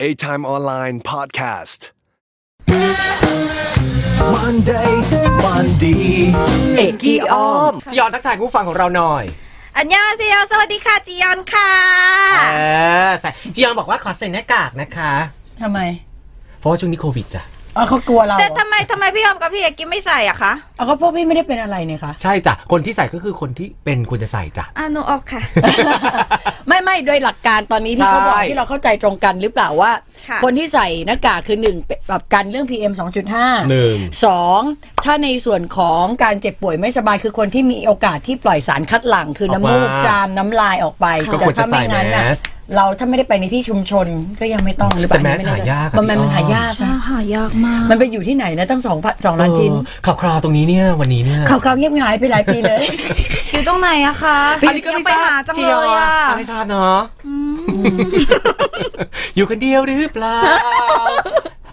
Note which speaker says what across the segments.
Speaker 1: A Time Online Podcast Monday Monday
Speaker 2: เอกกี้ออม
Speaker 3: จียอนทักทายผู้ฟังของเราหน่อย
Speaker 2: อัญญาเซียสวัสดีค่ะจียอนค่ะ
Speaker 3: เออใส่จียอนบอกว่าขอใส่หน้ากากนะคะ
Speaker 4: ทำไม
Speaker 3: เพราะว่าช่วงนี้โควิดจ้ะ
Speaker 4: เออเขากลัวเรา
Speaker 2: แต่
Speaker 4: เหรอ
Speaker 2: ทำไมทำไมพี่ออมกับพี่เอกกี้ไม่ใส่อะคะ
Speaker 4: เอาก็พวกพี่ไม่ได้เป็นอะไรเนี่ยคะ
Speaker 3: ใช่จ้ะ คนที่ใส่ก็คือคนที่เป็นควรจะใส่จ้ะ
Speaker 2: อ่าหนูออก ค่ะ
Speaker 4: ไม่ไม่โดยหลักการตอนนี้ที่
Speaker 3: ใช่
Speaker 4: เขาบอกที่เราเข้าใจตรงกันหรือเปล่าว่า
Speaker 2: ค่ะ
Speaker 4: คนที่ใส่หน้ากากคือหนึ่งแบบกันเรื่อง PM 2.5
Speaker 3: นึ่ง
Speaker 4: 2ถ้าในส่วนของการเจ็บป่วยไม่สบายคือคนที่มีโอกาสที่ปล่อยสารคัดหลั่งคือ
Speaker 3: ออก
Speaker 4: น้ำ
Speaker 3: มา
Speaker 4: มูกจามน้ำลายออกไป
Speaker 3: ก็ควรจะใส่
Speaker 4: แต่ถ้าไม่งั้นน่
Speaker 3: แมส
Speaker 4: เราถ้าไม่ได้ไปในที่ชุมชนก็ยังไม่ต้องหรือเปล่า
Speaker 3: แต่แมส
Speaker 4: ไแน่ใจ
Speaker 3: หายากอะ
Speaker 4: มันมัน
Speaker 3: พี่อ้อม
Speaker 4: หายาก
Speaker 2: ใช่
Speaker 4: นะ
Speaker 2: หายากมาก
Speaker 4: มันไปอยู่ที่ไหนนะตั้งสองพันสองล้านชิ้น
Speaker 3: ข่าวคราวตรงนี้เนี่ยวันนี้เนี่ย
Speaker 4: ข่าวๆเงียบหายไปหลายปีเลย
Speaker 2: อยู่ตรงไหนอะคะ
Speaker 3: อันนี้ก็ไม่
Speaker 2: ไป
Speaker 3: ทรา
Speaker 2: หา
Speaker 3: บ
Speaker 2: จัง
Speaker 3: จี
Speaker 2: เลย
Speaker 3: อน
Speaker 2: ยอะ
Speaker 3: อ่ะไม่ทราบเนาะอยู่คนเดียวหรือเปล่า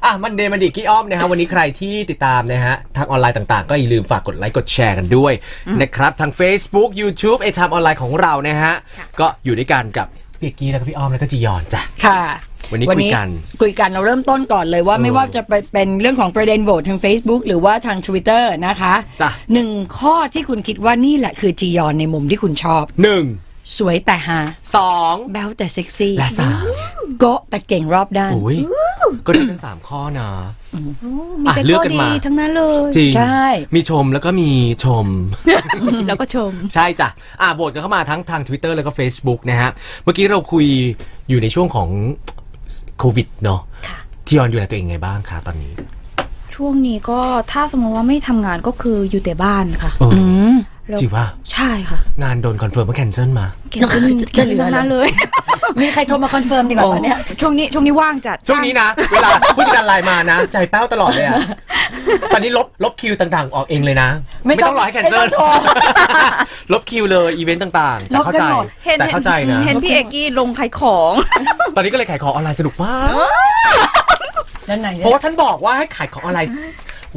Speaker 3: อ่ะมันเดมันดิกี้อ้อมนะฮะวันนี้ใครที่ติดตามนะฮะทางออนไลน์ต่างๆ ก็อย่าลืมฝากกดไลค์กดแชร์กันด้วยนะครับทาง Facebook YouTube ไอชามออนไลน์ของเรานะฮะก็อยู่ด้วยกันกับพี่เอกกี้แล้วก็พี่อ้อมแล้วก็จียอนจ้ะ
Speaker 4: ค่ะ
Speaker 3: วันนี้คุยกัน
Speaker 4: คุยกันเราเริ่มต้นก่อนเลยว่า
Speaker 3: เออ
Speaker 4: ไม่ว่าจะไปเป็นเรื่องของประเด็นโหวตทาง Facebook หรือว่าทาง Twitter นะคะ
Speaker 3: จ้ะ
Speaker 4: หนึ่งข้อที่คุณคิดว่านี่แหละคือจียอนในมุมที่คุณชอบ
Speaker 3: หนึ่ง
Speaker 4: สวยแต่ฮา
Speaker 3: สอง
Speaker 4: แบ๊วแต่เซ็กซี่
Speaker 3: และสาม
Speaker 4: โกะแต่เก่งรอบด้าน
Speaker 3: โอ้ยก็ได้ทั้งสามข้อนะ
Speaker 2: โอ้มีแต่
Speaker 3: อ่ะเลือก
Speaker 2: ข้อ
Speaker 3: กัน
Speaker 2: ดี
Speaker 3: มา
Speaker 2: ทั้งนั้นเลย
Speaker 3: จริง
Speaker 4: ใช่
Speaker 3: มีชมแล้วก็มีชม
Speaker 2: แล้วก็ชม
Speaker 3: ใช่จ้ะ อ่าโบทกันเข้ามาทั้งทาง Twitter แล้วก็ Facebook นะฮะ เมื่อกี้เราคุยอยู่ในช่วงของโควิดเนาะจียอนดูแลตัวเองไงบ้างคะตอนนี้
Speaker 2: ช่วงนี้ก็ถ้าสมมติว่าไม่ทำงานก็คืออยู่แต่บ้านค่ะ
Speaker 3: เออ
Speaker 4: อืม
Speaker 2: แล้ว
Speaker 3: จริงว่า
Speaker 2: ใช่ค่ะ
Speaker 3: งานโดนคอนเฟิร์มว่าแคนเซิลมา
Speaker 2: เก่งขึ้น
Speaker 4: แค่
Speaker 2: เก่ง
Speaker 4: เหลื
Speaker 2: ขึ้น
Speaker 4: อ
Speaker 2: ทั้งนั้นเลย
Speaker 4: มีใครโทรมาคอนเฟิร์มดีกว่าตอนเนี้ย
Speaker 2: ช่วงนี้ช่วงนี้ว่างจัด
Speaker 3: ช่วงนี้นะ เวลาผู้จัดการไลน์มานะ ใจแป้วตลอดเลยอะตอนนี้ลบลบคิวต่างๆ ออกเองเลยนะ ไม่ต้องรอให้แคนเซิล
Speaker 4: ไม่ต้องโทร
Speaker 3: ลบคิวเลยอีเวนต์ต่างๆ แต่เข้าใจ
Speaker 4: ลบกันหมด
Speaker 2: เห็น
Speaker 3: แต่
Speaker 2: เห็
Speaker 3: เข้าน ใจนะ
Speaker 2: เห็นพี่เอกกี้ลงขายของ
Speaker 3: ตอนนี้ก็เลยขายของออนไลน์สนุกมาก
Speaker 4: แล้วไหนเนี่
Speaker 3: เพราะ
Speaker 4: ย
Speaker 3: ว่าท่านบอกว่าให้ขายของออนไลน์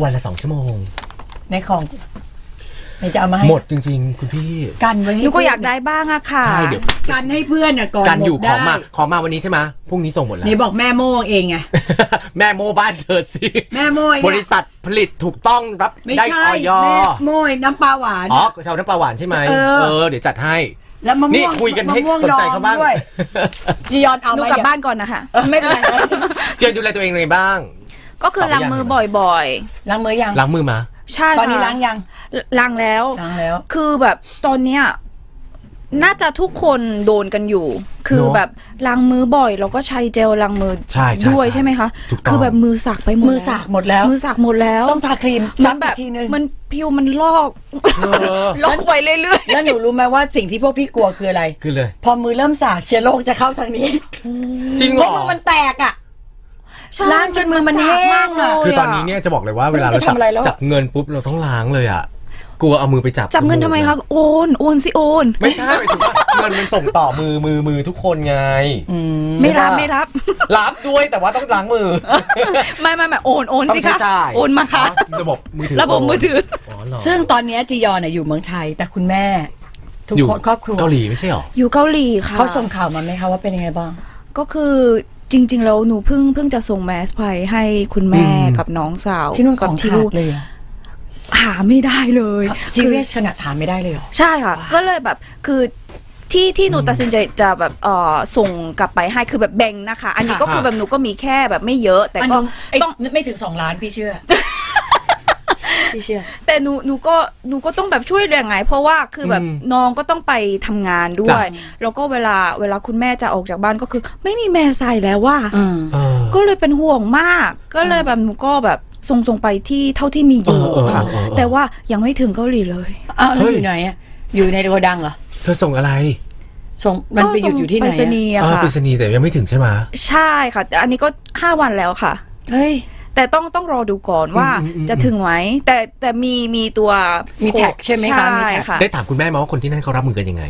Speaker 3: วันละสองชั่วโมง
Speaker 4: ในของไหนจะเอามาให้
Speaker 3: หมดจริงๆ คุณพี่
Speaker 4: กันไว้
Speaker 2: ห
Speaker 4: ให้
Speaker 2: นูก็อยากได้บ้างอะค่ะ
Speaker 3: ใช่เดี๋ยว
Speaker 4: กันให้เพื่อนอ่ะก่อน
Speaker 3: การอยู่
Speaker 4: หม
Speaker 3: ข
Speaker 4: ดได้
Speaker 3: องมาของมาวันนี้ใช่ไหมพรุ่งนี้ส่งหมดแล้ว
Speaker 4: ไหนบอกแม่โม่เองไง
Speaker 3: แม่โมบ้านเธอสิ
Speaker 4: แม่โมย
Speaker 3: บ
Speaker 4: เนี่
Speaker 3: ริ
Speaker 4: ย
Speaker 3: ษัทผลิตถูกต้องรับ
Speaker 4: ไม่
Speaker 3: ได้
Speaker 4: ใช่
Speaker 3: ออย
Speaker 4: แม่โมยน้ำปลาหวาน
Speaker 3: อ๋อชาวน้ำปลาหวานใช่ไหม
Speaker 4: เออ
Speaker 3: เดี๋ยวจัดให้
Speaker 4: แล้วมะ
Speaker 3: นี่
Speaker 4: ม่วง
Speaker 3: คุยกันให้
Speaker 4: มะม่วง
Speaker 3: สนใจ
Speaker 4: ดอง
Speaker 3: เขาบ้าง
Speaker 4: ด้วยจียอนเอา
Speaker 2: หนู
Speaker 4: ไหม
Speaker 2: กลับบ้านก่อนนะคะ
Speaker 4: เออไม่เป็นไร
Speaker 3: เจียนดูแลตัวเองยังไงบ้าง
Speaker 2: ก็คือล้างมือบ่อย
Speaker 4: ล้างมือยัง
Speaker 3: ล้างมือมา
Speaker 2: ๆ ใช่
Speaker 4: ตอนนี้
Speaker 2: ค่ะ
Speaker 4: ล้างยัง
Speaker 2: ล้างแล้ว
Speaker 4: ล้างแล้ว
Speaker 2: คือแบบตอนเนี้ยน่าจะทุกคนโดนกันอยู่ คือแบบล้างมือบ่อย แล้วก็ใช้เจลล้างมือ
Speaker 3: ใช่ใช่
Speaker 2: ด้วยใช่ไหมคะ
Speaker 3: ถูกต้อง
Speaker 2: คือแบบมือสักไปหมด
Speaker 4: มือสากหมดแล้ว
Speaker 2: มือสักหมดแล้ว
Speaker 4: ต้องทาครีม
Speaker 2: มั
Speaker 4: ซับ
Speaker 2: นแบ
Speaker 4: อี
Speaker 2: บ
Speaker 4: กทีนึง
Speaker 2: มันผิวมันลอก
Speaker 3: เออ
Speaker 2: ลอกไปเรื่อย
Speaker 4: แล้วหนูรู้ไหมว่าสิ่งที่พวกพี่กลัวคืออะไร
Speaker 3: คือเลย
Speaker 4: พอมือเริ่มสากเชื้อโรคจะเข้าทางนี้
Speaker 3: จริงเห
Speaker 4: เพ
Speaker 3: ร
Speaker 4: ราะ
Speaker 3: อ
Speaker 4: มือมันแตกอ่ะ
Speaker 2: ๆใช่
Speaker 4: ล้างจนมือมันแห้งอะ
Speaker 2: สากมากเลย
Speaker 3: คือตอนนี้เนี่ยจะบอกเลยว่าเวลา
Speaker 4: ไม่รู้
Speaker 3: เรา
Speaker 4: จะ
Speaker 3: จับ
Speaker 4: ทำอะไรแล้ว
Speaker 3: จับเงินปุ๊บเราต้องล้างเลยอ่ะ กลัวเอามือไปจับ
Speaker 2: จับเงินทำไมคะโอนโอนสิโอน
Speaker 3: ไม่ใช่หมายถึงว่าเงินมันส่งต่อมือมือมือทุกคนไง
Speaker 2: ไม่รับไม่รับ
Speaker 3: รับด้วยแต่ว่าต้องล้างมือ
Speaker 2: ไม่ไม่ไม่โอนโอน
Speaker 3: ต้อง
Speaker 2: สิ
Speaker 3: ใช้
Speaker 2: คะ
Speaker 3: จ่าย
Speaker 2: โอนมาค่ะ
Speaker 3: อ๋อระบบมือถือ
Speaker 2: ระบบมือถือ
Speaker 3: เหรอ
Speaker 4: ซึ่งตอนเนี้ยจียอนน่ะอยู่เมืองไทย แต่คุณแม่ ทุก
Speaker 3: ยู่
Speaker 4: คนครอบครัว
Speaker 3: เกาหลีไม่ใช่เหรอ
Speaker 2: อยู่เกาหลีค่ะ
Speaker 4: เขาส่งข่าวมาไหมคะว่าเป็นยังไงบ้าง
Speaker 2: ก็คือจริง ๆ แล้วหนูเพิ่งเพิ่งจะส่งแมสไปให้คุณแม่
Speaker 3: อืม
Speaker 2: กับน้องสาว
Speaker 4: ที่นู่นข
Speaker 2: กั
Speaker 4: อบง
Speaker 2: ที่
Speaker 4: ขา
Speaker 2: ลู
Speaker 4: ด
Speaker 2: ก
Speaker 4: เลยอะ
Speaker 2: หาไม่ได้เลย
Speaker 4: ซี
Speaker 2: คือ
Speaker 4: เรียสขนาดถามไม่ได้เลยเหรอ
Speaker 2: ใช่ค่ะ ก็เลยแบบคือที่ที่หนูตัดสินใจจะแบบเอ่อส่งกลับไปให้คือแบบแบ่งนะคะ อันนี้
Speaker 4: ค่ะ
Speaker 2: ก็คือแบบหนูก็มีแค่แบบไม่เยอะ แต่
Speaker 4: อัน
Speaker 2: ก็
Speaker 4: นู้นไอ้
Speaker 2: ต้อง
Speaker 4: ไม่ถึงสองล้านพี่เชื่อ พี่เชื่อ
Speaker 2: แต่หนูหนูก็หนูก็ต้องแบบช่วยเหลือไง เพราะว่าคือแบบ
Speaker 3: อืม
Speaker 2: น้องก็ต้องไปทำงานด้ว
Speaker 3: จ้ะ
Speaker 2: ย แล้วก็เวลาเวลาคุณแม่จะออกจากบ้านก็คือ ไม่มีแม่ใส่แล้วว่า
Speaker 4: อืม
Speaker 3: เออ
Speaker 2: ก็เลยเป็นห่วงมาก ก็เลยแบบหนูก็แบบส่งส่งไปที่เท่าที่มีอยู่
Speaker 3: เออเออเออ
Speaker 2: ค่ะ
Speaker 3: เออ
Speaker 2: แต่ว่ายังไม่ถึงเกาหลีเลย
Speaker 4: อ้าวแล้ว
Speaker 3: เฮ้ย
Speaker 4: อยู่ไหนอ่ะ อยู่ในโกดังเหรอ
Speaker 3: เธอส่งอะไร
Speaker 4: ส่ง มันไป
Speaker 2: ก็
Speaker 4: ห
Speaker 2: ส่
Speaker 4: ยุ
Speaker 2: ง
Speaker 4: ดอยู่ที่ไหน
Speaker 2: ปรษณี
Speaker 4: อะ
Speaker 2: ย์อะ
Speaker 3: เออ
Speaker 2: ค่ะ
Speaker 3: ปริศนีย์แต่ยังไม่ถึงใช่ไหม
Speaker 2: ใช่ค่ะแต่อันนี้ก็ 5 วันแล้วค่ะ
Speaker 4: เฮ้ย
Speaker 2: แต่ต้องต้องรอดูก่อนว่า
Speaker 3: อืมอืมอืม
Speaker 2: จะถึงไหมแต่แต่มีมีตัว
Speaker 4: มีแท็กใช่ไหมคะมี
Speaker 2: ใช่
Speaker 4: แท็ก
Speaker 2: ค่ะ
Speaker 3: ได้ถามคุณแม่มาว่าคนที่นั่นเขารับมือกันยังไง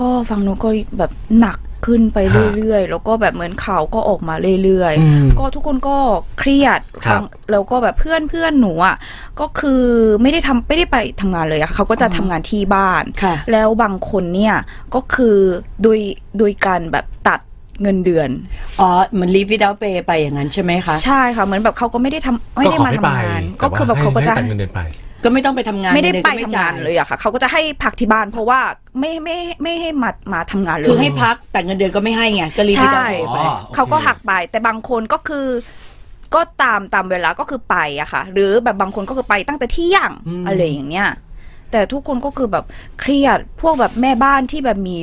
Speaker 2: ก็ฟังหนูก็แบบหนักขึ้นไปเรื่อยๆ แล้วก็แบบเหมือนข่าวก็ออกมาเรื่อย
Speaker 3: อืม
Speaker 2: ก็ทุกคนก็เครียด
Speaker 3: ครับ
Speaker 2: แล้วก็แบบเพื่อนเพื่อนหนูอ่ะก็คือไม่ได้ทำไม่ได้ไปทำงานเลยอะเขาก็จะทำงานที่บ้าน
Speaker 4: ค่ะ
Speaker 2: แล้วบางคนเนี่ยก็คือโดยโดยการแบบตัด เงินเดือน
Speaker 4: อ๋อเหมัน leave without pay ไปอย่างนั้นใช่ไหมคะ
Speaker 2: ใช่ค่ะ เหมือนแบบเขาก็ไม่ได้ทำไม่ได้มาทำงาน ก็คือแบบเขาก็จะ
Speaker 3: แต่ว่ให้ให้ตัดเงินเดือนไป
Speaker 4: ก็ไม่ต้องไปทำงาน
Speaker 2: ไม่ได้
Speaker 4: เดือน
Speaker 2: ไป
Speaker 4: ก็
Speaker 2: ทำงานเลยอะค่ะ เขาก็จะให้พักที่บ้านเพราะว่าไม่ไม่ไม่ให้มามาทำงานเลย
Speaker 4: คือให้พักแต่เงินเดือนก็ไม่ให้ไงก็ leave without
Speaker 2: ใช่
Speaker 4: pay ไป
Speaker 3: อ๋อ
Speaker 2: เขาก็หักไป แต่บางคนก็คือก็ตามตามเวลาก็คือไปอะค่ะ หรือแบบบางคนก็คือไปตั้งแต่เที่ยง
Speaker 3: อืม
Speaker 2: อะไรอย่างเงี้ย แต่ทุกคนก็คือแบบเครียด พวกแบบแม่บ้านที่แบบมี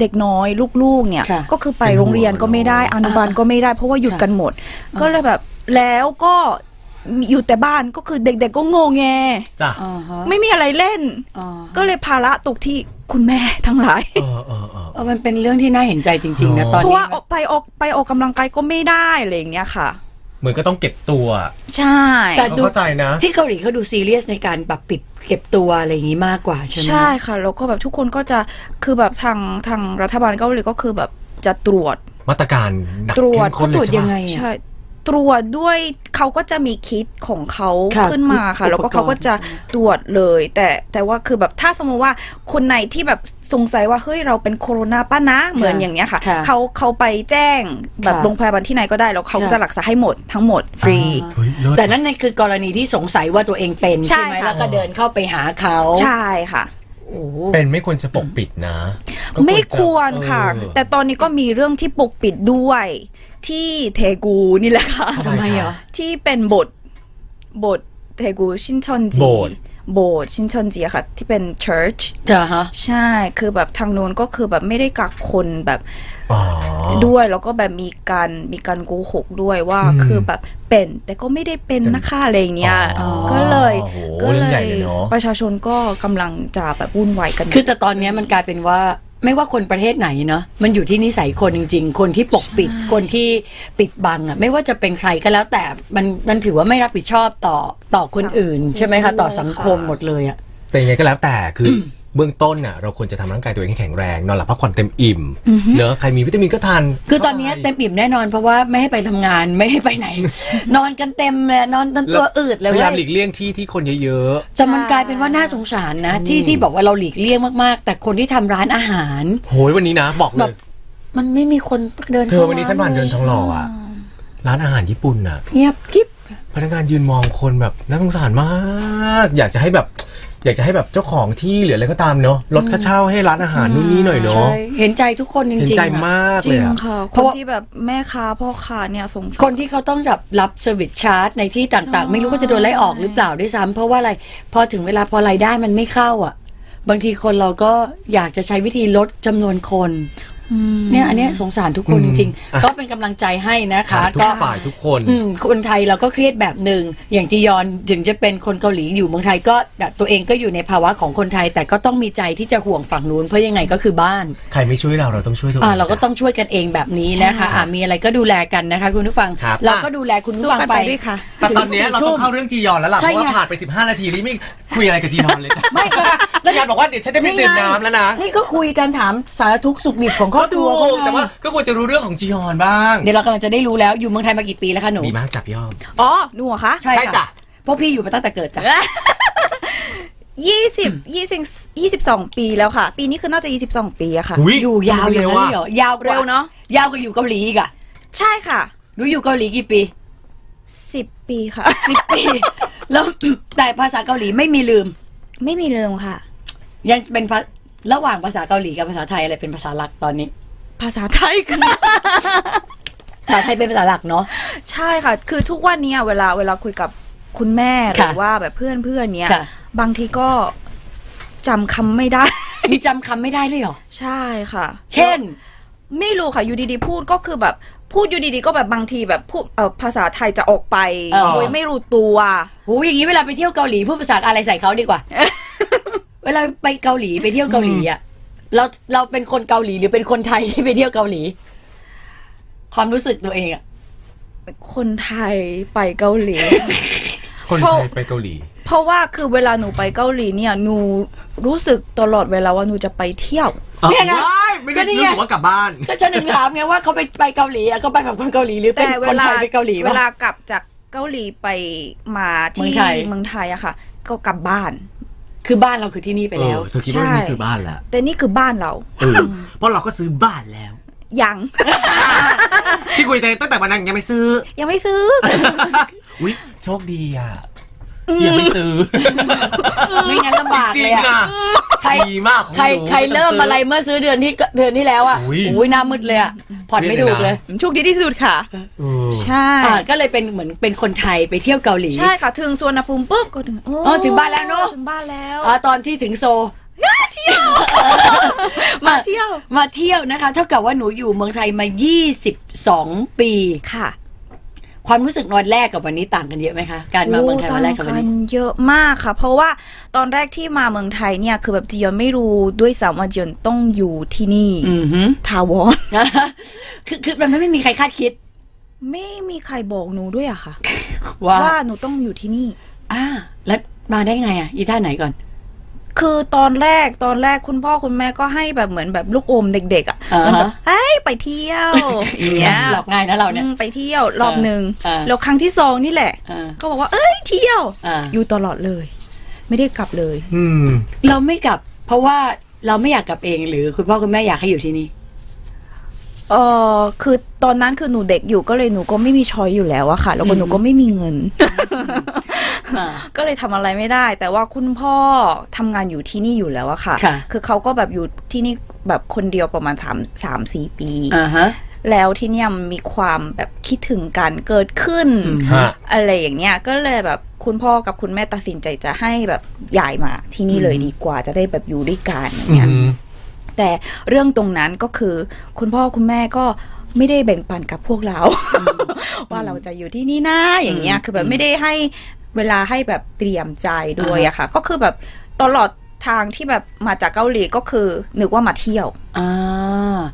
Speaker 2: เด็กน้อยลูกๆ เนี่ย
Speaker 4: ค่ะ
Speaker 2: ก็คือไปโรงเรียนก็ไม่ได้ อนุบาลก็ไม่ได้ เพราะว่าหยุด
Speaker 4: ค่ะ
Speaker 2: กันหมด ก็เลยแบบแล้วก็อยู่แต่บ้านก็คือเด็กๆก็โงงแง
Speaker 3: จ้ะ
Speaker 4: อ๋อฮะ
Speaker 2: ไม่มีอะไรเล่น
Speaker 4: อ๋อ
Speaker 2: ก็เลยภาระตกที่คุณแม่ทั้งหลาย
Speaker 3: เออเออเออ
Speaker 4: เออมันเป็นเรื่องที่น่าเห็นใจจริง ๆ นะ
Speaker 3: อ๋อ
Speaker 4: ตอน
Speaker 2: เพราะ
Speaker 4: นี้
Speaker 2: ว่าออกไปออกไปออกกำลังกายก็ไม่ได้อะไรอย่างเงี้ยค่ะ
Speaker 3: เหมือนก็ต้องเก็บตัว
Speaker 2: ใช่
Speaker 4: แต่ดู
Speaker 3: เข้าใจนะ
Speaker 4: ที่เกาหลีเขาดูซีเรียสในการแบบปิดเก็บตัวอะไรอย่างนี้มากกว่าใช่ไหม
Speaker 2: ใช่ค่ะแล้วก็แบบทุกคนก็จะคือแบบทางทางรัฐบาลเกาหลีก็คือแบบจะตรวจ
Speaker 3: มาตรการหนัก
Speaker 2: ตรว
Speaker 3: เข้ม
Speaker 2: จ
Speaker 3: ข้นเลยใช่ไหม
Speaker 4: ไงอะ
Speaker 2: ใช่ตรวจด้วยเขาก็จะมีคิดของเขา
Speaker 4: ค่ะ
Speaker 2: ขึ้นมาค่ะ
Speaker 4: อุปกรณ์
Speaker 2: แล้วก็เขาก็จะตรวจเลย แต่แต่ว่าคือแบบถ้าสมมติว่าคนไหนที่แบบสงสัยว่าเฮ้ยเราเป็นโคโรนาป่ะนะเหมือนอย่างเงี้ยค่ะ
Speaker 4: ค่ะ
Speaker 2: เขาเขาไปแจ้งแบบ
Speaker 4: ค่ะ
Speaker 2: โรงพยาบาลที่ไหนก็ได้แล้วเขาก็
Speaker 4: ค่ะ
Speaker 2: จะรักษาให้หมดทั้งหมดฟรี
Speaker 3: เฮ้ยเลิศ
Speaker 4: แต่นั่นน่ะคือกรณีที่สงสัยว่าตัวเองเป็น
Speaker 2: ใช่
Speaker 4: ใช่ไหม
Speaker 2: ค่ะ
Speaker 4: แล้วก็เดินเข้าไปหาเขา
Speaker 2: ใช่ค่ะ
Speaker 4: โอ้โห
Speaker 3: เป็นไม่ควรจะปกปิดนะก็
Speaker 2: ไม่ควร
Speaker 3: จ
Speaker 2: ค่ะ
Speaker 3: เออ
Speaker 2: แต่ตอนนี้ก็มีเรื่องที่ปกปิดด้วย ที่เทกูนี่แหละ ค่ะ
Speaker 4: ทำไมเหรอ
Speaker 3: ค
Speaker 2: ที่เป็นบทบทเทกูชินชอนจี
Speaker 3: โบสถ์
Speaker 2: โบสถ์ชินชอนจีอะค่ะ ที่เป็น church
Speaker 4: เหรอฮะ
Speaker 2: ใช่คือแบบทางโน้นก็คือแบบไม่ได้กักคนแบบ
Speaker 3: อ๋อ
Speaker 2: ด้วย แล้วก็แบบมีการมีการโกหกด้วยว่า
Speaker 3: อืม
Speaker 2: คือแบบเป็น แต่ก็ไม่ได้เป็นนะคะอะไรอย่างเงี้ย
Speaker 3: อ๋อ
Speaker 2: ก็เลย
Speaker 3: โอ้โห
Speaker 2: ก็
Speaker 3: เรื่องใหญ่เลยเนอะ
Speaker 2: ประชาชนก็กำลังจะแบบวุ่นวายกัน
Speaker 4: คือแต่ตอนเนี้ยมันกลายเป็นว่าไม่ว่าคนประเทศไหนเนาะมันอยู่ที่นิสัยคนจริง ๆ คนที่ปกปิดคนที่ปิดบังอะไม่ว่าจะเป็นใครก็แล้วแต่มันมันถือว่าไม่รับผิดชอบต่อต่อคนอื่น ใช่ไหมคะ ต่อสังคมหมดเลยอะ
Speaker 3: แต่ยังไงก็แล้วแต่คืออเบื้องต้นน่ะเราควรจะทำร่างกายตัวเองให้แข็งแรง นอนหลับพักผ่อนเต็มอิ่มเนอะใครมีวิตามินก็ทาน
Speaker 4: คือตอนเนี้ยเต็มอิ่มแน่นอนเพราะว่าไม่ให้ไปทำงานไม่ให้ไปไหน นอนกันเต็มเลยนอนจนตัวอืดเลย
Speaker 3: พ
Speaker 4: เว้
Speaker 3: ยายาม
Speaker 4: ย
Speaker 3: หลีกเลี่ยงที่ที่คนเยอะ
Speaker 4: แต่มันกลายเป็นว่าน่าสงสารนะ ที่ที่บอกว่าเราหลีกเลี่ยงมากๆ แต่คนที่ทำร้านอาหาร
Speaker 3: ๆ โหยวันนี้นะบอกเล
Speaker 4: แบบ
Speaker 3: ย
Speaker 4: มันไม่มีคนเดิน
Speaker 3: เธ
Speaker 4: เข้า
Speaker 3: อวันนี้ฉันผ่านเดินทองหล่อ
Speaker 4: เลย
Speaker 3: อะร้านอาหารญี่ปุ่นน่ะ
Speaker 4: เงียบกิ๊บ
Speaker 3: พนักงานยืนมองคนแบบน่าสงสารมาก อยากจะให้แบบ อยากจะให้แบบเจ้าของที่หรืออะไรก็ตามเนอะลดค่าเช่าให้ร้านอาหารนู่นนี่หน่อยเนอะ
Speaker 4: ใช่เห็นใจทุกคนจริงๆ
Speaker 3: เห็นใจ
Speaker 4: อะ
Speaker 3: มาก
Speaker 2: จ
Speaker 3: เล
Speaker 2: ริ
Speaker 3: ย
Speaker 2: ง
Speaker 3: อะ
Speaker 2: ค่ะ
Speaker 4: เพ
Speaker 2: ค
Speaker 4: ราะ
Speaker 2: น
Speaker 4: ว่า
Speaker 2: ที่แบบแม่ค้าพ่อค้าเนี่ยสงสาร
Speaker 4: คนที่เขาต้องรับรับเซอร์วิสชาร์จในที่ต่างๆ ไม่รู้ว่าจะโดนไล่ออกหรือเปล่าด้วยซ้ำเพราะว่าอะไรพอถึงเวลาพอรายได้มันไม่เข้าอ่ะ บางทีคนเราก็อยากจะใช้วิธีลดจำนวนคนเนี่ยอันเนี้ยสงสารทุกคน
Speaker 3: อื
Speaker 4: จ
Speaker 3: ม
Speaker 4: ริง
Speaker 3: อ่ะ
Speaker 4: ๆก็เป็นกำลังใจให้นะคะ
Speaker 3: ค่ะทุ
Speaker 4: ก็
Speaker 3: กฝ่ายทุกคน
Speaker 4: อืมคนไทยเราก็เครียดแบบหนึ่งอย่างจียอนถึงจะเป็นคนเกาหลีอยู่เมืองไทยก็แบบตัวเองก็อยู่ในภาวะของคนไทย แต่ก็ต้องมีใจที่จะห่วงฝั่งนู้นเพราะยังไงก็คือบ้าน
Speaker 3: ใครไม่ช่วยเราเราต้องช่วยตัวเอ
Speaker 4: อ่าง เราก็ต้องช่วยกันเองแบบนี้นะคะอ่ามีอะไรก็ดูแลกันนะคะ คุณผู้ฟัง
Speaker 3: ครับ
Speaker 4: เรา
Speaker 3: อ่ะ
Speaker 4: ก็ดูแลคุณผู้ฟัง
Speaker 2: สู้กัน
Speaker 4: ไป
Speaker 2: ไปด้วยค่ะ
Speaker 3: แต่ตอนเนี้ย
Speaker 4: ถึ
Speaker 3: เรา
Speaker 4: สี่
Speaker 3: ต้อง
Speaker 4: ทุ่ม
Speaker 3: เข้าเรื่องจียอนแล้วล่ะ
Speaker 4: ใช่
Speaker 3: เพราะ
Speaker 4: ไง
Speaker 3: ว่าผ่านไป 15 นาทีนี้ไม่คุยอะไรกับจียอนเลย
Speaker 4: ไม่ก็
Speaker 3: จียอนบอกว่าเดี๋ยวฉันจะไม่ดื่มน้ำแล้วนะ
Speaker 4: นี่ก็คุยกันถามสารทุกข์สุขดิบของครอบครัว
Speaker 3: ก็ถูก
Speaker 4: แต่
Speaker 3: แต่ว่าก็ควรจะรู้เรื่องของจียอนบ้าง
Speaker 4: เดี๋ยวเรากำลังจะได้รู้แล้วอยู่เมืองไทยมากี่ปีแล้วคะหนู
Speaker 3: ดีมากจับย่อม
Speaker 2: อ๋อหนูเหรอคะ
Speaker 3: ใช่จ้ะ
Speaker 4: เพราะพี่อยู่มาตั้งแต่เกิดจ้ะ
Speaker 2: ยี่สิบยี่สิบยี่สิบสองปีแล้วค่ะ ปีนี้คือน่าจะยี่สิบสองปีอะค่ะ
Speaker 3: อุ๊
Speaker 4: อยู่ยาวอย่างนั้นเลยเหรอยาวก
Speaker 2: เร็วเนอะ
Speaker 4: ยาวกว่าอยู่เกาหลีอีกอะ
Speaker 2: ใช่ค่ะ
Speaker 4: หนูอยู่เกาหลีกี่ปี
Speaker 2: สิบปีค่ะ
Speaker 4: สิบปี แล้วแต่ภาษาเกาหลีไม่มีลืม
Speaker 2: ไม่มีเรื่องค่ะ
Speaker 4: ยังเป็นภาระหว่างภาษาเกาหลีกับภาษาไทยอะไรเป็นภาษาหลักตอนนี้
Speaker 2: ภาษาไทยค่ะ
Speaker 4: ภาษาไทยเป็นภาษาหลักเนาะ
Speaker 2: ใช่ค่ะ คือทุกวันเนี้ยเวลาเวลาคุยกับคุณแม่ ห
Speaker 4: ค่ะ
Speaker 2: รือว่าแบบเพื่อนเพื่อนๆเนี้ย
Speaker 4: ค่ะ
Speaker 2: บางทีก็จำคำไม่ได้
Speaker 4: มีจำคำไม่ได้ด้วยเหรอ
Speaker 2: ใช่ค่ะ
Speaker 4: เช่น
Speaker 2: ไม่รู้ค่ะอยู่ดีๆพูดก็คือแบบพูดอยู่ดีๆก็แบบบางทีแบบพูดเอ่อภาษาไทยจะออกไป
Speaker 4: เออ
Speaker 2: โดยไม่รู้ตัว
Speaker 4: หูอย่างนี้เวลาไปเที่ยวเกาหลีพูดภาษาอะไรใส่เขาดีกว่า เวลาไปเกาหลีไปเที่ยวเกาหลีอ่ะ เราเราเป็นคนเกาหลีหรือเป็นคนไทยที่ไปเที่ยวเกาหลี ความรู้สึกตัวเองอ่ะ
Speaker 2: คนไทยไปเกาหลี
Speaker 3: คนไทยไปเกาหลี
Speaker 2: เพราะว่าคือเวลาหนูไปเกาหลีเนี่ยหนูรู้สึกตลอดเวลาว่าหนูจะไปเที่ยว
Speaker 4: เนี่ยไง
Speaker 3: ว้ายไม่
Speaker 4: ก็
Speaker 3: ได้
Speaker 4: นี่ไง
Speaker 3: รู้สึกว่ากลับบ้าน
Speaker 4: ก็ฉันถึงถามไงว่าเขาไปไปเกาหลีอ่ะเขาไปกับคนเกาหลีหรือเป็
Speaker 2: แต่
Speaker 4: น
Speaker 2: เว
Speaker 4: คน
Speaker 2: ลา
Speaker 4: ไทยไปเกาหลี
Speaker 2: เว
Speaker 4: วะ
Speaker 2: ลากลับจากเกาหลีไปมาที่
Speaker 4: เมืองไทย
Speaker 2: เมืองไทยอะค่ะ ก็กลับบ้าน
Speaker 4: คือบ้านเราคือที่นี่ไป
Speaker 3: เอ
Speaker 4: แล้
Speaker 3: อ
Speaker 4: ว
Speaker 3: เธอคิดว่า
Speaker 2: ใช่
Speaker 3: นี่คือบ้านแล้ว
Speaker 2: แต่นี่คือบ้านเรา
Speaker 3: เออเพราะเราก็ซื้อบ้านแล้ว
Speaker 2: ยัง
Speaker 3: ที่คุยแต่ตั้งแต่วันนั้นยังไม่ซื้อ
Speaker 2: ยังไม่ ซื้อ
Speaker 3: อุ้ยโชคดีอ่ะยังไม่ซื้อ
Speaker 4: ไม่งั้นลำบาก
Speaker 3: จริ
Speaker 4: เล
Speaker 3: ง
Speaker 4: ยอะ
Speaker 3: อ่ะ
Speaker 4: ใคร
Speaker 3: ดีมากของ
Speaker 4: ใคร
Speaker 3: หนู
Speaker 4: ใครเริ่ม
Speaker 3: ต้งซื้
Speaker 4: อะไรเมื่อซื้อเดือนที่เดือนที่แล้วอ่ะ
Speaker 3: อุ๊ย
Speaker 4: อุ้ยหน้ามืดเลยอ่ะผ่อนไม่ถูกเลย
Speaker 2: โชคดีที่สุดค่ะ
Speaker 3: เออ
Speaker 2: ใช่
Speaker 4: อ่าก็เลยเป็นเหมือนเป็นคนไทยไปเที่ยวเกาหลี
Speaker 2: ใช่ค่ะ ถึงสวนภูมิปุ๊บก็ถึงโ
Speaker 4: อ๋อถึงบ้านแล้วเนอะ
Speaker 2: ถึงบ้านแล้ว
Speaker 4: อ่าตอนที่ถึงโซล
Speaker 2: มาเที่ยว มาเที่ยว
Speaker 4: มาเที่ยวนะคะ เท่ากับว่าหนูอยู่เมืองไทยมา 22 ปี
Speaker 2: ค่ะ
Speaker 4: ความรู้สึกนอนแรกกับวันนี้ต่างกันเยอะไหมคะ การมาเมืองไทยวันแรกกับวั
Speaker 2: โอ้
Speaker 4: นนี้
Speaker 2: ต่างเยอะมากค่ะ เพราะว่าตอนแรกที่มาเมืองไทยเนี่ย คือแบบจียอนไม่รู้ด้วยซ้ำว่าจียอนต้องอยู่ที่นี่
Speaker 4: อือหื อ
Speaker 2: ทาวอน
Speaker 4: คือคือมันไม่มีใครคาดคิด
Speaker 2: ไม่มีใครบอกหนูด้วยอะค่ะ
Speaker 4: ว่า
Speaker 2: ว่าหนูต้องอยู่ที่นี่
Speaker 4: อ่าแล้วมาได้ไงอ่ะ อีท่าไหน ก่อน
Speaker 2: คือตอนแรกตอนแรกคุณพ่อคุณแม่ก็ให้แบบเหมือนแบบลูกอมเด็ก ๆอะ
Speaker 4: อ่าฮะ
Speaker 2: มันแบบเอ้ยไปเที่ยวอย่างเงี้ย
Speaker 4: หล อกง่ายนะเราเนี่ย
Speaker 2: อืมไปเที่ยวรอบหนึ่ง
Speaker 4: อ่า
Speaker 2: แล้วครั้งที่สองนี่แหละ
Speaker 4: อ่า
Speaker 2: ก็บอกว่า เอ้ยเที่ยว
Speaker 4: อ่า
Speaker 2: อยู่ตลอดเลย ไม่ได้กลับเลย
Speaker 3: อืม
Speaker 4: เราไม่กลับ เพราะว่าเราไม่อยากกลับเองหรือคุณพ่อคุณแม่อยากให้อยู่ที่นี่
Speaker 2: เออคือตอนนั้นคือหนูเด็กอยู่ก็เลยหนูก็ไม่มีช้อยอยู่แล้วอะค่ะ แล้วก็หนูก็ไม่มีเงิน
Speaker 4: อ่า
Speaker 2: ก็เลยทำอะไรไม่ได้ แต่ว่าคุณพ่อทำงานอยู่ที่นี่อยู่แล้วอะค่ะ
Speaker 4: ค่ะ
Speaker 2: คือเขาก็แบบอยู่ที่นี่แบบคนเดียวประมาณสามสามสี่ปี
Speaker 4: อ่าฮะ
Speaker 2: แล้วที่เนี่ยมีความแบบคิดถึงกันเกิดขึ้น
Speaker 3: ฮะ
Speaker 2: อะไรอย่างเนี้ยก็เลยแบบคุณพ่อกับคุณแม่ตัดสินใจจะให้แบบย้ายมาที่นี่เลยดีกว่าจะได้แบบอยู่ด้วยกันอย่างเงี้ย แต่เรื่องตรงนั้นก็คือคุณพ่อคุณแม่ก็ไม่ได้แบ่งปันกับพวกเรา ว่าเราจะอยู่ที่นี่นะอย่างเงี้ยคือแบบไม่ได้ให้เวลาให้แบบเตรียมใจด้วยอะค่ะ ก็คือแบบตลอดทางที่แบบมาจากเกาหลีก็คือนึกว่ามาเที่ยว
Speaker 4: อ่า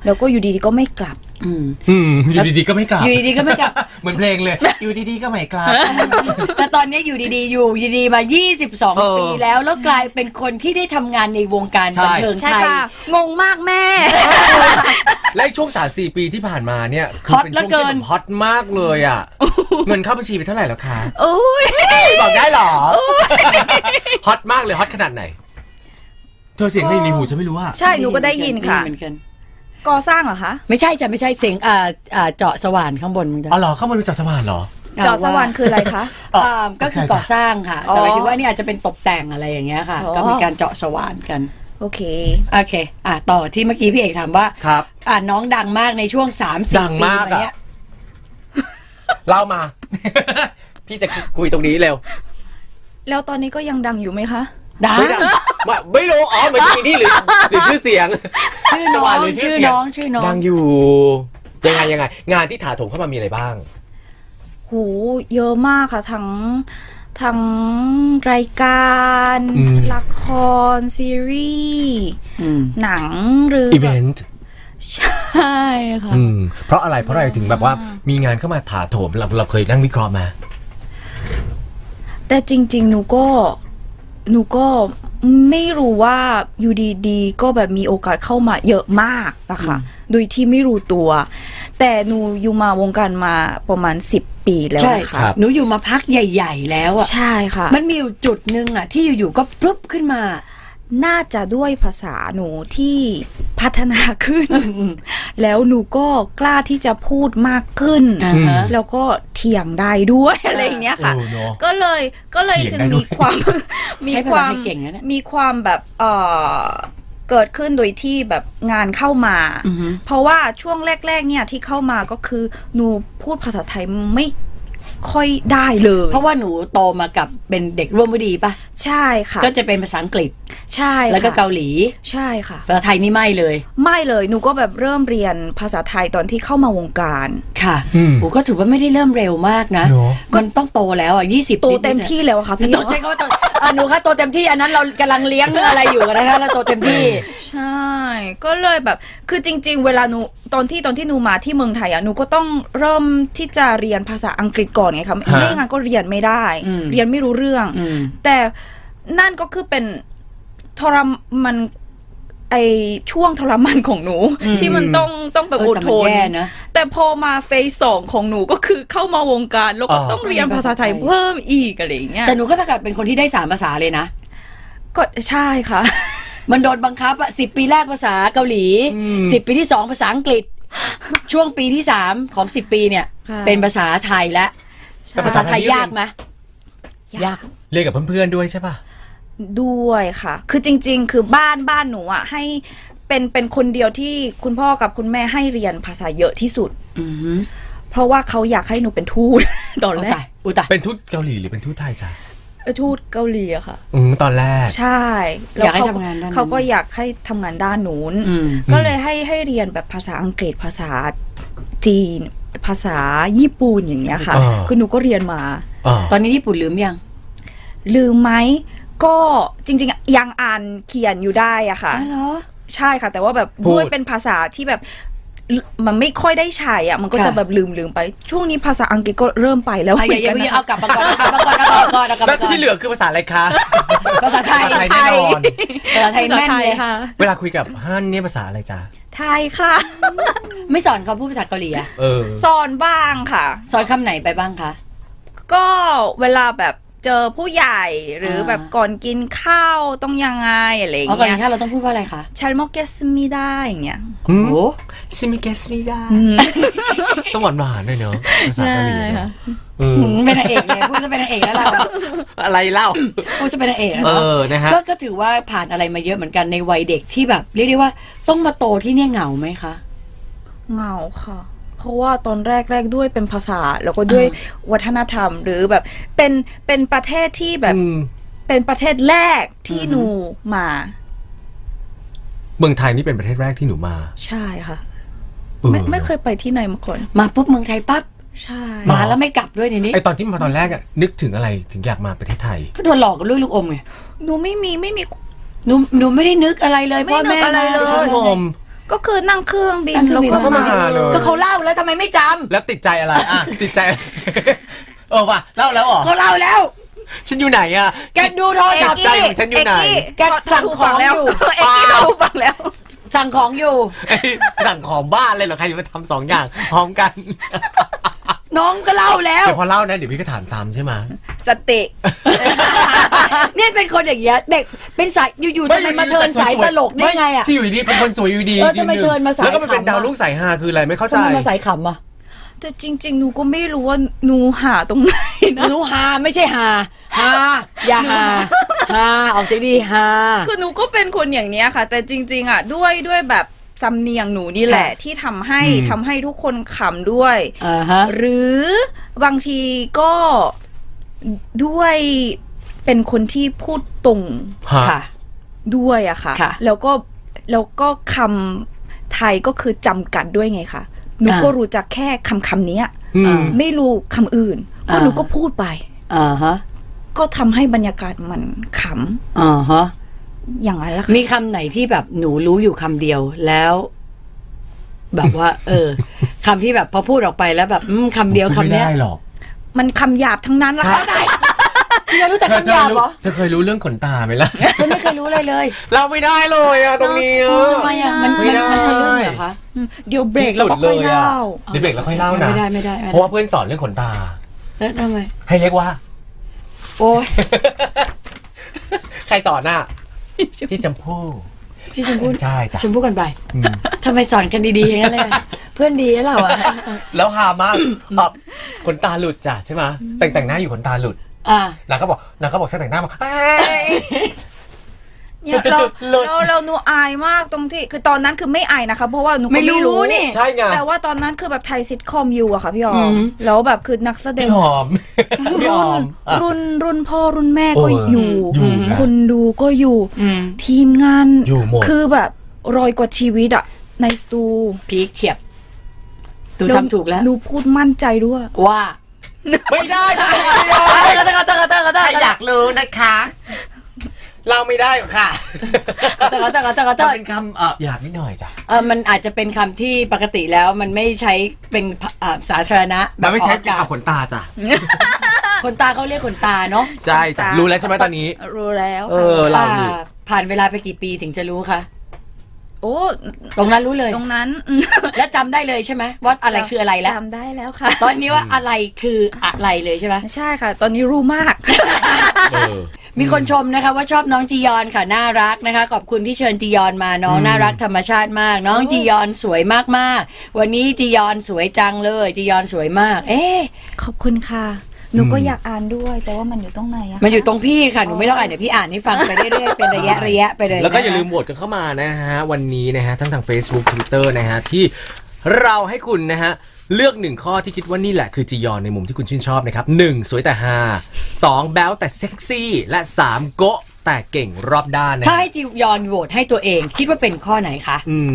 Speaker 2: แล้วก็อยู่ดีๆก็ไม่กลับ
Speaker 4: อืม
Speaker 3: อืม อยู่ดีๆก็ไม่กลับ
Speaker 4: อยู่ดีๆก็ไม่กลับ
Speaker 3: เหมือนเพลง เลย อยู่ดีๆก็ไม่กลับ
Speaker 4: แต่ตอนนี้อยู่ดีๆ อยู่ดีๆมา
Speaker 3: เอ
Speaker 4: 22
Speaker 3: อ
Speaker 4: ปีแล้ว แล้วกลายเป็นคนที่ได้ทำงานในวงการ
Speaker 3: ใช่
Speaker 4: บันเทิงไทย
Speaker 2: งงมากแม่
Speaker 3: และช่วงสามสี่ปีที่ผ่านมาเนี่ยคื
Speaker 4: ฮอต
Speaker 3: เป็น
Speaker 4: เหลื
Speaker 3: ช่ว
Speaker 4: อง เกิ
Speaker 3: ที่
Speaker 4: น
Speaker 3: ผมฮอตมากเลย อ่ะ เงินเข้าบัญชีไปเท่าไหร่แล้วคะ
Speaker 2: โอ้ย
Speaker 3: บอกได้เห รอ ฮอตมากเลยฮอตขนาดไหน เธอเสียงในในหูฉันไม่รู้ว่า
Speaker 2: ใช่หนูก็ได้ยินค่ะ
Speaker 4: เหมือนกัน
Speaker 2: ก่อสร้างเหรอคะ
Speaker 4: ไม่ใช่จ้ะไม่ใช่เสียงอ่าอ่าเจาะสว่านข้างบนมึงจ้ะ
Speaker 3: อ๋อเหรอเข้ามาดูจากสว่านเหรอ
Speaker 2: จอสวรรค์คืออะไรคะ
Speaker 4: อ่าก็คือก่อสร้างค่ะ
Speaker 2: อ๋อ
Speaker 4: แต่หมายถึงว่านี่อาจจะเป็นตกแต่งอะไรอย่างเงี้ยค่ะ
Speaker 2: อ๋อ
Speaker 4: ก็มีการเจาะสว่านกัน
Speaker 2: โอเค
Speaker 4: โอเค อ่าต่อที่เมื่อกี้พี่เอกถามว่า
Speaker 3: ครับ
Speaker 4: อ่าน้องดังมากในช่วง3ามสิบ
Speaker 3: ดัง
Speaker 4: ปี
Speaker 3: มาก
Speaker 4: มาเนี้ย
Speaker 3: อะ เล่ามา พี่จะคุยตรงนี้เร็ว
Speaker 2: แล้วตอนนี้ก็ยังดังอยู่ไหมคะ
Speaker 4: ดัง
Speaker 3: ไม่ได้ไม่ไม่รู้อ๋อหมันมีนี่หรือหรือชื่อเสียง
Speaker 4: ชื่อน้องชื่อน้องชื่อน้อ
Speaker 3: ดั
Speaker 4: ง
Speaker 3: งอยู่ ยังไงยังไง งานที่ถาโถมเข้ามามีอะไรบ้าง
Speaker 2: หูเยอะมากค่ะทั้งทั้งรายการ
Speaker 3: อืม
Speaker 2: ละคร ซีรีส์
Speaker 4: อืม
Speaker 2: หนังหรือ
Speaker 3: อี
Speaker 2: แบ
Speaker 3: เว
Speaker 2: บ
Speaker 3: นต์
Speaker 2: ใช่ค่ะ
Speaker 3: อืม เพราะอะไรเพราะอะไรถึงแบบว่ามีงานเข้ามาถาโถมเราเราเคยนั่งวิเคราะห์มา
Speaker 2: แต่จริง ๆ หนูก็หนูก็ไม่รู้ว่าอยู่ดีๆ ก็แบบมีโอกาสเข้ามาเยอะมากนะคะ โดยที่ไม่รู้ตัว แต่หนูอยู่มาวงการมาประมาณ 10 ปีแล้ว
Speaker 4: ใช่
Speaker 2: นะคะ
Speaker 3: รับ
Speaker 4: หนูอยู่มาพักใหญ่ ๆ แล้วอะ
Speaker 2: ใช่ค่ะ
Speaker 4: มันมีอยู่จุดหนึ่งอะที่อยู่ๆก็ปรึ๊บขึ้นมา
Speaker 2: น่าจะด้วยภาษาหนูที่พัฒนาขึ้น แล้วหนูก็กล้าที่จะพูดมากขึ้น
Speaker 4: อ่าฮะ
Speaker 2: แล้วก็เถียงได้ด้วยอะไรอย่างเงี้ยค่ะ
Speaker 3: เออเนอะ
Speaker 2: ก็เลยก็เลย
Speaker 3: เถี
Speaker 2: จึ
Speaker 3: ยง
Speaker 2: ง
Speaker 3: ได้ด้วย
Speaker 2: มีความ มี
Speaker 4: ใช้ภาษา
Speaker 2: ความ
Speaker 4: ไทยเก่งนะเนี่ย
Speaker 2: มีความแบบเอ่อเกิดขึ้นโดยที่แบบงานเข้ามา เพราะว่าช่วงแรก ๆ เนี่ยที่เข้ามาก็คือหนูพูดภาษาไทยไม่ค่อยได้เลย
Speaker 4: เพราะว่าหนูโตมากับเป็นเด็กร่วมวดีปะ
Speaker 2: ใช่ค่ะ
Speaker 4: ก็จะเป็นภาษาอังกฤษ
Speaker 2: ใช่ค่ะ
Speaker 4: แล้วก็เกาหลี
Speaker 2: ใช่ค่ะ
Speaker 4: ภาษาไทยนี่ไม่เลย
Speaker 2: ไม่เลย หนูก็แบบเริ่มเรียนภาษาไทยตอนที่เข้ามาวงการ
Speaker 4: ค่ะ
Speaker 3: อืม
Speaker 4: โอ้ก็ถือว่าไม่ได้เริ่มเร็วมากนะ
Speaker 3: เนอะ
Speaker 4: มันต้องโตแล้วอ่ะยี่สิบ
Speaker 2: โตเต็มที่แล้วอะค่ะพี่
Speaker 4: โตใช่ก็ว่าโตอ่ะหนูคะโตเต็มที่อันนั้นเรากำลังเลี้ยง อะไรอยู่นะคะเราโตเต็มที่
Speaker 2: ใช่ ก็เลยแบบ คือจริง ๆ เวลาหนูตอนที่ตอนที่หนูมาที่เมืองไทยอะหนูก็ต้องเริ่มที่จะเรียนภาษาอังกฤษก่อนไงคะ
Speaker 3: ฮะ
Speaker 2: ไม่งั้นก็เรียนไม่ได้
Speaker 4: อืม
Speaker 2: เรียนไม่รู้เรื่อง
Speaker 4: อืม
Speaker 2: แต่นั่นก็คือเป็นทรมันไอช่วงทรมานของหนู
Speaker 4: อืม
Speaker 2: ที่มันต้องต้องแบบ
Speaker 4: เอ
Speaker 2: อ
Speaker 4: อ
Speaker 2: ดท
Speaker 4: แต่มัน
Speaker 2: น
Speaker 4: แย่นะ
Speaker 2: แต่พอมาเฟสสองของหนูก็คือเข้ามาวงการแล้วก็
Speaker 3: อ่า
Speaker 2: ต้องเรียนภาษาไทย
Speaker 4: เรียนภาษาไทย
Speaker 2: เพิ่มอีกอะไรอย่างเงี้ย
Speaker 4: แต่หนูก็ถ้ากับเป็นคนที่ได้สามภาษาเลยนะ
Speaker 2: ก็ใช่ค่ะ
Speaker 4: มันโดนบังคับอะสิปีแรกภาษาเกาหลีสิปีที่สองภาษาอังกฤษ ช่วงปีที่สามของสิบปีเนี่ย
Speaker 2: ค่ะ
Speaker 4: เป็นภาษาไทยและ
Speaker 2: ใช่
Speaker 3: แต่ภาษาไทย
Speaker 4: ยากไหมยาก
Speaker 3: เรียนกับเพื่อนๆด้วยใช่ป่ะ
Speaker 2: ด้วยค่ะ คือจริง ๆ คือบ้านบ้านหนูอ่ะให้เป็นเป็นคนเดียวที่คุณพ่อกับคุณแม่ให้เรียนภาษาเยอะที่สุด
Speaker 4: อือหือ
Speaker 2: เพราะว่าเขาอยากให้หนูเป็นทูต ตอน
Speaker 4: อุ
Speaker 2: แร
Speaker 4: ยตากยอุยตาย
Speaker 3: เป็นทูตเกาหลีหรือเป็นทูตไทยจ้ะ
Speaker 2: เออทูตเกาหลีอะค่ะ
Speaker 3: อืมตอนแรก
Speaker 2: ใช่
Speaker 4: อยากให้
Speaker 2: เขา
Speaker 4: ทำงานด้านนั้น
Speaker 2: เขาก็อยากให้ทำงานด้านนู้น
Speaker 4: อืม
Speaker 2: ก็เลยให้ให้เรียนแบบภาษาอังกฤษภาษาจีน ภาษาญี่ปุ่นอย่างเงี้ยค่ะ
Speaker 3: อ่า
Speaker 2: คือหนูก็เรียนมา
Speaker 3: อ่า
Speaker 4: ตอนนี้ญี่ปุ่นลืมยัง
Speaker 2: ลืมไหมก็จริง ๆ ยังอ่านเขียนอยู่ได้อะค่ะ ใช่ค่ะ แต่ว่าแบบด้วยเป็นภาษาที่แบบมันไม่ค่อยได้ใช้อะมันก็จะ
Speaker 4: ค่ะ
Speaker 2: แบบลืมลืมไป ช่วงนี้ภาษาอังกฤษก็เริ่มไปแล้ว
Speaker 4: อ่ะ
Speaker 2: เห
Speaker 4: อ
Speaker 2: มื
Speaker 4: ย่า
Speaker 2: อน
Speaker 4: อ
Speaker 2: กัน
Speaker 4: ย่าอ
Speaker 2: นะ
Speaker 4: ย่าเอา
Speaker 2: คะ
Speaker 4: กลับมาก่อนเอากลับมาก่อนเอากลับมาก่อนเอากลับ
Speaker 3: แล้
Speaker 4: มาว ก่อน
Speaker 3: ที่เหลือคือภาษาอะไรคะ
Speaker 4: ภาษาไทย
Speaker 3: ภาษาไทยแน่นอน
Speaker 4: ภาษาไทย
Speaker 2: ภาษา
Speaker 4: แม่น
Speaker 2: ไทย
Speaker 4: เลย
Speaker 2: ค่ะ
Speaker 3: เวลาคุยกับฮั่นเนี่ยภาษาอะไรจ้ะ
Speaker 2: ไทยค่ะ
Speaker 4: ไม่สอนเขาพูดภาษาเกาหลีอะ
Speaker 3: เออ
Speaker 2: สอนบ้างค่ะ
Speaker 4: สอนคำไหนไปบ้างคะ
Speaker 2: ก็เวลาแบบเจอผู้ใหญ่หรืออา แบบก่อนกินข้าวต้องยังไงอะไรอย่าง
Speaker 4: เอาก่อน
Speaker 2: เงี้ย
Speaker 4: ค่ะเราต้องพูดว่าอะไรคะ
Speaker 2: ชาร์มอกเกสมิได้อย่างเงี้ย
Speaker 3: อืม
Speaker 4: โอ้
Speaker 3: ซิมิเกสมิดาต้องหวานหวานๆด้วยเนาะภาษาเกาหลีเนาะอืม
Speaker 4: เป็นนางเอก เลยพูดจะเป็นนางเอกแล้วเรา
Speaker 3: อะไรเล่า
Speaker 4: พูดจะเป็นนางเอกแล้ว
Speaker 3: เอ
Speaker 4: เนาะ
Speaker 3: อ นะฮะ
Speaker 4: ก็ก็ถือว่าผ่านอะไรมาเยอะเหมือนกันในวัยเด็กที่แบบ เรียกได้ว่าต้องมาโตที่เนี่ยเหงาไหมคะ
Speaker 2: เหงาค่ะ เพราะว่าตอนแรกๆด้วยเป็นภาษาแล้วก็ด้วยวัฒนธรรมหรือแบบเป็นเป็นประเทศที่แบบ
Speaker 3: อืม
Speaker 2: เป็นประเทศแรกที่หนูมา
Speaker 3: เมืองไทยนี่เป็นประเทศแรกที่หนูมา
Speaker 2: ใช่ค่ะ
Speaker 3: ออ
Speaker 2: ไม่ไม่เคยไปที่ไหนมาก่อน
Speaker 4: มาปุ๊บเมืองไทยปั๊บ
Speaker 2: ใช่
Speaker 4: มาแล้วไม่กลับด้วยในนี้
Speaker 3: ไอตอนที่มาตอนแรกอะนึกถึงอะไรถึงอยากมาประเทศไทย
Speaker 4: ก็โดนหลอกกับลูกลูกอมไง
Speaker 2: หนูไม่มีไม่มี
Speaker 4: หนูหนูไม่ได้นึกอะไรเลย
Speaker 2: ไม่
Speaker 4: พ่อ
Speaker 2: นึ
Speaker 4: แม่
Speaker 2: กอะไรเลย
Speaker 4: า
Speaker 2: ก็คือนั่งเครื่องบิน
Speaker 4: นั่งเครื่
Speaker 2: แล้ว
Speaker 4: อง
Speaker 3: แล้ว
Speaker 2: ก็
Speaker 4: บิน
Speaker 3: ก็มาเลย
Speaker 4: ก็เขาเล่าแล้วทำไมไม่จำ
Speaker 3: แล้วติดใจอะไร อ่ะ ติดใจ เออว่ะเล่าแล้วอ๋อ
Speaker 4: เขาเล่าแล้ว
Speaker 3: ฉันอยู่ไหนอ่ะ
Speaker 4: แกดูโทร
Speaker 2: เอ
Speaker 4: ศัพ
Speaker 2: ก
Speaker 4: ท์
Speaker 3: ใจ
Speaker 2: กี้
Speaker 3: ของฉันอยู่ไหน
Speaker 2: เกี้
Speaker 4: แกสั่งของ
Speaker 2: แล้ว
Speaker 4: อยู่
Speaker 2: เอกกี้ถูกฟังแล้ว
Speaker 4: สั่งของอยู่
Speaker 3: ไอ้สั่ง ของบ้านเลยเหรอ ใครจะมาทำสองอย่างพร้อมกัน
Speaker 4: น้องก็เล่าแล้ว
Speaker 3: เดี๋ยวพอเล่านะ เดี๋ยวพี่ก็ถามซ้ำใช่ไหม
Speaker 2: สติ
Speaker 4: เนี่ยเป็นคนอย่างเงี้ยเด็กเป็นสายอยู่ๆทำไมมาเทิร์นสายตลกได้ไงอ่ะ
Speaker 3: ที่อยู่ดีเป็นคนสวยอยู่ดี
Speaker 4: เออทำไม
Speaker 3: ยืหง
Speaker 4: เทิร์นมาสาย
Speaker 3: แล้วก็มันเป็น
Speaker 4: ขำอะ
Speaker 3: ดาวลูกสายฮาคืออะไรไม่เข้าใจ
Speaker 4: ทำไมมาสายขำอ่ะ
Speaker 2: แต่จริง ๆ หนูก็ไม่รู้ว่าหนูหาตรงไหนนะ
Speaker 4: หนูฮาไม่ใช่ฮาฮาอย่าฮาฮาออกเสียงดีฮา
Speaker 2: คือหนูก็เป็นคนอย่างเนี้ยค่ะ แต่จริง ๆ อ่ะ ด้วยด้วยแบบสำเนียงหนูนี่แหละ
Speaker 4: ค่ะ
Speaker 2: ที่ทำให้ทำให้ทุกคนขำด้วย
Speaker 4: อ่าฮะ
Speaker 2: หรือบางทีก็ด้วยเป็นคนที่พูดตรง
Speaker 3: ฮะ
Speaker 4: ค่ะ
Speaker 2: ด้วยอะค่ะ
Speaker 4: ค่ะ
Speaker 2: แล้วก็แล้วก็คำไทยก็คือจำกัดด้วยไงคะหนู
Speaker 4: อ่า
Speaker 2: ก็รู้จักแค่คำคำๆเนี้ย
Speaker 3: อืม
Speaker 2: ไม่รู้คำอื่น ก็
Speaker 4: อ่า
Speaker 2: หนูก็พูดไป
Speaker 4: อ่าฮะ
Speaker 2: ก็ทำให้บรรยากาศมันข
Speaker 4: อ่าฮะ
Speaker 2: ำอย่างนั้นละค่ะ
Speaker 4: มีคำไหนที่แบบหนูรู้อยู่คำเดียวแล้ว แบบว่า เออคำที่แบบพอพูดออกไปแล้วแบบอืมคำเดียว
Speaker 3: คุณ
Speaker 4: คำ
Speaker 3: ไม่
Speaker 4: เนี้ย
Speaker 3: ได้หรอก
Speaker 2: มันคำหยาบทั้งนั้นละค่ะ
Speaker 4: ที่เรารู้แต่
Speaker 3: เธอ
Speaker 4: คำหยาบเหรอ
Speaker 3: เธอเคยรู้เรื่องขนตาไหมล่ะ
Speaker 4: ฉันไม่เคยรู้อะไรเลย
Speaker 3: เราไม่ได้เลยอะตรงนี้อะ
Speaker 4: ทำไมอ่ะมันมันมันทะลึ่งเหรอคะ
Speaker 2: อืมเดี๋ยวเบรกแล้วก็ค่อยเล่า
Speaker 3: เดี๋ยวเบรกแล้วค่อยเล่านะ
Speaker 4: ไม่ได้ไม่ได้ไม่ได้
Speaker 3: เพราะว่าเพื่อนสอนเรื่องขนตา
Speaker 4: แล้วทำไม
Speaker 3: ให้เรียกว่า
Speaker 4: โอ้ย
Speaker 3: ใครสอนอ่ะ พี่จำพู่
Speaker 4: พี่ชมพู่
Speaker 3: ใช่จ้ะ
Speaker 4: ชมพู่กันไปทำไมสอนกันดีๆอย่างนั้นเลยอะเพื่อนดีแล้วเราอ่ะ
Speaker 3: แล้วฮามาก แบบขนตาหลุดจ้ะใช่ไหมแต่งแต่งหน้าอยู่ขนตาหลุด
Speaker 4: อ่ะ
Speaker 3: นางก็บอกนางก็บอกช่างแต่งหน้ามาเอ้ย
Speaker 2: เนี่ย
Speaker 3: จุด
Speaker 2: เรา
Speaker 3: จุดหลุด
Speaker 2: เราเราหนูอายมากตรงที่ คือตอนนั้นคือไม่อายนะคะ เพราะว่าหนูก็
Speaker 4: ไม่รู้นี่
Speaker 3: ใช่ไง
Speaker 2: แต่ว่าตอนนั้นคือแบบไทยซิทคอมอยู่อะค่ะพี่ออ
Speaker 4: อื
Speaker 2: ม
Speaker 4: ม
Speaker 2: แล้วแบบคือนัก แสด
Speaker 3: พี่
Speaker 2: ง
Speaker 3: หอมพี่หอมอ่ะ
Speaker 2: รุ่นรุ่นพ่อรุ่นแม่ก็
Speaker 3: โอ้ย
Speaker 2: อยู่
Speaker 3: อยู่นะ
Speaker 2: คนดูก็อยู่
Speaker 4: อืม
Speaker 2: ทีมงาน
Speaker 3: อยู่หมด
Speaker 2: คือแบบรอยกว่าชีวิตอะในสตู
Speaker 4: พีคเฉียบดู
Speaker 2: แ
Speaker 4: ทำถูกแล้ว
Speaker 2: หนูพูดมั่นใจด้วย
Speaker 4: ว่า
Speaker 3: ไม่ได้ไม่ได้ใครอยากรู้นะคะ เราไม่ได้หรอกค่ะ
Speaker 4: เตอร์เตอร์เตอร์เต
Speaker 3: มั
Speaker 4: อน ร์
Speaker 3: เป็นคำเอ่ออยากนิดหน่อยจ้ะ
Speaker 4: เออมันอาจจะเป็นคำที่ปกติแล้วมันไม่ใช้เป็นอ่าสาธารณะแบ
Speaker 3: มั
Speaker 4: บ
Speaker 3: นไม่ใช่
Speaker 4: ออก
Speaker 3: เกี่ย
Speaker 4: อาว
Speaker 3: กั
Speaker 4: กาศ
Speaker 3: บขนตาจ้ะ
Speaker 4: คนตาเขาเรียกคนตาเนาะ
Speaker 3: ใช่จ้ะรู้แล้วใช่ไหมตอนนี้
Speaker 2: รู้แล้ว
Speaker 3: เอ
Speaker 2: ค่ะ
Speaker 3: อเรานี่
Speaker 4: อ่าผ่านเวลาไปกี่ปีถึงจะรู้คะ
Speaker 2: โอ้
Speaker 4: ตรงนั้นรู้เลย
Speaker 2: ตรงนั้นอืม
Speaker 4: และจำได้เลยใช่ไหมว่าอะไรคืออะไรแล้ว
Speaker 2: จำได้แล้วค่ะ
Speaker 4: ตอนนี้ว่าอะไรคืออะไรเลยใช่ไหม
Speaker 2: ใช่ค่ะ ตอนนี้รู้มาก
Speaker 3: เออ
Speaker 4: มีคนชมนะคะว่าชอบน้องจียอนค่ะ น่ารักนะคะ ขอบคุณที่เชิญจียอนมาน้องน่ารักธรรมชาติมาก น้องจียอนสวยมากๆ วันนี้จียอนสวยจังเลยจียอนสวยมาก เอ๊ะ
Speaker 2: ขอบคุณค่ะ หนูก็อยากอ่านด้วย แต่ว่ามันอยู่ตรงไหนอะคะ
Speaker 4: มันอยู่ตรงพี่ค่ะหนูไม่ต้องอ่านเดี๋ยวพี่อ่านให้ฟังไปเรื่อยๆเป็นระยะระยะๆไปเลย
Speaker 3: แล้วก็
Speaker 4: นะคะ
Speaker 3: อย่าลืมโหวตกันเข้ามานะฮะ วันนี้นะฮะ ทั้งทาง Facebook Twitter นะฮะ ที่เราให้คุณนะฮะ เลือกหนึ่งข้อที่คิดว่านี่แหละคือจียอนในมุมที่คุณชื่นชอบนะครับ 1. สวยแต่ฮา 2. แบ๊วแต่เซ็กซี่ และ 3. โกะแต่เก่งรอบด้านนะ
Speaker 4: ถ้าให้จียอนโหวตให้ตัวเองคิดว่าเป็นข้อไหนคะ
Speaker 3: อืม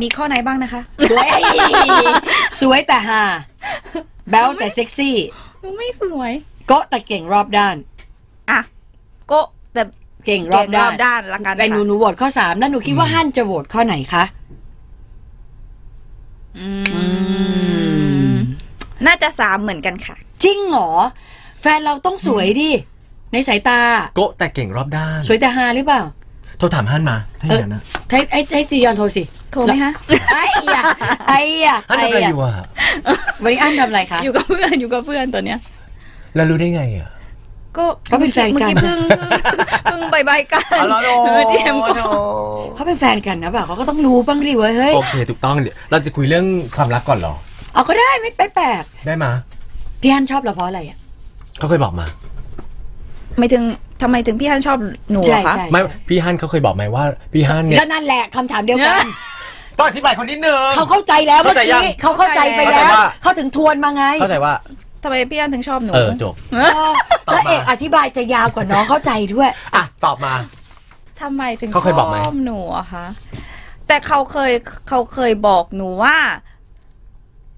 Speaker 2: มีข้อไหนบ้างนะคะ
Speaker 4: สวย สวยแต่ฮาแบลแต่เซ็กซี่
Speaker 2: หนูไม่สวย
Speaker 4: โก็แต่เก่งรอบด้าน
Speaker 2: อ่ะโกะแต่
Speaker 4: เก่งรอ
Speaker 2: เก่
Speaker 4: บ
Speaker 2: งร
Speaker 4: ด้า
Speaker 2: อน บด้านละกัน
Speaker 4: ไอ้หนู
Speaker 2: ค่ะ
Speaker 4: หนูโหวตข้อสามแล้วหนูคิดว่าฮั่นจะโหวตข้อไหนคะ
Speaker 2: อืมน่าจะสามเหมือนกันค่ะ
Speaker 4: จริงเหรอ แฟนเราต้องสวยดิ ในสายตา
Speaker 3: โกะแต่เก่งรอบด้าน
Speaker 4: สวยแต่ฮาหรือเปล่า
Speaker 3: โทรถามฮั่นมาถ้าอย่างนั้นนะ
Speaker 4: ให้ให้ให้จียอนโทรสิ
Speaker 2: โทร ไหมคะ
Speaker 4: ไอ้ยะ ไอ้ยะ
Speaker 3: ฮั่นทำอะไร
Speaker 4: ยะ
Speaker 3: อยู่อะ
Speaker 4: วันนี้อันทำอะไรคะ
Speaker 2: อยู่กับเพื่อนอยู่กับเพื่อนตอนเนี้ย
Speaker 3: แล้วรู้ได้ไงอะ
Speaker 2: ก็
Speaker 4: ก็เป็นแฟนกัน
Speaker 2: เมื่อกี้เพิ่งเพิ่งเพิ่งบายบายกัน
Speaker 3: อ๋อเหรอโอ้โห
Speaker 2: เออที่เอ็มก็
Speaker 4: เขาเป็นแฟนกันนะเปล่าเขาก็ต้องรู้บ้างดิเว้ยเฮ้ย
Speaker 3: โอเคถูกต้องเดี๋ยวเราจะคุยเรื่องความรักก่อนเหรอ
Speaker 4: เอาก็ได้ไม่ไม่แปลก
Speaker 3: ได้มา
Speaker 4: พี่ฮั่นชอบเราเพราะอะไรอ่ะ
Speaker 3: เขาเคยบอกมา
Speaker 2: ไม่ถึงทำไมถึงพี่ฮันชอบหนู
Speaker 4: ใช่
Speaker 2: อะคะ
Speaker 4: ใช่
Speaker 3: ไม่พี่ฮั่นเขาเคยบอกไหมว่าพี่ฮั่นเนี่ย
Speaker 4: ก็นั่นแหละคำถามเดียวกัน
Speaker 3: ต้องอธิบายคนนิดนึง
Speaker 4: เขาเข้าใจแล้วเมื่อ
Speaker 3: เข้าใจยัง
Speaker 4: กี้เขาเข้าใจไป
Speaker 3: เข้า
Speaker 4: แล้
Speaker 3: ใจ
Speaker 4: ว
Speaker 3: ว่า
Speaker 4: เขาถึงทวนมาไง
Speaker 3: เข้าใจว่า
Speaker 2: ทำไมพี่ฮันถึงชอบหนู
Speaker 3: เออจบ
Speaker 4: เออ
Speaker 3: ต่อมา
Speaker 4: พระเอกอธิบายจะยาวกว่าน้องเข้าใจด้วย
Speaker 3: อ่ะ ตอบมา
Speaker 2: ทำไมถึง
Speaker 3: เขาเคยบอกไหม
Speaker 2: ชอบหนูอะคะ แต่เขาเคยเขาเคยบอกหนูว่า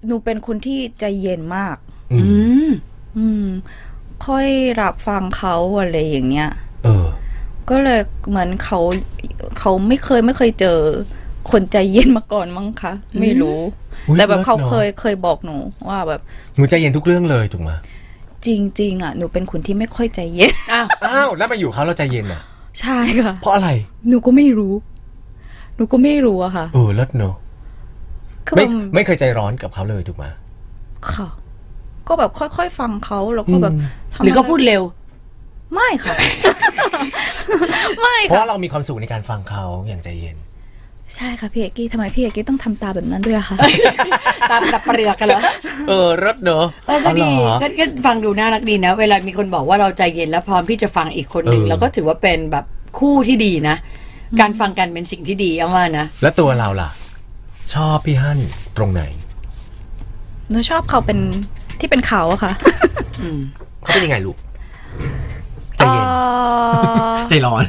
Speaker 2: หนูเป็นคนที่ใจเย็นมาก
Speaker 3: อื
Speaker 4: อื
Speaker 3: ม
Speaker 4: ม
Speaker 2: อืม ค่อยรับฟังเขาอะไรอย่างเงี้ย
Speaker 3: เออ
Speaker 2: ก็เลยเหมือนเขาเขาไม่เคยไม่เคยเจอ คนใจเย็นมาก่อนมั้งคะไม่รู้
Speaker 3: อุ๊ย
Speaker 2: แต่แบบเขา
Speaker 3: เลิศเนอะ
Speaker 2: เคยเคยบอกหนู ว่าแบบ
Speaker 3: หนูใจเย็นทุกเรื่องเลยถูกไหม
Speaker 2: จริง ๆอะหนูเป็นคนที่ไม่ค่อยใจเย็น
Speaker 4: อ้าว
Speaker 3: อ้าวแล้วมาอยู่เขาเราใจเย็นอ่ะ
Speaker 2: ใช่ค่ะ
Speaker 3: เพราะอะไร
Speaker 2: หนูก็ไม่รู้ หนูก็ไม่รู้อะค่ะ
Speaker 3: เออเลิศเนอะ
Speaker 2: คือ
Speaker 3: ไม่
Speaker 2: แบบ
Speaker 3: ไม่เคยใจร้อนกับเขาเลยถูกไหม
Speaker 2: ค่ะ ก็แบบค่อยๆฟังเขาแล้วก็แบบ
Speaker 3: อืม
Speaker 2: ทำะ
Speaker 4: หรือก็พูดเร็ว
Speaker 2: ไม่ค่ะ ไม่
Speaker 3: เพ
Speaker 2: ค่ะ
Speaker 3: ราะเรามีความสุขในการฟังเขาอย่างใจเย็น
Speaker 2: ใช่ค่ะพี่เอกกี้ทำไมพี่เอกกี้ต้องทำตาแบบนั้นด้วยอะคะ
Speaker 4: ตามดับเปลือกกันเหรอ
Speaker 3: เออเลิศเนอะ
Speaker 4: เออก็ดี
Speaker 3: เหรอ
Speaker 4: ก็ก็ฟังดูน่ารักดีนะ เวลามีคนบอกว่าเราใจเย็นและพร้อมที่จะฟังอีกคนหนึ่ง
Speaker 3: เออ
Speaker 4: เราก็ถือว่าเป็นแบบคู่ที่ดีนะ การฟังกันเป็นสิ่งที่ดีเอามานะ
Speaker 3: แล้วตัวเราล่ะ ชอบพี่ฮั่นตรงไหน
Speaker 2: หนูชอบเขาเป็นที่เป็นเขาอะค่ะ
Speaker 3: เขาเป็นยังไงลูก ใจเย็น
Speaker 2: เอ่อ
Speaker 3: ใจร้อน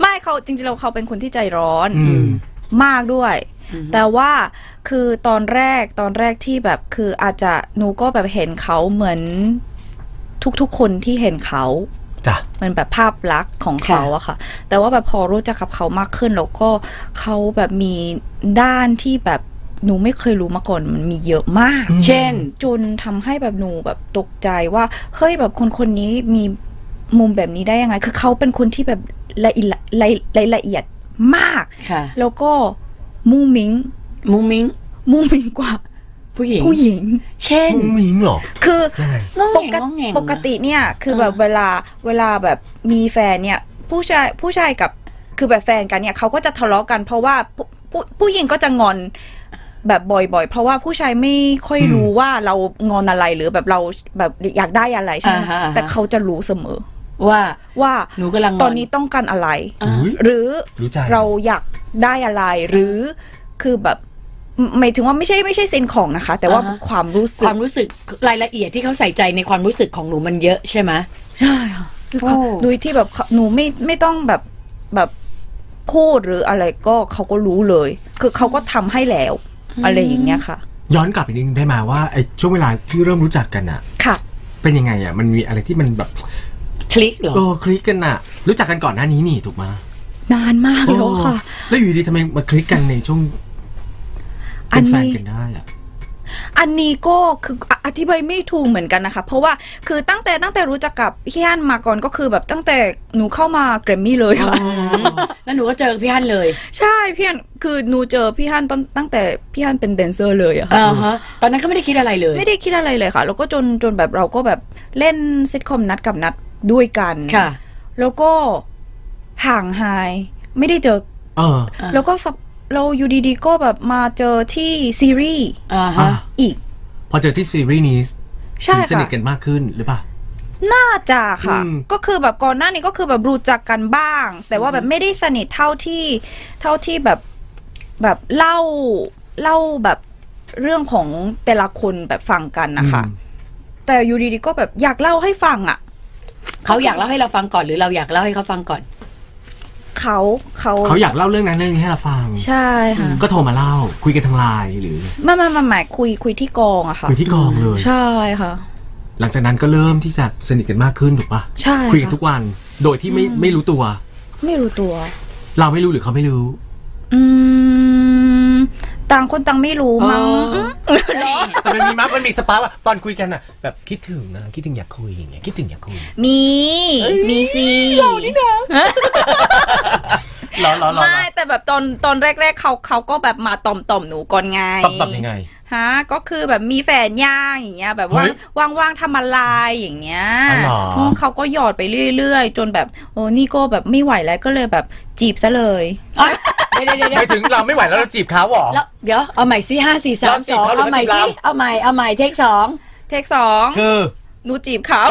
Speaker 2: ไม่เขาจริงๆเราเขาเป็นคนที่ใจร้อน
Speaker 3: อืม
Speaker 2: มากด้วย แต่ว่าคือตอนแรกตอนแรกที่แบบคืออาจจะหนูก็แบบเห็นเขาเหมือนทุกๆคนที่เห็นเขา
Speaker 3: จ้ะ
Speaker 2: มันแบบภาพลักษณ์ของเขาอะค่ะ แต่ว่าแบบพอรู้จักกับเขามากขึ้นแล้วก็เขาแบบมีด้านที่แบบหนูไม่เคยรู้มาก่อนมันมีเยอะมาก
Speaker 4: เช่น
Speaker 2: จนทำให้แบบหนูแบบตกใจว่าเฮ้ยแบบคนคนนี้มีมุมแบบนี้ได้ยังไง คือเขาเป็นคนที่แบบละเอียดละละละเอียดมาก
Speaker 4: ค่ะ
Speaker 2: แล้วก็มุ่งมิง
Speaker 4: มุ้งมิ้ง
Speaker 2: มุ่งมิงกว่า
Speaker 4: ผู้หญิง
Speaker 2: ผู้หญิง
Speaker 4: เช่น
Speaker 3: มุ้งมิ้งเหรอ
Speaker 2: คือ
Speaker 3: ยังไง
Speaker 4: ง
Speaker 2: ปก
Speaker 4: แงงอ
Speaker 2: ติ
Speaker 4: แงง
Speaker 2: ปกติเนี่ยคือแบบเวลาเวลาแบบมีแฟนเนี่ย ผู้ชายผู้ชายกับคือแบบแฟนกันเนี่ยเขาก็จะทะเลาะกัน เพราะว่าผู้ผู้ผู้หญิงก็จะงอนแบบบ่อยๆ เพราะว่าผู้ชายไม่ค่อย
Speaker 3: อืม
Speaker 2: รู้ว่าเรางอนอะไรหรือแบบเราแบบอยากได้อะไรใช่ไหม
Speaker 4: อ่าฮะอ่าฮะ
Speaker 2: แต่เขาจะรู้เสมอ
Speaker 4: ว่า
Speaker 2: ว่า
Speaker 4: หนูกำลังงอน
Speaker 2: ตอนนี้ต้องการอะไร
Speaker 3: อุ๊ย
Speaker 2: หรือ
Speaker 3: รู้ใจ
Speaker 2: เราอยากได้อะไรหรือคือแบบหมายถึงว่าไม่ใช่ไม่ใช่สิ่งของนะคะ แต่ว่า
Speaker 4: อ่าฮะ
Speaker 2: ความรู้สึ
Speaker 4: ค
Speaker 2: ก
Speaker 4: วามรู้สึกรายละเอียดที่เขาใส่ใจในความรู้สึกของหนูมันเยอะใช่ไหม
Speaker 2: ใช่ค่ะคือเขา
Speaker 4: โอ้
Speaker 2: โดยที่แบบเขาหนูไม่ไม่ต้องแบบแบบพูดหรืออะไรก็เขาก็รู้เลย คือเขาก็ทำให้แล้ว อะไรอย่างเงี้ยค่ะ
Speaker 3: ย้อนกลับอีกนิดนึงได้ไหมาว่าไอ้ช่วงเวลาที่เริ่มรู้จักกันอะ
Speaker 2: ค่ะ
Speaker 3: เป็นยังไงอะมันมีอะไรที่มันแบบ
Speaker 4: คลิกเหรอ
Speaker 3: เออคลิกกันอะรู้จักกันก่อนหน้านี้นี่ถูกไหม
Speaker 2: นานมากแล้วค่ะ
Speaker 3: เออแล้วอยู่ดีทำไมมาคลิกกันในช่วงเป็นแฟน
Speaker 2: อันนี้
Speaker 3: กันได้อะ
Speaker 2: อันนี้ก็คืออ่ะอธิบายไม่ถูกเหมือนกันนะคะ เพราะว่าคือตั้งแต่ตั้งแต่รู้จักกับพี่ฮันมาก่อนก็คือแบบตั้งแต่หนูเข้ามาแกรมมี่เลยค่ะ
Speaker 4: แล้วหนูก็เจอพี่ฮันเลย
Speaker 2: ใช่พี่ฮันคือหนูเจอพี่ฮันตอนตั้งแต่พี่ฮันเป็นแดนเซอร์เลยอะค่ะ
Speaker 4: อ่าฮะตอนนั้นก็ไม่ได้คิดอะไรเลย
Speaker 2: ไม่ได้คิดอะไรเลยค่ะ แล้วก็จนจนแบบเราก็แบบเล่นซิทคอมนัดกับนัดด้วยกัน
Speaker 4: ค่ะ
Speaker 2: แล้วก็ห่างหาย ไม่ได้เจอ
Speaker 3: เออ
Speaker 4: อ่า
Speaker 2: แล้วก็สับเราอยู่ดีๆ ก็แบบมาเจอที่ซีรีส์
Speaker 4: อ่า
Speaker 3: อ่ะ
Speaker 4: ฮะ
Speaker 2: อีก
Speaker 3: พอเจอที่ซีรีส์นี้
Speaker 2: ใช่
Speaker 3: ถึงสนิ
Speaker 2: ค่ะ
Speaker 3: ทกันมากขึ้นหรือเปล่า
Speaker 2: น่าจะค่ะ
Speaker 3: อืม
Speaker 2: ก็คือแบบก่อนหน้านี้ก็คือแบบรู้จักกันบ้าง แต่ว่าแบบไม่ได้สนิทเท่าที่ เท่าที่แบบแบบเล่าเล่าแบบเรื่องของแต่ละคนแบบฟังกันนะคะ แต่อยู่ดีๆก็แบบอยากเล่าให้ฟังอ่ะ
Speaker 4: เขาอยากเล่าให้เราฟังก่อนหรือเราอยากเล่าให้เขาฟังก่อน
Speaker 2: เขาเขา
Speaker 3: เขาอยากเล่าเรื่องนั้นเรื่องนี้ให้เราฟัง
Speaker 2: ใช่ค่ะ
Speaker 3: ก็โทรมาเล่าคุยกันทางไลน์หรือ
Speaker 2: ไม่ไม่ไม่ไม่คุยคุยที่กองอะค่ะ
Speaker 3: คุยที่กองเลย
Speaker 2: ใช่ค่ะ
Speaker 3: หลังจากนั้นก็เริ่มที่จะสนิทกันมากขึ้นถูกปะ
Speaker 2: ใช่ค่ะ
Speaker 3: คุยกันทุกวันโดยที่ไม่ไม่รู้ตัว
Speaker 2: ไม่รู้ตัว
Speaker 3: เราไม่รู้หรือเขาไม่รู้
Speaker 2: อืม ต่างคนต่างไม่รู้มั้ง
Speaker 4: อ๋ออื
Speaker 2: ม
Speaker 3: แต่มันมีมั้ยมันมีสปาร์คอะตอนคุยกันอะแบบคิดถึงนะคิดถึงอยากคุยอย่างเงี้ยคิดถึงอยากคุย
Speaker 2: มี มีสิ
Speaker 3: รอรอรอ
Speaker 2: ไม่แต่แบบตอนตอนแรก ๆ เขาเขาก็แบบมาต่อมต่อมๆหนูก่อนไง
Speaker 3: ตอบตอบยังไง
Speaker 2: ฮะก็คือแบบมีแฟนย่างอย่างเงี้ย แบบว่าง
Speaker 3: เฮ้ย
Speaker 2: ว่างๆทำอะไรอย่างเงี้ย
Speaker 3: อ๋อเหรอ
Speaker 2: เออเขาก็หยอดไปเรื่อยๆ จนแบบโอ้นี่ก็แบบไม่ไหวแล้วก็เลยแบบจีบซะเลย
Speaker 4: อ่ะเดี๋ยวเดี๋ยวเดี๋ยว
Speaker 3: ไปถึงเราไม่ไหวแล้วเราจีบเขาเหรอ
Speaker 4: แล้วเดี๋ยวเอาใหม่สิห้าสี่สาม
Speaker 3: เราจี
Speaker 4: ส
Speaker 3: บ
Speaker 4: อง
Speaker 3: เขาหรือ
Speaker 4: เอาใหม่
Speaker 3: เขาจี
Speaker 4: สิ
Speaker 3: บเรา
Speaker 4: เอาใหม่เอาใหม่เทคสอง
Speaker 2: เทคสอง
Speaker 3: คือ
Speaker 2: หนูจีบเขา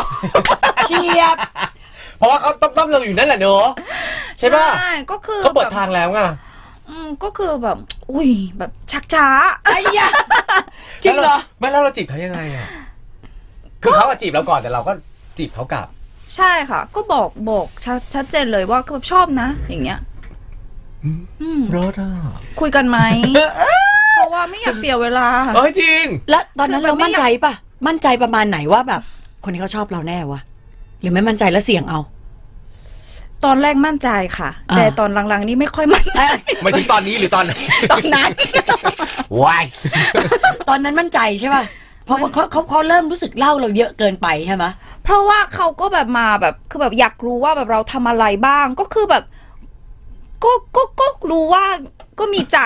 Speaker 4: เชียบ
Speaker 3: เพราะว่าเขาต้อมต้อมเราอยู่นั่นแหละเนอะใช่ปะ
Speaker 2: ก็คือ
Speaker 3: เขาเปิด
Speaker 2: แบบ
Speaker 3: ทางแล้วไง
Speaker 2: อืมก็คือแบบ อุ้ยแบบชักช้า
Speaker 4: ไอ้ยะจริงเหร
Speaker 3: แล้
Speaker 4: อ
Speaker 3: วาไม่แล้วเราจีบเขายังไงอะคือเขาอะจีบเราก่อนแต่เราก็จีบเขากลับ
Speaker 2: ใช่ค่ะ ก็บอกบอกชัดชัดเจนเลยว่าก็แบบชอบนะ อย่างเงี้ย อืม
Speaker 3: รอดอ่ะ
Speaker 2: คุยกันไหม เพราะว่าไม่อยากเสียเวลา
Speaker 3: เอ้ยจริง
Speaker 4: แล้วตอนนั้น
Speaker 2: คือมันไม่
Speaker 4: เรามั่นใจปะมั่นใจประมาณไหนว่าแบบ คนนี้เขาชอบเราแน่วะหรือไม่มั่นใจแล้วเสี่ยงเอา
Speaker 2: ตอนแรกมั่นใจค่ะ
Speaker 4: อ่า
Speaker 2: แต่ตอนหลังๆนี่ไม่ค่อยมั่นใจ
Speaker 3: ไม่ถึงตอนนี้หรือตอนไห น
Speaker 4: ตอนนั้น
Speaker 3: ว้าย
Speaker 4: ตอนนั้นมั่นใจใช่ปะเพราะว่าเขาเขาเขาเริ่มรู้สึกเล่าเราเยอะเกินไปใช่ไหม
Speaker 2: เพราะว่าเขาก็แบบมาแบบคือแบบอยากรู้ว่าแบบเราทำอะไรบ้าง ก็คือแบบ ก็ก็ก็รู้ว่าก็มีใจ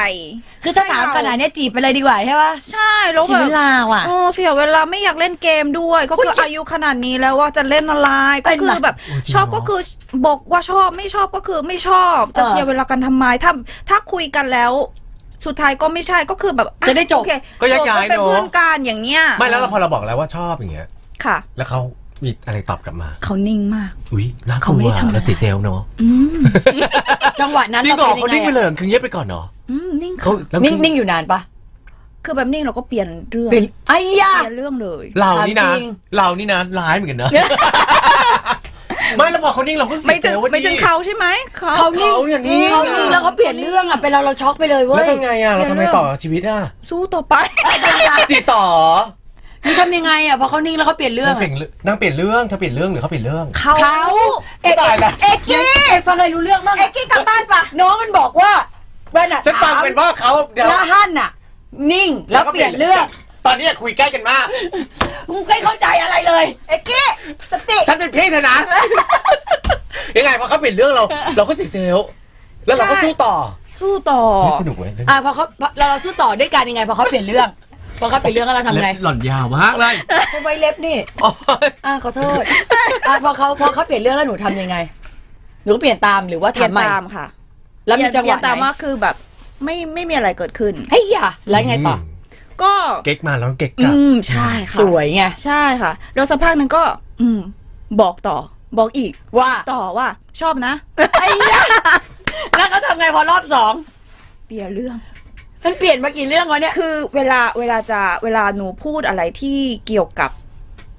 Speaker 4: คือถ้าถามขนาดเนี้ยจีบไปเลยดีกว่าใช่ปะ
Speaker 2: ใช่แล้ว
Speaker 4: ชี
Speaker 2: แบ
Speaker 4: วิ
Speaker 2: บ
Speaker 4: ตลาว่ะ
Speaker 2: โอ้เสียเวลาไม่อยากเล่นเกมด้วย ก็คืออายุขนาดนี้แล้วว่าจะเล่นอะไรก็
Speaker 4: เป็น
Speaker 2: คื
Speaker 4: เหร
Speaker 2: อ
Speaker 4: อ
Speaker 2: แบบ
Speaker 3: โอ้จริง
Speaker 2: ชอบ
Speaker 3: เหรอ
Speaker 2: ก็คือบอกว่าชอบไม่ชอบก็คือไม่ชอบ จะ
Speaker 4: เออ
Speaker 2: เสียเวลากันทำไมถ้าถ้าคุยกันแล้ว สุดท้ายก็ไม่ใช่ก็คือแบบอ่
Speaker 4: จะได้จบ
Speaker 2: โอเค
Speaker 3: ก็แยกย้าย
Speaker 2: จบเป็น
Speaker 3: เนอะ
Speaker 2: เพื่อนกันอย่างเนี้ย
Speaker 3: ไม่แล้วเราพอเราบอกแล้วว่าชอบอย่างเงี้ย
Speaker 2: ค่ะ
Speaker 3: แล้วเขามีอะไรตอบกลับมา
Speaker 2: เขานิ่งมาก
Speaker 3: อุ้ยน่าก
Speaker 2: เขา
Speaker 3: ลั
Speaker 2: ไม่
Speaker 3: ว
Speaker 2: ได้ทำอะไร
Speaker 3: เราเสียเซลลเนาะ
Speaker 2: อืม
Speaker 4: จังหวะนั้น
Speaker 3: จริง
Speaker 4: เรา
Speaker 3: เหรอ
Speaker 4: เป็น
Speaker 3: เขา
Speaker 4: ยั
Speaker 3: นิ่ง
Speaker 4: ง
Speaker 3: ไป
Speaker 4: ไง
Speaker 3: เลยเหรอคือเงียบไปก่อนเนาะ
Speaker 2: อืมนิ่ง
Speaker 3: เขา
Speaker 2: ค่ะ
Speaker 3: แล้ว
Speaker 4: นิ่งนิ่งอยู่นานปะ
Speaker 2: คือแบบนิ่งเราก็เปลี่ยนเรื่อง
Speaker 4: เป็นไอ้ยะ
Speaker 2: เปลี่ยนเรื่องเลย
Speaker 3: เรานี่นะ
Speaker 4: ถามจริง
Speaker 3: เรานี่นะร้ายเหมือน กันเนอะไม่แล้วพอเขานิ่งเราก็เสี
Speaker 2: ไม่
Speaker 3: ยเซ
Speaker 2: ถึ
Speaker 3: ล
Speaker 2: ง
Speaker 3: ล์ว่า
Speaker 2: ไม่ถึง
Speaker 3: ดิ
Speaker 2: เขาใช่ไหมเขา
Speaker 4: เขานิ่ง
Speaker 3: เขาเนี่ยนิ่ง
Speaker 4: เขานิ่งแล้วเขาเปลี่ยนเรื่องอ่ะเป็นเราเราช็อกไปเลยเว้
Speaker 3: แล้ว
Speaker 4: ย
Speaker 3: ทำไงอ่ะเราทำไงต่อกับชีวิตอ่ะ
Speaker 2: สู้ต่อไป
Speaker 3: จีบต่อ
Speaker 4: นี่ทำยังไงอ่ะพอเขานิ่งแล้วเขาเปลี่ยนเรื่
Speaker 3: นา
Speaker 4: อง
Speaker 3: งเปลี่ยนเรื่องนางเปลี่ยนเรื่องเธอเปลี่ยนเรื่องหรือเขาเปลี่ยนเรื่อง
Speaker 2: เขา
Speaker 4: เขาเอ็ก
Speaker 3: ตายละ
Speaker 4: เอ็กกี้ฟังอะไรรู้เรื่องบ้างเอ็กกี้กลับบ้านปะน้องมันบอกว่าแว่นอ่ะ
Speaker 3: ฉันฟังเป็นว่าเขาเดี๋ยว
Speaker 4: แล้วฮั่นอ่ะ นิ่งแล้วเปลี่ยนเรื่อง
Speaker 3: ตอนนี้คุยใกล้กันมาก
Speaker 4: มึงไม่เข้าใจอะไรเลยเอ็กกี้สติ
Speaker 3: ฉันเป็นพี่เธอ นะ ยังไงพอเขาเปลี่ยนเรื่องเรา เราก็เสียเซลลแล้วเราก็สู้ต่อ
Speaker 2: สู้ต่อ
Speaker 3: เฮ้ยสนุกเว้ยเรื่องนี้
Speaker 4: อ่ะพอเขาเราเราสู้ต่อด้วยกันยังไงพอเขาเปลี่ยนเรื่องพอเขาเปลี่ยนเรื่องแล้วเราทำไง
Speaker 3: เล็บหล่อนยาวมากเลย
Speaker 4: ใช้ไว้เล็บนี่
Speaker 3: โอ๊ย
Speaker 4: อ่ะขอโทษอ่ะพอเขาพอเขาเปลี่ยนเรื่องแล้วหนูทำยังไง หนูเปลี่ยนตามหรือว่า
Speaker 2: เปลี่ยน
Speaker 4: ทำใหม่
Speaker 2: ตามค่ะ
Speaker 4: แล้วมีจังห
Speaker 2: เปลี่
Speaker 4: วะ
Speaker 2: ยน
Speaker 4: ไหน
Speaker 2: ตามว่าคือแบบไม่ไม่มีอะไรเกิดขึ้น
Speaker 4: เฮ้ยอย่าแล้วไงต่อ
Speaker 2: ก็
Speaker 3: เก๊กมาแล้วเก๊กก
Speaker 2: อื
Speaker 3: ลับ
Speaker 2: ม ใช่ค่ะ
Speaker 4: สวยไง
Speaker 2: ใช่ค่ะ แล้วสักพักหนึ่งก็ อืม บอกต่อ บอกอีก
Speaker 4: ว่า
Speaker 2: ต่อว่า ชอบนะ
Speaker 4: ไอ้ยะแล้วเขาทำไงพอรอบสอง
Speaker 2: เปลี่ยนเรื่อง
Speaker 4: มันเปลี่ยนมากี่เรื่องวะเนี่ย
Speaker 2: คือเวลาเวลาจะเวลาหนูพูดอะไรที่เกี่ยวกับ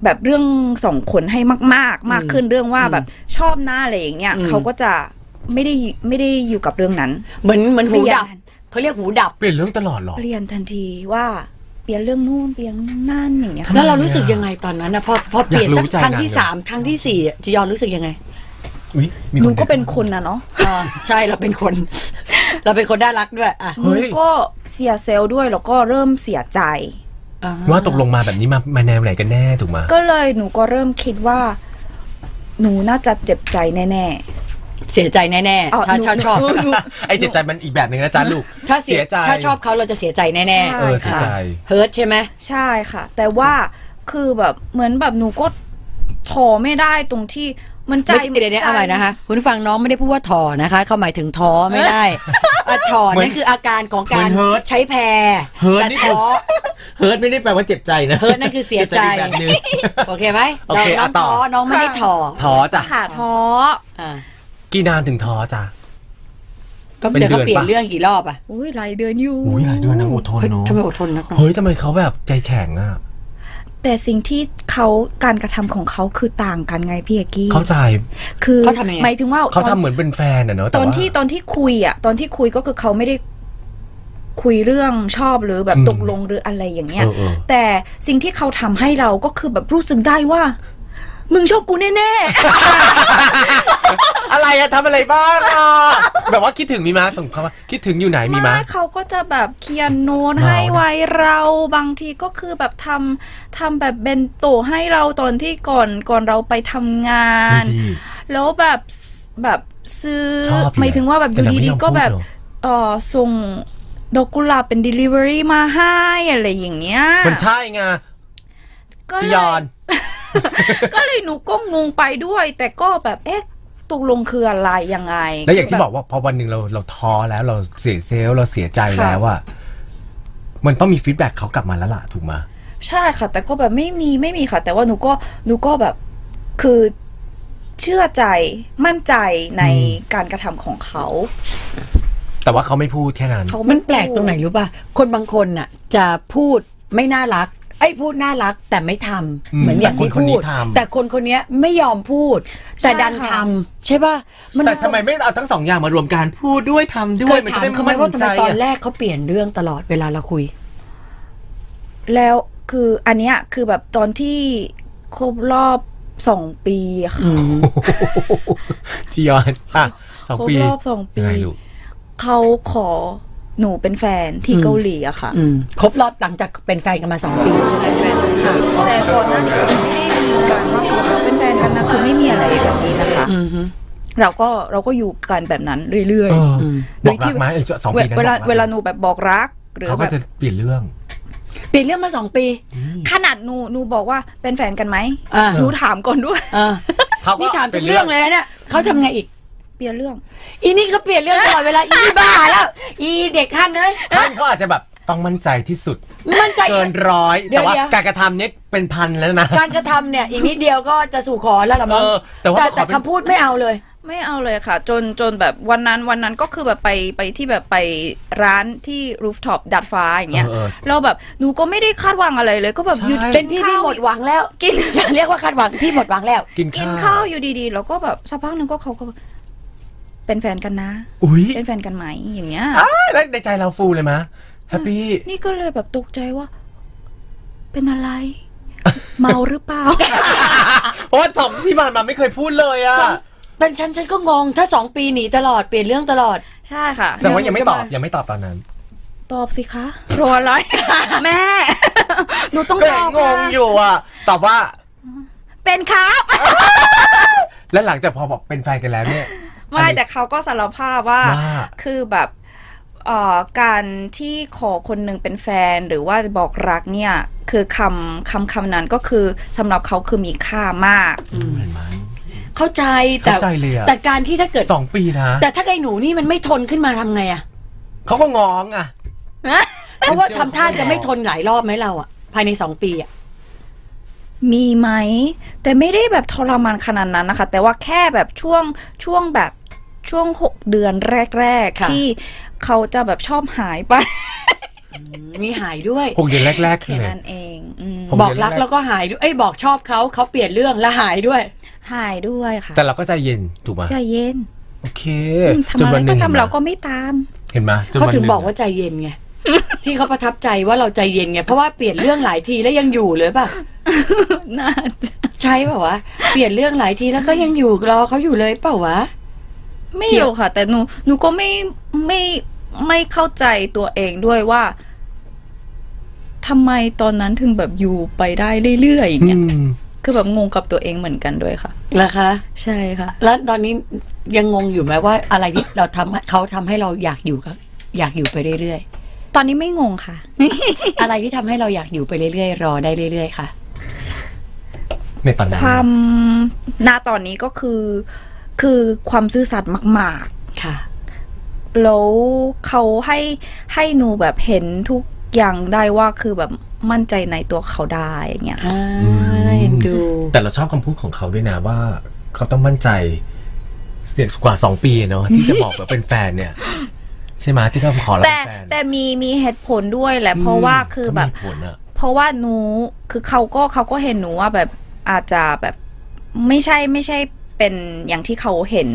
Speaker 2: แบบเรื่องสองคนให้มาก ๆ มากขึ้นเรื่องว่าแบบชอบหน้าอะไรอย่างเงี้ย
Speaker 4: อืม
Speaker 2: เขาก็จะไม่ได้ไม่ได้อยู่กับเรื่องนั้น
Speaker 4: เหมือนเหมือนหูดับ
Speaker 2: เปลี่ยน
Speaker 4: เขาเรียกหูดับ
Speaker 3: เปลี่ยนเรื่องตลอดเหรอ
Speaker 2: เปลี่ยนทันทีว่า เปลี่ยนเรื่องนู่นเปลี่ยนนั่นอย่างเงี้ยค่ะ
Speaker 4: แล้วเรารู้สึกยังไงตอนนั้นนะพอพอเปลี่ย
Speaker 3: อ
Speaker 4: น
Speaker 3: ยากรู้
Speaker 4: สัก
Speaker 3: ใจ
Speaker 4: ครั้ง
Speaker 3: นาง
Speaker 4: ที่
Speaker 3: เลย
Speaker 4: สามครั้งที่สี่อะจียอนรู้สึกยังไง
Speaker 3: อุ๊ยมีค
Speaker 2: หนูก็
Speaker 3: ดียว
Speaker 2: เป็นคนนะเนาะ
Speaker 4: อ่าใช่เราเป็นคน เราเป็นคนน่ารักด้วยอ่ะ
Speaker 2: ห
Speaker 3: เฮ้
Speaker 2: นู
Speaker 3: ย
Speaker 2: ก็เสียเซลล์ด้วยแล้วก็เริ่มเสียใจ
Speaker 4: อ่า
Speaker 3: ว่าตกลงมาแบบนี้มามาแนวไหนกันแน่ถูกไหม
Speaker 2: ก็เลยหนูก็เริ่มคิดว่า หนูน่าจะเจ็บใจแน่
Speaker 4: เสียใจแน่
Speaker 2: อ๋อ
Speaker 4: ๆ ถ้า
Speaker 2: หนู
Speaker 4: ชอบชอบ
Speaker 2: หนู
Speaker 3: ไอ้ เจ็บใจมันอีกแบบหนึ่งนะจ๊ะลูก
Speaker 4: ถ้าเสีย
Speaker 3: ใจ
Speaker 4: ถ้าชอบเขาเราจะเสียใจแน่
Speaker 2: ใช่
Speaker 3: เออเสียใจ
Speaker 4: ๆเฮิร์ตใช่ไหม
Speaker 2: ๆ ใช่ค่ะ แต่ว่าคือแบบเหมือนแบบหนูก็ถอไม่ได้ตรงที่มันใจ
Speaker 4: ไม่ใช่เดี๋ยวเดี๋ยวเอาใหม่นะคะ คุณผู้ฟังน้องไม่ได้พูดว่าถอนะคะเขาหมายถึงท้อไม่ ได้อะถอ
Speaker 3: เหมือน
Speaker 4: นั่นคืออาการของ
Speaker 3: เห
Speaker 4: กา
Speaker 3: มื
Speaker 4: ร
Speaker 3: อนเฮิร์ต
Speaker 4: ใช้แพร
Speaker 3: เฮิร์ต
Speaker 4: แต่
Speaker 3: นี่
Speaker 4: ท้อ
Speaker 3: เฮิร์ตไม่ได้แปลว่าเจ็บใจนะ
Speaker 4: เฮิร์ตนั่นคือเสียใจ
Speaker 3: บอีกแบบหนึ่ง
Speaker 4: โอเคไหม
Speaker 3: โอ
Speaker 4: เรา
Speaker 3: เค
Speaker 4: น้
Speaker 3: อ่ะ
Speaker 4: อง
Speaker 3: ต่อ
Speaker 4: ท้อน้องไม่ได้ถอ
Speaker 3: ท้อจ้ะ
Speaker 2: ค่ะท้อ
Speaker 4: อ่ะ
Speaker 3: กี่นานถึงท้อจ้ะ
Speaker 4: ก็
Speaker 3: เป็น
Speaker 4: เจอเขา
Speaker 3: เดือน
Speaker 4: เปลี่ยน
Speaker 3: ปะ
Speaker 4: เรื่องกี่รอบอ่ะ
Speaker 2: อุ้ยหลายเดือนอยู่
Speaker 3: อุ้ยหลายเดือนนะอดทน
Speaker 4: เฮ้ย
Speaker 3: เนาะ
Speaker 4: ทำไมอดทนนักเนอะ
Speaker 3: เฮ้ยทำไมเขาแบบใจแข็งอ่ะ
Speaker 2: แต่สิ่งที่เขาการกระทำของเขาคือต่างกันไงพี่เอกกี้
Speaker 3: เข้าใจ
Speaker 2: คือ
Speaker 4: เขาทำยังไง
Speaker 2: หมายถึงว่า
Speaker 3: เขาทำ
Speaker 2: ตอน
Speaker 3: เหมือนเป็นแฟนอ่ะเนาะ
Speaker 2: ต
Speaker 3: แต่
Speaker 2: อน
Speaker 3: ว่า
Speaker 2: ที่ตอนที่คุยอ่ะ ตอนที่คุยก็คือเขาไม่ได้คุยเรื่องชอบหรือแบบ
Speaker 3: อืม
Speaker 2: ตกลงหรืออะไรอย่างเงี้ย
Speaker 3: เออเออ
Speaker 2: แต่สิ่งที่เขาทำให้เราก็คือแบบรู้สึกได้ว่า มึงชอบกูแน่
Speaker 3: อะไรอะทำอะไรบ้างอะแบบว่าคิดถึงมีมาส่งเขาว่าคิดถึงอยู่ไหน
Speaker 2: ๆ
Speaker 3: มีมา
Speaker 2: ไเขาก็จะแบบเขียนโน้ต
Speaker 3: เมานะ
Speaker 2: ให้ไว้เราบางทีก็คือแบบทำทำแบบเบนโตะให้เราตอนที่ก่อนก่อนเราไปทำงาน
Speaker 3: ดี
Speaker 2: แล้วแบบซแบบซื้อ
Speaker 3: ชอบอยู่
Speaker 2: หมายถึงว่าแบบอ
Speaker 3: แต่นาง
Speaker 2: ยู่
Speaker 3: ไม่
Speaker 2: ดี
Speaker 3: ยอม
Speaker 2: ๆก็แบบ
Speaker 3: พูดหรอ
Speaker 2: เออส่งดอกกุหลาบเป็น delivery มาให้อะไรอย่างเงี้ย
Speaker 3: มันใช่ไง
Speaker 2: ก็
Speaker 3: จี
Speaker 2: เลย
Speaker 3: อน
Speaker 2: ก็เลยหนูก็งงไปด้วย แต่ก็แบบเอ๊ะตกลงคืออะไรยังไง
Speaker 3: แล้วอย่างที่
Speaker 2: คื
Speaker 3: บอกว่าพอวันหนึ่งเราเราท้อแล้วเราเสียเซลลเราเสียใจ
Speaker 2: ค่ะ
Speaker 3: แล้วอะมันต้องมีฟีดแบ็กเขากลับมาแล้วล่ะถูกไหมย
Speaker 2: ใช่ค่ะ แต่ก็แบบไม่มีไม่มีค่ะ แต่ว่าหนูก็หนูก็แบบคือเชื่อใจมั่นใจใน
Speaker 3: อืม
Speaker 2: การกระทำของเขา
Speaker 3: แต่ว่าเขาไม่พูดแค่นั้น
Speaker 2: เขา
Speaker 4: มั
Speaker 2: มัน
Speaker 4: แปลกตรงไหนรู้ป่ะ คนบางคนน่ะ จะพูดไม่น่ารัก ไอ้ยพูดน่ารักแต่ไม่ทำ
Speaker 3: อืม
Speaker 4: เหมือนอย่างที่
Speaker 3: แต่คนคนนี้
Speaker 4: พูด
Speaker 3: ทำ
Speaker 4: แต่คนคนเนี้ยไม่ยอมพูด แต่ดันทำใช่ป่ะน
Speaker 3: แต่ทำไมไม่เอาทั้งสองอย่างมารวมกันพูดด้วยทำด้
Speaker 4: เค
Speaker 3: วย
Speaker 4: ย
Speaker 3: มัน
Speaker 4: ถา
Speaker 3: จะ
Speaker 4: ม
Speaker 3: ได้
Speaker 4: เขาไหม
Speaker 3: มั่
Speaker 4: ว่าน ทำ
Speaker 3: ใจ
Speaker 4: ไมตอน
Speaker 3: อะ
Speaker 4: แรกเขาเปลี่ยนเรื่องตลอดเวลาเราคุย
Speaker 2: แล้วคืออันเนี้ยคือแบบตอนที่ครบรอบสองปีค่ะ
Speaker 3: จียอนอ่ะสองปี
Speaker 2: ครบรอบสองปี
Speaker 3: ยัไลูก
Speaker 2: เขาขอหนูเป็นแฟนที่
Speaker 4: อืม
Speaker 2: เกาหลีอะค่ะ
Speaker 4: อืมครบรอบหลังจากเป็นแฟนกันมาสองปีใช่ไหมใช่ไหมอ่ะ
Speaker 2: แต่ก่อนหน้านี้ก็ไม่ได้มีการว่าเราเป็นแฟนกันนะคือไม่มีอะไรแบบนี้นะคะ
Speaker 4: อืมฮึ
Speaker 2: เราก็เราก็อยู่กันแบบนั้นเรื่อย
Speaker 3: เอออ
Speaker 4: ม
Speaker 3: บอกรักไหมไอ้สอง
Speaker 2: ๆ เว
Speaker 3: ปีนั้น
Speaker 2: เว
Speaker 3: บอ
Speaker 2: ลา
Speaker 3: กรักไหม
Speaker 2: เวลาหนูแบบบอกรักหรือ
Speaker 3: เขา
Speaker 2: แบ
Speaker 3: ก็
Speaker 2: บ
Speaker 3: จะเปลี่ยนเรื่อง
Speaker 4: เปลี่ยนเรื่องมาสองปี
Speaker 2: ขนาดหนูหนูบอกว่าเป็นแฟนกันไหม
Speaker 4: อ่า
Speaker 2: หนูถามก่อนด้วย
Speaker 4: เออ
Speaker 3: เขาก็
Speaker 4: นี่ถามทุ
Speaker 3: เป็น
Speaker 4: ก
Speaker 3: เรื่
Speaker 4: เรื่
Speaker 3: อ
Speaker 4: อง งเลยนะเนี่ยเขาทำไงอีก
Speaker 2: เปลี่ยนเรื่อง
Speaker 4: อีนี่เขาเปลี่ยนเรื่องตลอดเวลา อีนี่บ้าแล้ว อีเด็กท่านเลย
Speaker 3: ท่านเขาอาจจะแบบต้องมั่นใจที่สุด
Speaker 4: มั่นใจ
Speaker 3: เกินร้อย
Speaker 4: เดี๋ยว
Speaker 3: แต่ว่า
Speaker 4: เดี๋ยว
Speaker 3: การกระทำเนี้ยเป็นพันแล้วนะ
Speaker 4: การกระทำเนี่ย อีกนิดเดียวก็จะสู่ขอแล้วหรอมั้ง
Speaker 3: เออแต่ว่าขอ
Speaker 4: แต่
Speaker 3: เป็น
Speaker 4: คำพูดไม่เอาเลย
Speaker 2: ไม่เอาเลยค่ะ จนจนแบบวันนั้นวันนั้นก็คือแบบไปไปที่แบบไปร้านที่รูฟท็อปดัดฟ้าอย่างเงี้ย
Speaker 3: เออ
Speaker 2: เราแบบหนูก็ไม่ได้คาดหวังอะไรเลยก็แบบหยุด
Speaker 4: เป็นพี่ที่หมดหวังแล้ว
Speaker 2: กิน
Speaker 4: อย่า เรียกว่าคาดหวังพี่หมดหวังแล้ว
Speaker 3: กิน
Speaker 2: กิ
Speaker 3: ข้าน ว
Speaker 2: ข้าวอยู่ดีๆ แล้วก็แบบสักพักหนึ่งก็เขาก็บอกเป็นแฟนกันนะ
Speaker 3: อุ้ย
Speaker 2: เป็นแฟนกันไหมอย่างเงี้ย
Speaker 3: อ้ายแล้วในใจเราฟูเลยมะแฮปปี้
Speaker 2: นี่ก็เลยแบบตกใจว่า เป็นอะไร เมาหรือ เปล่า
Speaker 3: เพราะว่าสองที่ผ่านมาไม่เคยพูดเลยอะ
Speaker 4: สอง เป็นฉันฉันก็งง ถ้าสองปีหนีตลอดเปลี่ยนเรื่องตลอด
Speaker 2: ใช่ค่ะ
Speaker 3: แต่ว่ายังไม่ตอบ
Speaker 4: จะมายั
Speaker 3: ยังไม่ตอบตอนนั้น
Speaker 2: ตอบสิคะรออะไร แม่ หนูต้อง
Speaker 3: ก็
Speaker 2: ต
Speaker 3: ยัง
Speaker 2: อบ
Speaker 3: งงอยู่อะตอบว่า
Speaker 2: เป็นครับ
Speaker 3: และหลังจากพอบอกเป็นแฟนกันแล้ว เนี่ย
Speaker 2: ไม่แต่เขาก็สารภาพว่า
Speaker 3: ว่า
Speaker 2: คือแบบเอ่อการที่ขอคนหนึ่งเป็นแฟนหรือว่าบอกรักเนี่ย คือคำคำคำนั้นก็คือสำหรับเขาคือมีค่ามาก
Speaker 3: เห็นไหม
Speaker 4: เข้าใจแต่
Speaker 3: เข้าใจเลยอะ
Speaker 4: แต่การที่ถ้าเกิด
Speaker 3: สองปีนะ
Speaker 4: แต่ถ้าไอ้หนูนี่มันไม่ทนขึ้นมาทำไงอะ
Speaker 3: เขาก็งองอะ
Speaker 4: เพราะว่า
Speaker 3: เป็นเจ้า
Speaker 4: ทำท่า
Speaker 3: ของ
Speaker 4: จะไม่ทนหลายรอบไหมเราอะภายในสองปีอะ
Speaker 2: มีไหม แต่ไม่ได้แบบทรมานขนาดนั้นนะคะ แต่ว่าแค่แบบช่วงช่วงแบบช่วงหกเดือนแรก ๆ ที่เขาจะแบบชอบหายไป
Speaker 4: มีหายด้วย
Speaker 3: หกเดือนแรกๆ
Speaker 2: แค่
Speaker 3: เลย
Speaker 2: นั้นเองอืม
Speaker 3: ผม
Speaker 4: บอกรักแล้วก็หายด้วยเอ้ยบอกชอบเขาเขาเปลี่ยนเรื่องแล้วหายด้วย
Speaker 2: หายด้วยค่ะ
Speaker 3: แต่เราก็ใจเย็นถูกไหม
Speaker 2: ใจเย็น
Speaker 3: โอเค
Speaker 2: อืมทำอะไร
Speaker 3: วัห
Speaker 2: ก็
Speaker 3: นึ่
Speaker 2: ทำเราก็ไม่ตาม
Speaker 3: เห็นไหมจน
Speaker 4: เขา
Speaker 3: นหนึ่
Speaker 4: ถึงบอกว่าใจเย็นไง ที่เขาประทับใจว่าเราใจเย็นไง เพราะว่าเปลี่ยนเรื่องหลายทีแล้วยังอยู่เลยป่ะ
Speaker 2: น่าจะ
Speaker 4: ใช่ป่าวะเปลี่ยนเรื่องหลายทีแล้วก็ยังอยู่รอเขาอยู่เลยเปล่าวะ
Speaker 2: ไม่รู้ค่ะ แต่หนูหนูก็ไม่ไม่ไม่เข้าใจตัวเองด้วยว่าท ทำไมตอนนั้นถึงแบบอยู่ไปได้เรื่อยๆอย่างเงี้ย
Speaker 3: อืม
Speaker 2: คือแบบงงกับตัวเองเหมือนกันด้วยค่ะ
Speaker 4: นะคะ
Speaker 2: ใช่ค่ะ
Speaker 4: แล้วตอนนี้ยังงงอยู่ไหมว่าอะไรที่เราทำเขาทำให้เราอยากอยู่กับอยากอยู่ไปเรื่อย
Speaker 2: ตอนนี้ไม่งงค่ะ
Speaker 4: ๆ อะไรที่ทำให้เราอยากอยู่ไปเรื่อยๆ รอได้เรื่อย ๆ ค่ะ
Speaker 3: ในตอนนั้น
Speaker 2: ความณตอนนี้ก็คือคือความซื่อสัตย์มาก ๆ
Speaker 4: ค่ะ
Speaker 2: แล้วเขาให้ให้หนูแบบเห็นทุกอย่างได้ว่าคือแบบมั่นใจในตัวเขาได้อย่างเงี้ยค่ะ
Speaker 4: อ่าน่าเอ็นดู
Speaker 3: แต่เราชอบคำพูดของเขาด้วยนะว่า เขาต้องมั่นใจเสียกว่าสองปีเนาะที่จะบอกว่าเป็นแฟนเนี่ย ใช่ไหมที่เขาขอเรา
Speaker 2: แต่
Speaker 3: เป็นแฟน
Speaker 2: แต่มีมีเหตุผลด้วยแหละเพราะว่าคือแบบ
Speaker 3: เขามีเหตุผลอะ
Speaker 2: เพราะว่าหนูคือเขาก็เขาก็เห็นหนูว่าแบบอาจจะแบบไม่ใช่ไม่ใช่เป็นอย่างที่เขาเห็น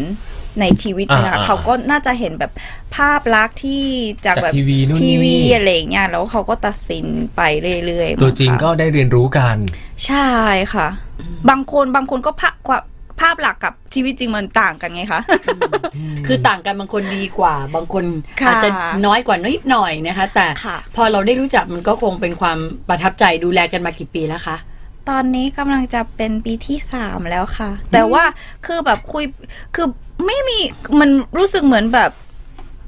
Speaker 2: ในชีวิตจริงอะ
Speaker 3: อ่าๆ
Speaker 2: เขาก็น่าจะเห็นแบบภาพลักษณ์ที่จาก
Speaker 3: จาก
Speaker 2: แบบ
Speaker 3: ทีวีนู่น
Speaker 2: ทีวี
Speaker 3: นี่
Speaker 2: อะไรอย่างเงี้ยแล้วเขาก็ตัดสินไปเรื่อยๆ
Speaker 3: ตัว
Speaker 2: มั้
Speaker 3: จริง
Speaker 2: ค่ะ
Speaker 3: ก็ได้เรียนรู้กัน
Speaker 2: ใช่ค่ะ บางคนบางคนก็ภาพกว่าภาพหลักกับชีวิตจริงมันต่างกันไงคะ
Speaker 4: คือต่างกันบางคนดีกว่า บางคน
Speaker 2: ค่ะ
Speaker 4: อาจจะน้อยกว่านิดหน่อยนะคะ แต่
Speaker 2: ค่ะ
Speaker 4: พอเราได้รู้จักมันก็คงเป็นความประทับใจดูแลกันมากี่ปีแล้วคะ
Speaker 2: ตอนนี้กำลังจะเป็นปีที่สามแล้วค่ะ แต่ว่าคือแบบคุยคือไม่มีมันรู้สึกเหมือนแบบ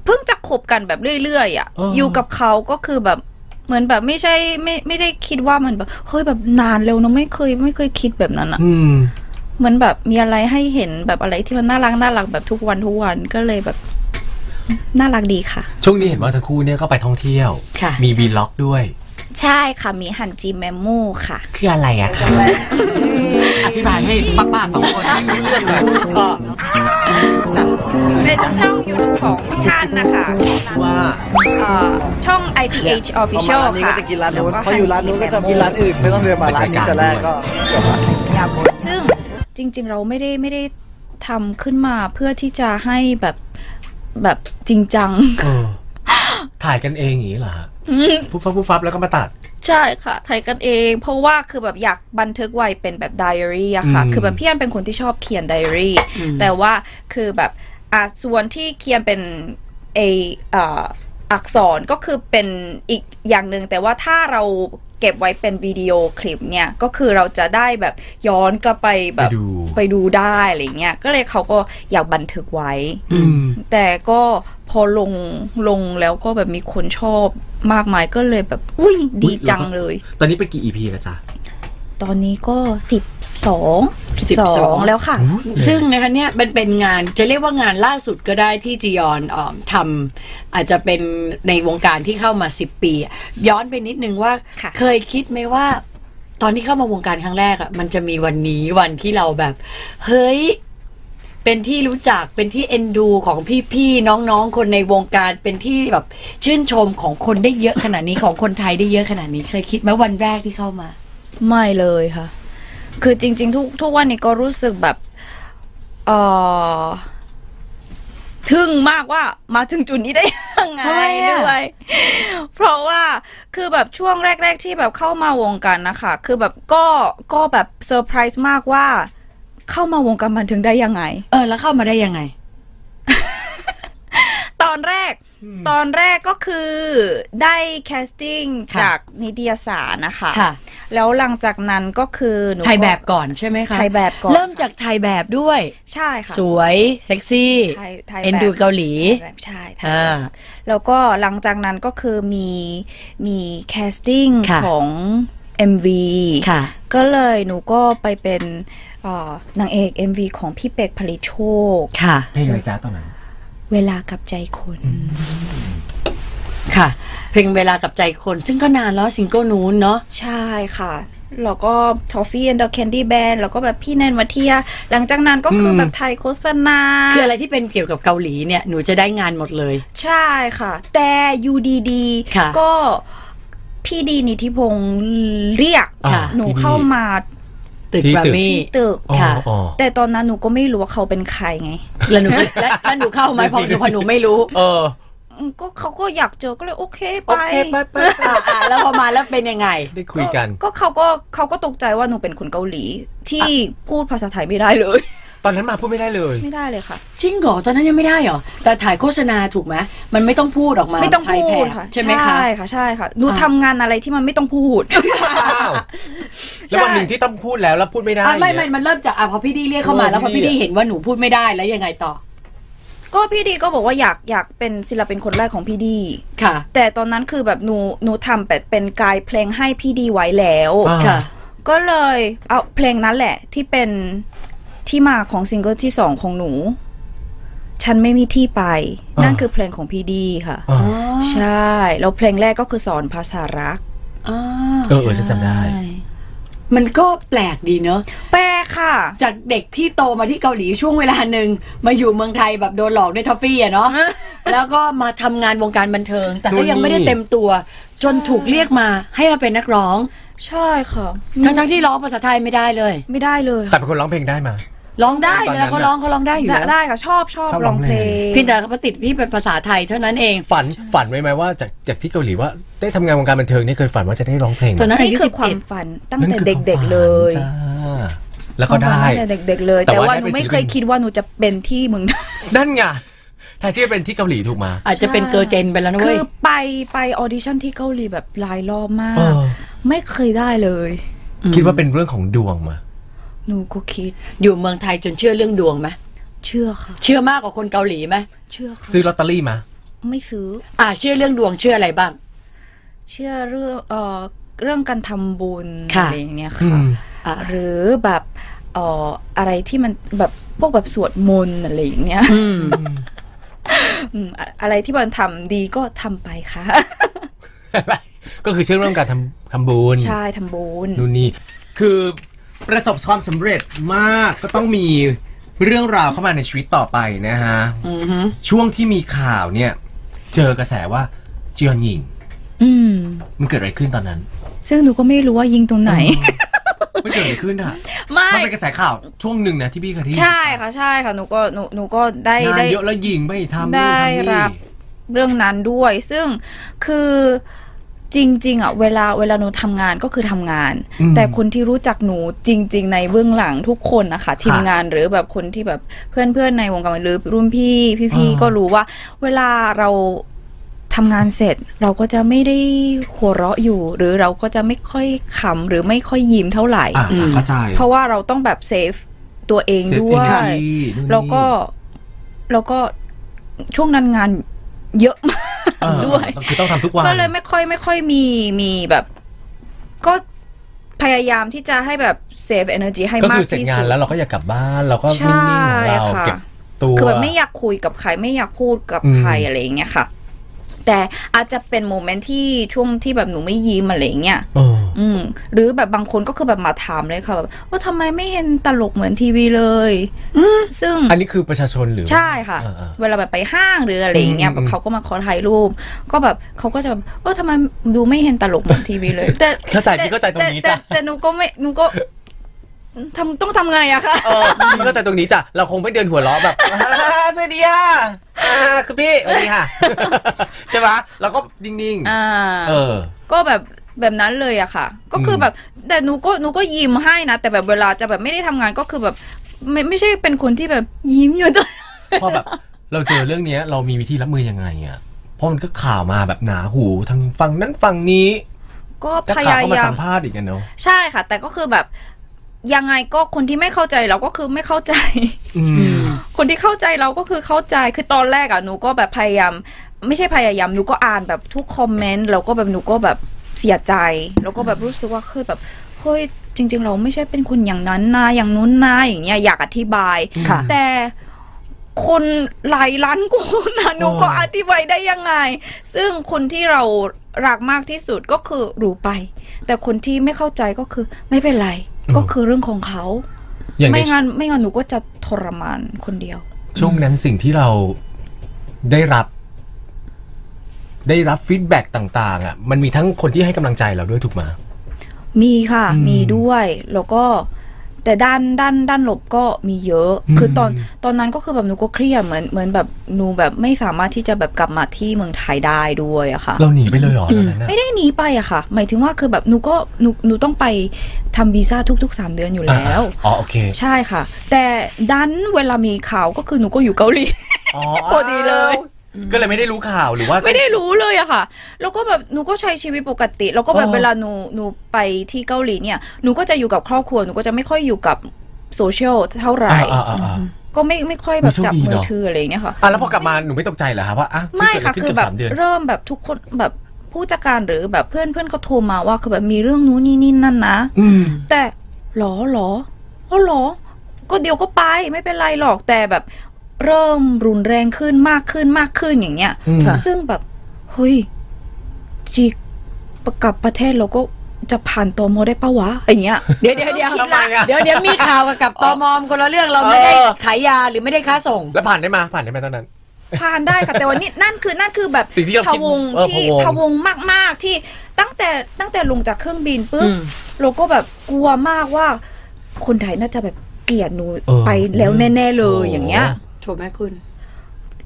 Speaker 2: เพิ่งจะคบกันแบบเรื่อยๆอ่ะอยู่กับเขาก็คือแบบเหมือนแบบไม่ใช่ไม่ไม่ได้คิดว่ามันแบบเฮ้ยแบบนานเร็วเนอะไม่เคยไม่เคยคิดแบบนั้นอ่ะ
Speaker 3: อืม
Speaker 2: เหมือนแบบมีอะไรให้เห็นแบบอะไรที่มันน่ารักน่ารักแบบทุกวันทุกวันก็เลยแบบน่ารักดีค่ะ
Speaker 3: ช่วงนี้เห็นว่าทั้งคู่เนี่ยก็ไปท่องเที่ยว
Speaker 4: ค่ะ
Speaker 3: มีวีล็อกด้วย
Speaker 2: ใช่ค่ะ มีฮันจีแมมมูค่ะ
Speaker 3: คืออะไรอะคะอธิบายให้ป้าๆสองคนรู้เรื่องเลยเออ
Speaker 2: เป็นช่อง YouTube ของพี่ฮันนะคะ
Speaker 3: ว่า
Speaker 2: เอ่อช่อง IPH
Speaker 5: พอมา
Speaker 2: Official
Speaker 5: ร้านนี้
Speaker 2: ค่ะ
Speaker 5: ก็จะกินร้านนู้น
Speaker 2: แล้ว
Speaker 5: พออยู่ร้านนู้นก็จะกินร้านอื่น ไม่ต้องเดินมาร้านนี้แต่แรกก็
Speaker 2: ซึ่งจริง ๆ เราไม่ได้ไม่ได้ทำขึ้นมาเพื่อที่จะให้แบบแบบจริงจัง
Speaker 3: เออ ถ่ายกันเองอย่างนี้เหรอฮะปุ๊บฟับปุ๊บฟับแล้วก็มาตัด
Speaker 2: ใช่ค่ะถ่ายกันเอง เพราะว่าคือแบบอยากบันทึกไว้เป็นแบบไดอารี่อะค่ะ
Speaker 3: อืม
Speaker 2: คือแบบพี่อันเป็นคนที่ชอบเขียนไดอารี่ แต่ว่าคือแบบอ่ะส่วนที่เขียนเป็นเอเอ่ออักษรก็คือเป็นอีกอย่างหนึ่งแต่ว่าถ้าเราเก็บไว้เป็นวิดีโอคลิปเนี่ยก็คือเราจะได้แบบย้อนกลับไปแบ
Speaker 3: ไป
Speaker 2: บ
Speaker 3: ดู
Speaker 2: ไปดูได้อะไรเงี้ยก็เลยเขาก็อยากบันทึกไว้
Speaker 3: อืม
Speaker 2: แต่ก็พอลงลงแล้วก็แบบมีคนชอบมากมายก็เลยแบบอุ้ยดีจังเลย
Speaker 3: ตอนนี้เป็นกี่ EP แล้วจ๊ะ
Speaker 2: ตอนนี้ก็สิบสอง
Speaker 4: 12
Speaker 2: แล้วค่ะ
Speaker 4: ซึ่งนะคะเนี่ยมันเป็นงานจะเรียกว่างานล่าสุดก็ได้ที่จียอนออมทำอาจจะเป็นในวงการที่เข้ามา 10 ปี ย้อนไปนิดนึงว่า
Speaker 2: ค่ะ
Speaker 4: เคยคิดไหมว่า ตอนที่เข้ามาวงการครั้งแรกอะ่ะมันจะมีวันนี้วันที่เราแบบ เฮ้ย เป็นที่รู้จักเป็นที่เอ็นดูของพี่ๆน้องๆ คนในวงการเป็นที่แบบชื่นชมของคนได้เยอะขนาดนี้ของคนไทยได้เยอะขนาดนี้เคยคิดไหมวันแรกที่เข้ามา
Speaker 2: ไม่เลยค่ะ คือจริง ๆ ทุกทุกวันนี้ก็รู้สึกแบบเออทึ่งมากว่ามาถึงจุดนี้ได้ยังไง
Speaker 4: ทำไมอะ
Speaker 2: ด้วย เพราะว่าคือแบบช่วงแรก ๆ ที่แบบเข้ามาวงการนะคะ คือแบบก็ก็แบบเซอร์ไพรส์มากว่า เข้ามาวงการบันเทิงได้ยังไง
Speaker 4: เออแล้วเข้ามาได้ยังไง
Speaker 2: ตอนแรกตอนแรกก็คือได้แคสติ้ง
Speaker 4: ค่ะ
Speaker 2: จากนิตยสารนะคะ
Speaker 4: ค่ะ
Speaker 2: แล้วหลังจากนั้นก็คือหนูก็
Speaker 4: ถ่ายแบบก่อนใช่ไหมคะ
Speaker 2: ถ่ายแบบก่อน
Speaker 4: เริ่มจากถ่ายแบบด้วย
Speaker 2: ใช่ค่ะ
Speaker 4: สวย เซ็กซี่
Speaker 2: ถ่ายถ่ายแบบ
Speaker 4: เอ็นดูเกาหลี
Speaker 2: ถ่ายแบบใช่ถ่าย
Speaker 4: อ่า
Speaker 2: แบบแล้วก็หลังจากนั้นก็คือมีมีแคสติ้ง
Speaker 4: ค่ะ
Speaker 2: ของ MV
Speaker 4: ค่ะ
Speaker 2: ก็เลยหนูก็ไปเป็นเอ่อนางเอก MV ของพี่เป็กผลิตโชค
Speaker 4: ค่ะ
Speaker 3: เพลงอะไรจ๊ะตอนนั้น
Speaker 2: เวลากับใจคน
Speaker 4: ค่ะ เพลงเวลากับใจคน ซึ่งก็นานแล้วซิงเกิลนู้นเนาะ
Speaker 2: ใช่ค่ะ แล้วก็ Toffee and the Candy Band แล้วก็แบบพี่แนนวัทเทีย หลังจากนั้นก็คืออ
Speaker 3: ม
Speaker 2: แบบไทยโฆษณา
Speaker 4: คืออะไรที่เป็นเกี่ยวกับเกาหลีเนี่ย หนูจะได้งานหมดเลย
Speaker 2: ใช่ค่ะ แต่อยูดีดีๆ
Speaker 4: ค่ะ
Speaker 2: ก็พี่ดีนิธิพงศ์เรียก
Speaker 3: อ่า
Speaker 2: หนู
Speaker 3: พี่ดี
Speaker 2: เข้ามา
Speaker 4: ตึก
Speaker 3: ที่
Speaker 4: แก
Speaker 3: ตึ
Speaker 4: รม
Speaker 3: ก
Speaker 4: มี่
Speaker 2: ที่ตึก
Speaker 3: อ๋อ
Speaker 4: ค่ะ
Speaker 3: อ๋อ
Speaker 2: แต่ตอนนั้นหนูก็ไม่รู้ว่าเขาเป็นใครไง
Speaker 4: แล้วหนูและแล้วหนู เข้าไหมเพอหนูพอหนูไม่รู้
Speaker 3: เออ
Speaker 2: อืมก็เขาก็อยากเจอก็เลยโอเคไป
Speaker 3: โอเคไปไป
Speaker 4: อ่าอ่าแล้วพอมาแล้วเป็นยังไง
Speaker 3: ได้คุยกัน
Speaker 2: ก็เขาก็เขาก็ตกใจว่าหนูเป็นคนเกาหลี ที่พูดภาษาไทยไม่ได้เลย
Speaker 3: ตอนนั้นมาพูดไม่ได้เลย
Speaker 2: ไม่ได้เลยค่ะ
Speaker 4: จริงเหรอตอนนั้นยังไม่ได้เหรอแต่ถ่ายโฆษณาถูกไหมมันไม่ต้องพูดออกมา
Speaker 2: ไม่ต้อง
Speaker 4: ภาย
Speaker 2: พูด
Speaker 4: แผ่
Speaker 2: ค่ะ
Speaker 4: ใช่ไหมคะ
Speaker 2: ใช่ค่ะใช่ค่ะหนู
Speaker 4: อ่า
Speaker 2: ทำงานอะไรที่มันไม่ต้องพูด
Speaker 3: อ้าว แล้ววันหนึ่งที่ต้องพูดแล้วแล้วพูดไม่ได้
Speaker 4: อ่ะไม่ไม่
Speaker 3: เนี่ย
Speaker 4: มันเริ่มจากอ่ะพอพี่ดีเรียกเข้ามา
Speaker 3: เออ
Speaker 4: แล้วพอ
Speaker 3: พี่
Speaker 4: พี่
Speaker 3: ดี
Speaker 4: ดีเห็นว่าหนูพูดไม่ได้แล้วยังไงต่อ
Speaker 2: ก็พี่ดีก็บอกว่าอยากอยากเป็นศิลปินคนแรกของพี่ดี
Speaker 4: ค่ะ
Speaker 2: แต่ตอนนั้นคือแบบหนูหนูทำแบบเป็นกายเพลงให้พี่ดีไว้แล้ว
Speaker 3: อ่า
Speaker 4: ค่ะ
Speaker 2: ก็เลยเอาเพลงนั้นแหละที่เป็นที่มาของซิงเกิลที่สองของหนู ฉันไม่มีที่ไป
Speaker 3: อ่านั่
Speaker 2: นั่นคือเพลงของพี่ดีค่ะ
Speaker 3: อ่า
Speaker 2: ใช่ แล้วเพลงแรกก็คือสอนภาษารัก
Speaker 4: อ่า
Speaker 3: เออเออฉันจำได้
Speaker 4: มันก็แปลกดีเนอะ
Speaker 2: แปลค่ะ
Speaker 4: จากเด็กที่โตมาที่เกาหลีช่วงเวลาหนึ่งมาอยู่เมืองไทยแบบโดนหลอกด้วยทอฟฟี่อะเนาะ แล้วก็มาทำงานวงการบันเทิง แต่ก็ยังไม่ได้เต็มตัว จนถูกเรียกมาให้มาเป็นนักร้อง
Speaker 2: ใช่ค่ะ
Speaker 4: ทั้งๆที่ร้องภาษาไทยไม่ได้เลย
Speaker 2: ไม่ได้เลย
Speaker 3: แต่เป็นคนร้องเพลงได้มา
Speaker 4: ร้องได้
Speaker 3: ตอน
Speaker 4: เว
Speaker 3: นั้
Speaker 4: ลาน เขา
Speaker 3: น่ะ
Speaker 4: ร้องเขาร้องได้อยู่
Speaker 2: ได้
Speaker 4: แล้ว
Speaker 2: ได้ค่ะชอบชอบ
Speaker 3: ชอบร้
Speaker 2: ร้
Speaker 3: อ
Speaker 2: องง
Speaker 3: เพ
Speaker 2: เพ
Speaker 3: ล
Speaker 2: ล
Speaker 3: ง
Speaker 2: ง
Speaker 4: เพียงแต่เขาติดที่เป็นภาษาไทยเท่านั้นเอง
Speaker 3: ฝันฝันไว้ไหมว่าจากจากที่เกาหลีว่าได้ทำงานวงการบันเทิงนี่เคยฝันว่าจะได้ร้องเพลงไหม
Speaker 4: ตอนนั้นอา
Speaker 2: นี่
Speaker 4: ยุ
Speaker 2: คื
Speaker 4: สิ
Speaker 2: อบ ควา
Speaker 4: เอ็ด
Speaker 2: มฝันตั้งแต่
Speaker 3: นั่นคือ
Speaker 2: เด็ก
Speaker 3: ความฝัน
Speaker 2: ๆเลย
Speaker 3: จ้าแล้วก็
Speaker 2: ควา
Speaker 3: ได้
Speaker 2: มฝันตั้งแต่เด็ก ๆ เลย
Speaker 3: แต่
Speaker 2: แต่
Speaker 3: ว่า
Speaker 2: ว่า
Speaker 3: ได้
Speaker 2: หนู
Speaker 3: เป็น
Speaker 2: ไม่
Speaker 3: ศิลปิน
Speaker 2: เคยคิดว่าหนูจะเป็นที่เมึงนอก
Speaker 3: นั่นไงแทนที่จะเป็นที่เกาหลีถูกมา
Speaker 4: อาจจะเป็น
Speaker 2: ใช่
Speaker 4: เกอร์ลเจนไปแล้วนะ
Speaker 2: คื
Speaker 4: เว้ย
Speaker 2: อไปไปออดิชั่นที่เกาหลีแบบหลายรอบมาก
Speaker 3: เออ
Speaker 2: ไม่เคยได้เลย
Speaker 3: คิดว่าเป็นเรื่องของดวงมา
Speaker 2: หนูก็คิด
Speaker 4: อยู่เมืองไทยจนเชื่อเรื่องดวงไหม
Speaker 2: เชื่อค่ะ
Speaker 4: เชื่อมากกว่าคนเกาหลีไหม
Speaker 2: เชื่อค่ะ
Speaker 3: ซื้อลอตเตอรี่มา
Speaker 2: ไม่ซื้อ
Speaker 4: อ่าเชื่อเรื่องดวงเชื่ออะไรบ้าง
Speaker 2: เชื่อเรื่องเอ่อเรื่องการทำบุญ
Speaker 4: ค่ะ
Speaker 2: อะไรอย่างเงี้ย
Speaker 3: อื
Speaker 2: ค่ะ
Speaker 3: ม
Speaker 4: อ่า
Speaker 2: หรือแบบเอ่ออะไรที่มันแบบพวกแบบสวดมนต์อะไรอย่างเงี้ย
Speaker 4: อืม
Speaker 2: อืมอะอะไรที่มันทำดีก็ทำไปค่ะ
Speaker 3: ก็คือเชื่อเรื่องการทำทำบุญ
Speaker 2: ใช่ทำบุญ
Speaker 3: นู่นนี่คือประสบความสำเร็จมากก็ต้องมีเรื่องราวเข้ามาในชีวิตต่อไปนะฮะ ช่วงที่มีข่าวเนี่ย เจอกระแสว่าจียอนหยิง
Speaker 2: อืม
Speaker 3: มันเกิดอะไรขึ้นตอนนั้น
Speaker 2: ซึ่งหนูก็ไม่รู้ว่ายิงตรงไหน
Speaker 3: มันเกิดอะไรขึ้นอะ
Speaker 2: ไม่
Speaker 3: มันเป็นกระแสข่าวช่วงหนึ่งนะที่พี่เคยได้ยิน
Speaker 2: ใช่ค่ะใช่ค่ะหนูก็หนูหนูก็ได้
Speaker 3: งาน
Speaker 2: ได้
Speaker 3: เยอะแล้วยิงไม่ทำนู่น
Speaker 2: ได้
Speaker 3: ทำนี่
Speaker 2: รับ เรื่องนั้นด้วย ซึ่งคือจริง ๆอ่ะเวลาเวลาหนูทำงานก็คือทำงาน
Speaker 3: อืม
Speaker 2: แต่คนที่รู้จักหนูจริง ๆ ในเบื้องหลังทุกคนนะคะทีมงานหรือแบบคนที่แบบเพื่อนๆในวงการบันเทิงหรือรุ่นพี่พี่
Speaker 3: อ่า
Speaker 2: ๆก็รู้ว่า เวลาเราทำงานเสร็จ เราก็จะไม่ได้หัวเราะอยู่ หรือเราก็จะไม่ค่อยขำหรือไม่ค่อยยิ้มเท่าไหร่
Speaker 3: อ่ะเข้าใจ
Speaker 2: เพราะว่าเราต้องแบบเซฟตัวเอง
Speaker 3: เซฟ
Speaker 2: ด้ว
Speaker 3: เอ
Speaker 2: ย
Speaker 3: เนอร์จีนู่นนี่
Speaker 2: แล้วก็แล้วก็ช่วงนั้นงานเยอะ มาก
Speaker 3: เออ
Speaker 2: ด้วย
Speaker 3: คือต้องทำทุกวัน
Speaker 2: ก็เลยไม่ค่อยไม่ค่อยมีมีแบบ ก็พยายามที่จะให้แบบเซฟ energy ให้
Speaker 3: ก็
Speaker 2: มา
Speaker 3: คื
Speaker 2: ก
Speaker 3: อเสร็จ
Speaker 2: ที่
Speaker 3: งา
Speaker 2: สุ
Speaker 3: น
Speaker 2: ด
Speaker 3: แล้วเราก็อยากกลับบ้านเราก็
Speaker 2: ใช่
Speaker 3: นิ่งๆของเรา
Speaker 2: ค่ะ
Speaker 3: เก็บตัว
Speaker 2: คือแบบไม่อยากคุยกับใครไม่อยากพูดกับ
Speaker 3: อืม
Speaker 2: ใครอะไรอย่างเงี้ยค่ะ แต่อาจจะเป็นโมเมนต์ที่ช่วงที่แบบหนูไม่ยิ้มอะไรอย่างเงี้ย
Speaker 3: เออ
Speaker 2: อืมหรือแบบบางคนก็คือแบบมาถามเลยค่ะแบบว่าทำไมไม่เห็นตลกเหมือนทีวีเลยซึ่ง
Speaker 3: อันนี้คือประชาชนหรือ
Speaker 2: ใช่ค่ะ
Speaker 3: อ่า
Speaker 2: เวลาแบบไปห้างหรืออะไรอย่างเงี้ย
Speaker 3: อืม
Speaker 2: แบ
Speaker 3: อื
Speaker 2: บ
Speaker 3: ม
Speaker 2: เขาก็มาขอถ่ายรูป ก็แบบเขาก็จะแบบว่าทำไมดูไม่เห็นตลก เหมือนทีวีเลย แต่
Speaker 3: ๆเข้าใจพี่เข้าใจตรงนี้
Speaker 2: แต่
Speaker 3: จ้ะ
Speaker 2: แต่แต่หนูก็ไม่หนูก็ทำต้องทำไงอะคะ
Speaker 3: เออพี่เข้าใจตรงนี้จ้ะเราคงไม่เดินหัวล้อแบบอ่า สวัสดีค่ะอ่าคือพี่สวัสดีค่ะ ใช่ปะเราก็นิ่ง
Speaker 2: อ่า
Speaker 3: ๆเออ
Speaker 2: ก็แบบแบบนั้นเลยอะค่ะ ก็คืออ
Speaker 3: ม
Speaker 2: แบบแต่หนูก็หนูก็ยิ้มให้นะ แต่แบบเวลาจะแบบไม่ได้ทำงานก็คือแบบ ไม่ไม่ใช่เป็นคนที่แบบยิ้มอยู่ตลอด
Speaker 3: พอแบบ เราเจอเรื่องเนี้ย เรามีวิธีรับมือยังไงอ่ะเพราะมันก็ข่าวมาแบบหนาหูทางฝั่งนั้นฝั่งนี้
Speaker 2: ก็
Speaker 3: ก็
Speaker 2: พ
Speaker 3: ข่าว
Speaker 2: ยา
Speaker 3: ก็าย
Speaker 2: มา
Speaker 3: สั
Speaker 2: ม
Speaker 3: มภาษณ์อีกกันเนาะ
Speaker 2: ใช่ค่ะ แต่ก็คือแบบยังไงก็คนที่ไม่เข้าใจเราก็คือไม่เข้าใจ
Speaker 3: อืม
Speaker 2: คนที่เข้าใจเราก็คือเข้าใจคือตอนแรกอ่ะหนูก็แบบพยายาม ไม่ใช่พยายามหนูก็อ่านแบบทุกคอมเมนต์แล้วก็แบบหนูก็แบบเสียใจ แล้วก็แบบรู้สึกว่าคือแบบเฮ้ยจริง ๆ เราไม่ใช่เป็นคนอย่างนั้นนะอย่างนู้นนะอย่างเงี้ยอยากอธิบาย
Speaker 4: ค่ะ
Speaker 2: แต่คนหลายล้านคนนะหนูก็อธิบายได้ยังไง ซึ่งคนที่เรารักมากที่สุดก็คือรู้ไป แต่คนที่ไม่เข้าใจก็คือไม่เป็นไร
Speaker 3: อืม
Speaker 2: ก็คือเรื่องของเขา
Speaker 3: อย่างใน
Speaker 2: ไม่งั้นไม่งั้นหนูก็จะทรมานคนเดียว
Speaker 3: ช่วงนั้นสิ่งที่เราได้รับ ได้รับฟีดแบ็ต่างๆอ่ะมันมีทั้งคนที่ให้กำลังใจเราด้วยถูกไหม
Speaker 2: มีค่ะ มีด้วย แล้วก็ แต่ด้านด้านด้านลบก็มีเยอะ คือตอนตอนนั้นก็คือแบบหนูก็เครียดเหมือนเหมือนแบบหนูแบบไม่สามารถที่จะแบบกลับมาที่เมืองไทยได้ด้วยอะค่ะ
Speaker 3: เราหนีไปเลยเหรอตอนนั้นน่ะ
Speaker 2: ไม่ได้หนีไปอะค่ะ หมายถึงว่าคือแบบหนูก็หนูหนูต้องไปทำวีซ่าทุกๆ 3 เดือนอยู่แล้ว
Speaker 3: อ๋อโอเค
Speaker 2: ใช่ค่ะ แต่ดันเวลามีข่าวก็คือหนูก็อยู่เกาหลี
Speaker 3: อ๋อ
Speaker 2: พอดีเลย
Speaker 3: ก็เลยไม่ได้รู้ข่าวหรือว่า
Speaker 2: ไม่ได้รู้เลยอะค่ะ แล้วก็แบบหนูก็ใช้ชีวิตปกติ แล้วก็แบบ
Speaker 3: อ๋อ
Speaker 2: เวลาหนูหนูไปที่เกาหลีเนี่ย หนูก็จะอยู่กับครอบครัว หนูก็จะไม่ค่อยอยู่กับโซเชียลเท่าไหร่
Speaker 3: อ่าอ่าอ่าอ่า
Speaker 2: ก็ไม่ไม่ค่อยแบ
Speaker 3: มั
Speaker 2: บ
Speaker 3: นโชค
Speaker 2: จับ
Speaker 3: ดี
Speaker 2: มือ
Speaker 3: เนอะ
Speaker 2: ถืออะไรอย่างเงี้ยค่ะ
Speaker 3: อ่ะแล้วพอกลับมาหนูไม่ตกใจเหรอครับว่าอ่ะเพิ่ง
Speaker 2: ไม่
Speaker 3: เกิด
Speaker 2: ค่ะ
Speaker 3: ขึ้น
Speaker 2: คือ
Speaker 3: เกือบ
Speaker 2: แบบ
Speaker 3: สามเดือน
Speaker 2: เริ่มแบบทุกคนแบบผู้จัดการหรือแบบเพื่อนเพื่อนเขาโทรมาว่าคือแบบมีเรื่องนู้นนี่นี่นั่นนะ
Speaker 3: อืม
Speaker 2: แต่หรอหรออ๋อหรอ ก็เดี๋ยวก็ไปไม่เป็นไรหรอกแต่แบบเริ่มรุนแรงขึ้นมากขึ้นมากขึ้นอย่างเงี้ย
Speaker 3: อืม
Speaker 4: ค่ะ
Speaker 2: ซึ่งแบบ เฮ้ยจีกลับประเทศเราก็จะผ่านตมได้ปะวะอย่างเงี้ย
Speaker 4: เดี๋ยวเดี๋ยวเดี๋ยว
Speaker 3: ทำไมอะ
Speaker 4: เดี๋ยวเดี๋ยวมีข่าวกับตอมอมคนละเรื่องเราไม่ได้
Speaker 3: เออ
Speaker 4: ขายยาหรือไม่ได้ค้าส่ง
Speaker 3: แล้วผ่านได้มาผ่านได้ไหมตอนนั้น
Speaker 2: ผ่านได้ค่ะ แต่วันนี้นั่นคือนั่นคือแบบ
Speaker 3: สิ่งที่เรา
Speaker 2: พะ
Speaker 3: คิด
Speaker 2: วง
Speaker 3: เออ
Speaker 2: ที่
Speaker 3: พะวง
Speaker 2: พะวงมาก ๆ ที่ตั้งแต่ตั้งแต่ลงจากเครื่องบินปุ๊
Speaker 4: อื
Speaker 2: บ
Speaker 4: ม
Speaker 2: เราก็แบบกลัวมากว่า คนไทยน่าจะแบบเกลียดหนู
Speaker 3: เออ
Speaker 2: ไปแล้วแน่ ๆ เลยอย่างเงี้ย
Speaker 3: โอ้
Speaker 4: ถูกไหมคุณ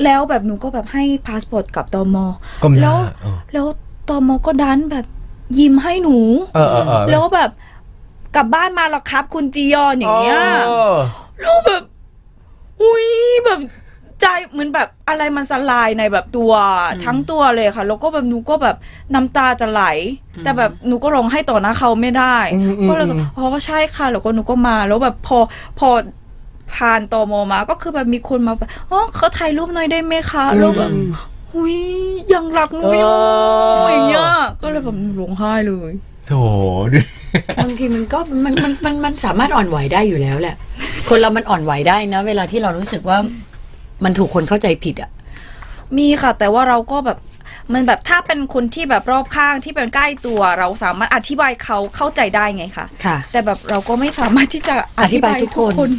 Speaker 2: แล้วแบบหนูก็แบบให้พาสปอร์ตกับตม
Speaker 3: ก็ไม่ได้
Speaker 2: แล้ว
Speaker 3: เออ
Speaker 2: แล้วตมก็ดันแบบยิ้มให้หนู
Speaker 3: เออเออเออ
Speaker 2: แล้วแบบกลับบ้านมาหรอครับคุณจียอนอย่างเงี้ย
Speaker 3: โอ้
Speaker 2: แล้วแบบ อุ้ยแบบใจเหมือนแบบอะไรมันสลายในแบบตัวทั้งตัวเลยค่ะ แล้วก็แบบหนูก็แบบน้ำตาจะไหล แต่แบบหนูก็ร้องให้ต่อหน้าเขาไม่ได้
Speaker 3: อืมอืม
Speaker 2: ก็เลยแบบ
Speaker 3: อืม
Speaker 2: อ๋อใช่ค่ะ แล้วก็หนูก็มาแล้วแบบพอพอผ่านตอมอมา ก็คือแบบมีคนมาแบบอ๋อเขาถ่ายรูปหน่อยได้ไหมคะแล้วแบบหุยยังรักหนูอยู่อย่างเงี้ยก็เลยแบบหนูร้องไห้เลย
Speaker 3: โถดู
Speaker 4: บางทีมันก็มันมันมันมันสามารถอ่อนไหวได้อยู่แล้วแหละ คนเรามันอ่อนไหวได้นะ เวลาที่เรารู้สึกว่ามันถูกคนเข้าใจผิดอ่ะ
Speaker 2: มีค่ะแต่ว่าเราก็แบบมันแบบถ้าเป็นคนที่แบบรอบข้างที่เป็นใกล้ตัว เราสามารถอธิบายเขาเข้าใจได้ไงคะ
Speaker 4: ค่ะ
Speaker 2: แต่แบบเราก็ไม่สามารถที่จะ
Speaker 4: อธิบายทุกคน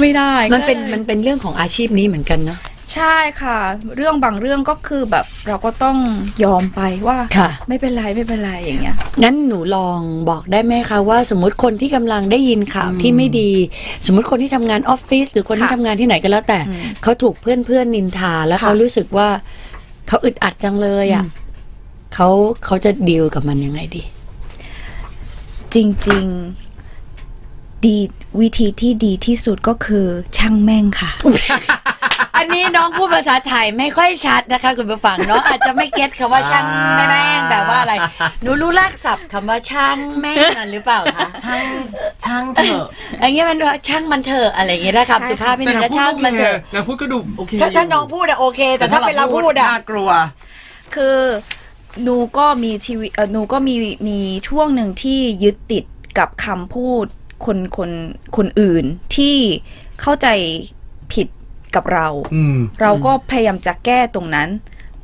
Speaker 2: ไม่ได้
Speaker 4: มันเป็น
Speaker 2: ก็ลย
Speaker 4: มันเป็นเรื่องของอาชีพนี้เหมือนกันเนาะ
Speaker 2: ใช่ค่ะ เรื่องบางเรื่องก็คือแบบเราก็ต้องยอมไปว่า
Speaker 4: ค่ะ
Speaker 2: ไม่เป็นไรไม่เป็นไรอย่างเงี้ย
Speaker 4: งั้นหนูลองบอกได้ไหมคะว่าสมมติคนที่กำลังได้ยินข่าวที่ไม่ดี สมมติคนที่ทำงานออฟฟิศหรือคนที่
Speaker 2: ค่ะ
Speaker 4: ทำงานที่ไหนก็แล้วแต่
Speaker 2: อืม
Speaker 4: เขาถูกเพื่อนเพื่อนๆนินทาแล้ว
Speaker 2: ค่ะ
Speaker 4: เขารู้สึกว่าเขาอึดอัดจังเลยอ่ะเขาเขาจะดีลกับมันยังไงดี
Speaker 2: จริงๆดีวิธีที่ดีที่สุดก็คือช่างแม่งค่ะ
Speaker 4: อันนี้น้องพูดภาษาไทยไม่ค่อยชัดนะคะ คุณผู้ฟังเนาะอาจจะไม่เก็ตคำว่าช่างแม่งแบบว่าอะไรหนูรู้รากศัพท์คำว่าช่างแม่งนั่นหรือเปล่าคะ
Speaker 3: ช่างช่างเถอะ
Speaker 4: อันนี้มันว่าช่างมันเถอะอะไรอย่างเงี้ยนะคะสุภาพนิดนึงก็ช่างมันเถอะ
Speaker 3: นางพูดก็ดูโอเค
Speaker 4: ถ้าถ้าน้องพูดอะโอเค แต่ถ้าเป็นเราพูดอะ
Speaker 3: น่ากลัว
Speaker 2: คือหนูก็มีชีวิตเอ่อหนูก็มีมีช่วงหนึ่งที่ยึดติดกับคำพูดคนคนคนอื่นที่เข้าใจผิดกับเรา
Speaker 3: อืม
Speaker 2: เราก็พยายามจะแก้ตรงนั้น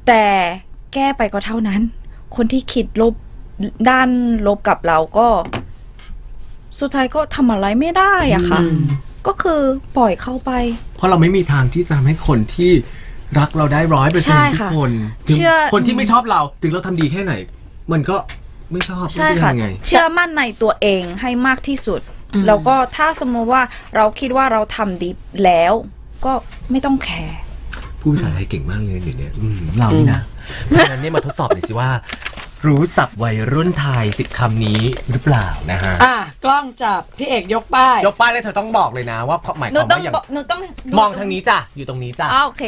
Speaker 2: แต่แก้ไปก็เท่านั้น คนที่คิดลบด้านลบกับเราก็ สุดท้ายก็ทำอะไรไม่ได้อะค่ะ
Speaker 4: อืม
Speaker 2: ก็คือปล่อยเข้าไป
Speaker 3: เพราะเราไม่มีทางที่จะทำให้คนที่รักเราได้ร้อยเปอร์เซ็น
Speaker 2: ใช่
Speaker 3: ต์ทุ
Speaker 2: ค่ะ
Speaker 3: กคนถึง
Speaker 2: เชื่อ
Speaker 3: คนที่ไม่ชอบเรา ถึงเราทำดีแค่ไหน มันก็ไม่ชอบ
Speaker 2: ใช่
Speaker 3: ไม่รู้
Speaker 2: ค่ะ
Speaker 3: ยังไง
Speaker 2: เชื่อมั่นในตัวเองให้มากที่สุด แล้วก็ถ้าสมมติว่าเราคิดว่าเราทำดีแล้ว ก็ไม่ต้องแคร์
Speaker 3: ผู้ภาษาไทยเก่งมากเลยเดี๋ยวนี้อืมเรานี่นะเพราะฉะนั้นเนี่ยมาทดสอบหน่อยสิว่า รู้ศัพท์วัยรุ่นไทยสิบคำนี้หรือเปล่านะฮะ
Speaker 4: อ่ะกล้องจับพี่เอกยกป้าย
Speaker 3: ยกป้ายเลยเธอต้องบอกเลยนะว่าหมายค
Speaker 2: หนู
Speaker 3: วาม
Speaker 2: ต้อง
Speaker 3: ว่าอย่าง
Speaker 2: บอกหนูต้อง
Speaker 3: มองทางนี้จ้ะอยู่ตรงนี้จ้ะ
Speaker 2: อ้าวโอเค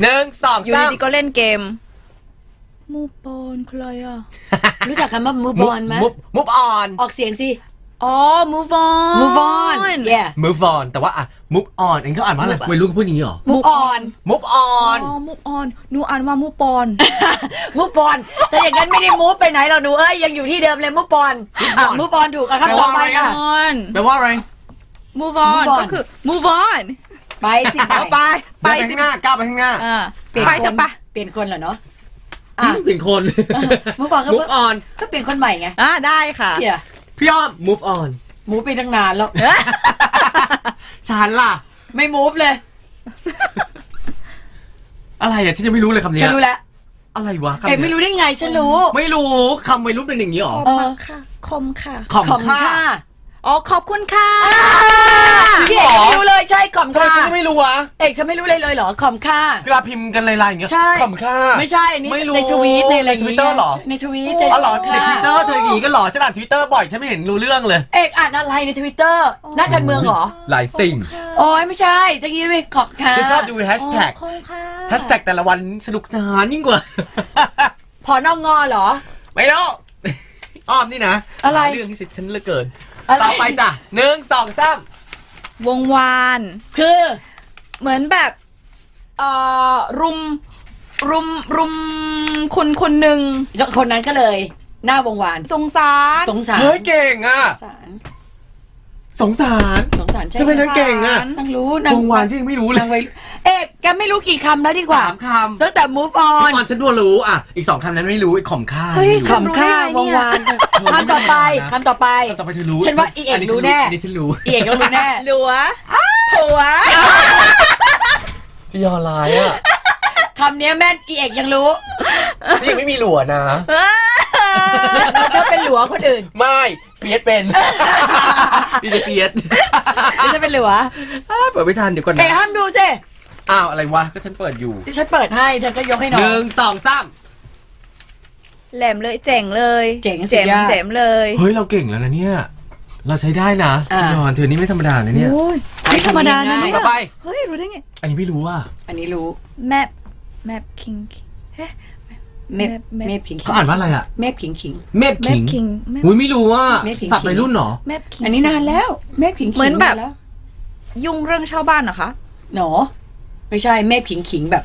Speaker 3: หนึ่งสอง
Speaker 2: อยู่
Speaker 3: สาม
Speaker 2: ดีๆก็เล่นเกม มูปอนใครอ่ะ
Speaker 4: รู้จักคำว่า move on ไหม
Speaker 3: Move- move on
Speaker 4: ออกเสียงสิ
Speaker 2: อ๋อ move on
Speaker 4: move on yeah
Speaker 3: move on แต่ว่าอ่ะ move on เองเขาอ่านว่าอะไร
Speaker 4: Move on
Speaker 3: วัยรุ่นเขาพูดอย่างนี้เหรอ
Speaker 4: move on
Speaker 3: move
Speaker 2: อ๋อ
Speaker 3: on
Speaker 2: move on หนูอ่านว่ามูปอน
Speaker 4: move on แต่อย่างนั้นไม่ได้ move ไปไหนเราหนูเอ้ยยังอยู่ที่เดิมเลย move on อ่ะ move on ถูกอ่ะครับ
Speaker 3: แปล
Speaker 4: ต่อ
Speaker 3: ว่า
Speaker 4: ไป
Speaker 3: อะไรอ่ะ
Speaker 4: ค่ะ
Speaker 2: on
Speaker 3: แปลว่าอะไร
Speaker 2: move on
Speaker 4: Move on
Speaker 2: ก็คือ move on
Speaker 4: ไปสิ
Speaker 2: เอาไป
Speaker 3: ไป
Speaker 2: ไป
Speaker 3: ข้า
Speaker 2: สิ
Speaker 3: งหน้าก้าวไปข้างหน้า
Speaker 2: อ่า
Speaker 4: เปลี่ยน
Speaker 2: ไป
Speaker 4: คน
Speaker 2: เถอะปะ
Speaker 4: เปลี่ยนคนเหรอเนาะ
Speaker 3: อืมเปลี่ยนคน
Speaker 4: move on ก็
Speaker 3: move on
Speaker 4: ก็เปลี่ยนคนใหม่ไง
Speaker 2: อ่าได้ค่ะ
Speaker 4: เพี่ย
Speaker 3: พี่อ้อม move on
Speaker 4: มูไปตั้งนานแล้ว
Speaker 3: ฉันล่ะ
Speaker 4: ไม่ move เลย
Speaker 3: อะไรอ่ะ ฉันยังไม่รู้เลยคำนี้
Speaker 4: ฉันรู้แล้ว
Speaker 3: อะไรวะคำ
Speaker 4: เอก
Speaker 3: นี้
Speaker 4: ไม่รู้ได้ไงฉันรู้
Speaker 3: ไม่รู้คำวัยรุ่นเป็นอย่างนี้เหรอ
Speaker 2: ขอบมากค่ะ คมค่ะ
Speaker 3: ขอบ
Speaker 4: ขอบคุณ
Speaker 3: ค่า
Speaker 4: ค่ะ
Speaker 2: อ๋อขอบคุณค่ะ
Speaker 4: พี่เอกยังไม่รู้เลยใช่ขอม
Speaker 3: ทำไม
Speaker 4: ค่ะ
Speaker 3: ฉันยังไม่รู้วะ
Speaker 4: เอกเธอไม่รู้เลยเลยเหรอขอมค่ะ
Speaker 3: เวลาพิมพ์กันลายๆอย่างเงี้ย
Speaker 4: ใช่
Speaker 3: ขำค่า
Speaker 4: ไม่ใช่อันนี่
Speaker 3: ไม่รู้
Speaker 4: ในทวีตในอะไร
Speaker 3: ในทวิตเตอร์หรอ
Speaker 4: ในทวีต
Speaker 3: อ๋อเหรอในทวิ
Speaker 4: ค่ะ
Speaker 3: ตเตอร์เธออย่างงี้ก็เหรอฉันอ่านทวิตเตอร์บ่อยฉันไม่เห็นรู้เรื่องเลย
Speaker 4: เอกอ่านอะไรในทวิตเตอร์นักการเมืองเหรอ
Speaker 3: หลายสิ่ง
Speaker 4: โอ้ยไม่ใช่ตะกี้ไม่ขอบค่ะ
Speaker 3: ฉันชอบดูแฮชแท็ก
Speaker 2: ขอบคุณค่ะ
Speaker 3: แฮชแท็กแต่ละวันสนุกสนานยิ่งกว่า
Speaker 4: พอนอกงอเหรอ
Speaker 3: ไม่รู้ อ้อมนี่นะ
Speaker 4: อะไร
Speaker 3: หาเรื่องที่ฉันเหลือเกิน
Speaker 4: อะไร
Speaker 3: ต่อไปจ้ะหนึ่งสองสาม
Speaker 2: วงวาน
Speaker 4: คือ
Speaker 2: เหมือนแบบเอ่อรุมรุมรุมคนคนหนึ่ง
Speaker 4: คนนั้นก็เลย หน้าวงวาน
Speaker 2: สงสาร
Speaker 4: สงสาร
Speaker 3: เฮ้ยเก่งอ่ะ
Speaker 4: สงสาร
Speaker 3: สงสาร
Speaker 4: สงสารใช่
Speaker 3: ทำไม
Speaker 4: ไหม
Speaker 3: นางเก่งอะ
Speaker 4: นางรู้
Speaker 3: วงวานที่ยังไม่รู้เลย
Speaker 4: นางไว้เอกแกไม่รู้กี่คำแล้วดีกว่า
Speaker 3: สามคำ
Speaker 4: ตั้งแต่ move
Speaker 3: ต
Speaker 4: on
Speaker 3: อนฉันดัวรู้อ่ะ อีกสองคำนั้นไม่รู้อีกข่อมข้า
Speaker 2: เฮ้ย
Speaker 3: ไม่รู้
Speaker 4: ขำข้าววงวานคำต่อไปคำต่อไป
Speaker 3: คำต่อไปเธอรู้
Speaker 4: ฉันว่าอีเอก
Speaker 3: นนี้ฉั
Speaker 4: รู้แน่
Speaker 3: อันนี้ฉันรู้
Speaker 4: เอกก็รู้แน่
Speaker 2: หลัวหัว
Speaker 3: จีออนไลน์อ่ะ
Speaker 4: คำเนี้ยแม่นอีเอกยังรู้
Speaker 3: ฉันยังไม่มีหลัวนะ
Speaker 4: ถ้าเป็นหลัวคนอื่น
Speaker 3: ไม่เฟียสเป็นดิจะเฟียส
Speaker 4: ไม่ใช่เป็นหลัว
Speaker 3: อ้ าวเปิดไม่ทันเดี๋ยวก่อน
Speaker 4: เอก
Speaker 3: นะ
Speaker 4: ห้ามดูสิ
Speaker 3: อ้าวอะไรวะ ก็ฉันเปิดอยู่
Speaker 4: ที่ฉันเปิดให้เธอก็ยกให้น้อ
Speaker 3: ห
Speaker 4: ง
Speaker 3: นึ่งสองสาม
Speaker 2: แหลมเลยเจ๋งเลย
Speaker 4: เจ๋งสุ
Speaker 2: เจ๋
Speaker 4: ด
Speaker 2: ม
Speaker 4: ยอด
Speaker 2: เจ๋มเลย
Speaker 3: เฮ้ย เราเก่งแล้วนะเนี่ย เราใช้ได้นะ
Speaker 4: อ่า
Speaker 3: จีออนเธอนี่ไม่ธรรมดานะเนี่ย
Speaker 2: โอ้ย
Speaker 4: ไม่ธรรมดานะเนี่ย
Speaker 3: ต่อไป
Speaker 2: เฮ้ย รู้ได้ไง
Speaker 3: อันนี้ไม่รู้ว่า
Speaker 4: อันนี้รู้
Speaker 2: แมปแมปคิงเฮ้
Speaker 4: เมฟ
Speaker 2: เมฟ
Speaker 4: เมฟขิงขิ
Speaker 3: เขา
Speaker 4: ง
Speaker 3: อ่านว่าอะไรอ่ะ
Speaker 4: เมฟขิงขิง
Speaker 3: เมพ
Speaker 2: แม
Speaker 3: ขิ
Speaker 2: ป
Speaker 3: ง
Speaker 2: คิงแมป
Speaker 3: อุ้ยไม่รู้ว่า
Speaker 4: เมพขิง
Speaker 3: สับไปรุ่นเหรอ
Speaker 2: แมปคิง
Speaker 4: อันนี้นานแล้วเมฟขิงขิง
Speaker 2: เหมือนแบบ
Speaker 4: าล้ว
Speaker 2: ยุ่งเรื่องเช่าบ้านเหรอคะ
Speaker 4: หนอไม่ใช่เมฟขิงขิงแบบ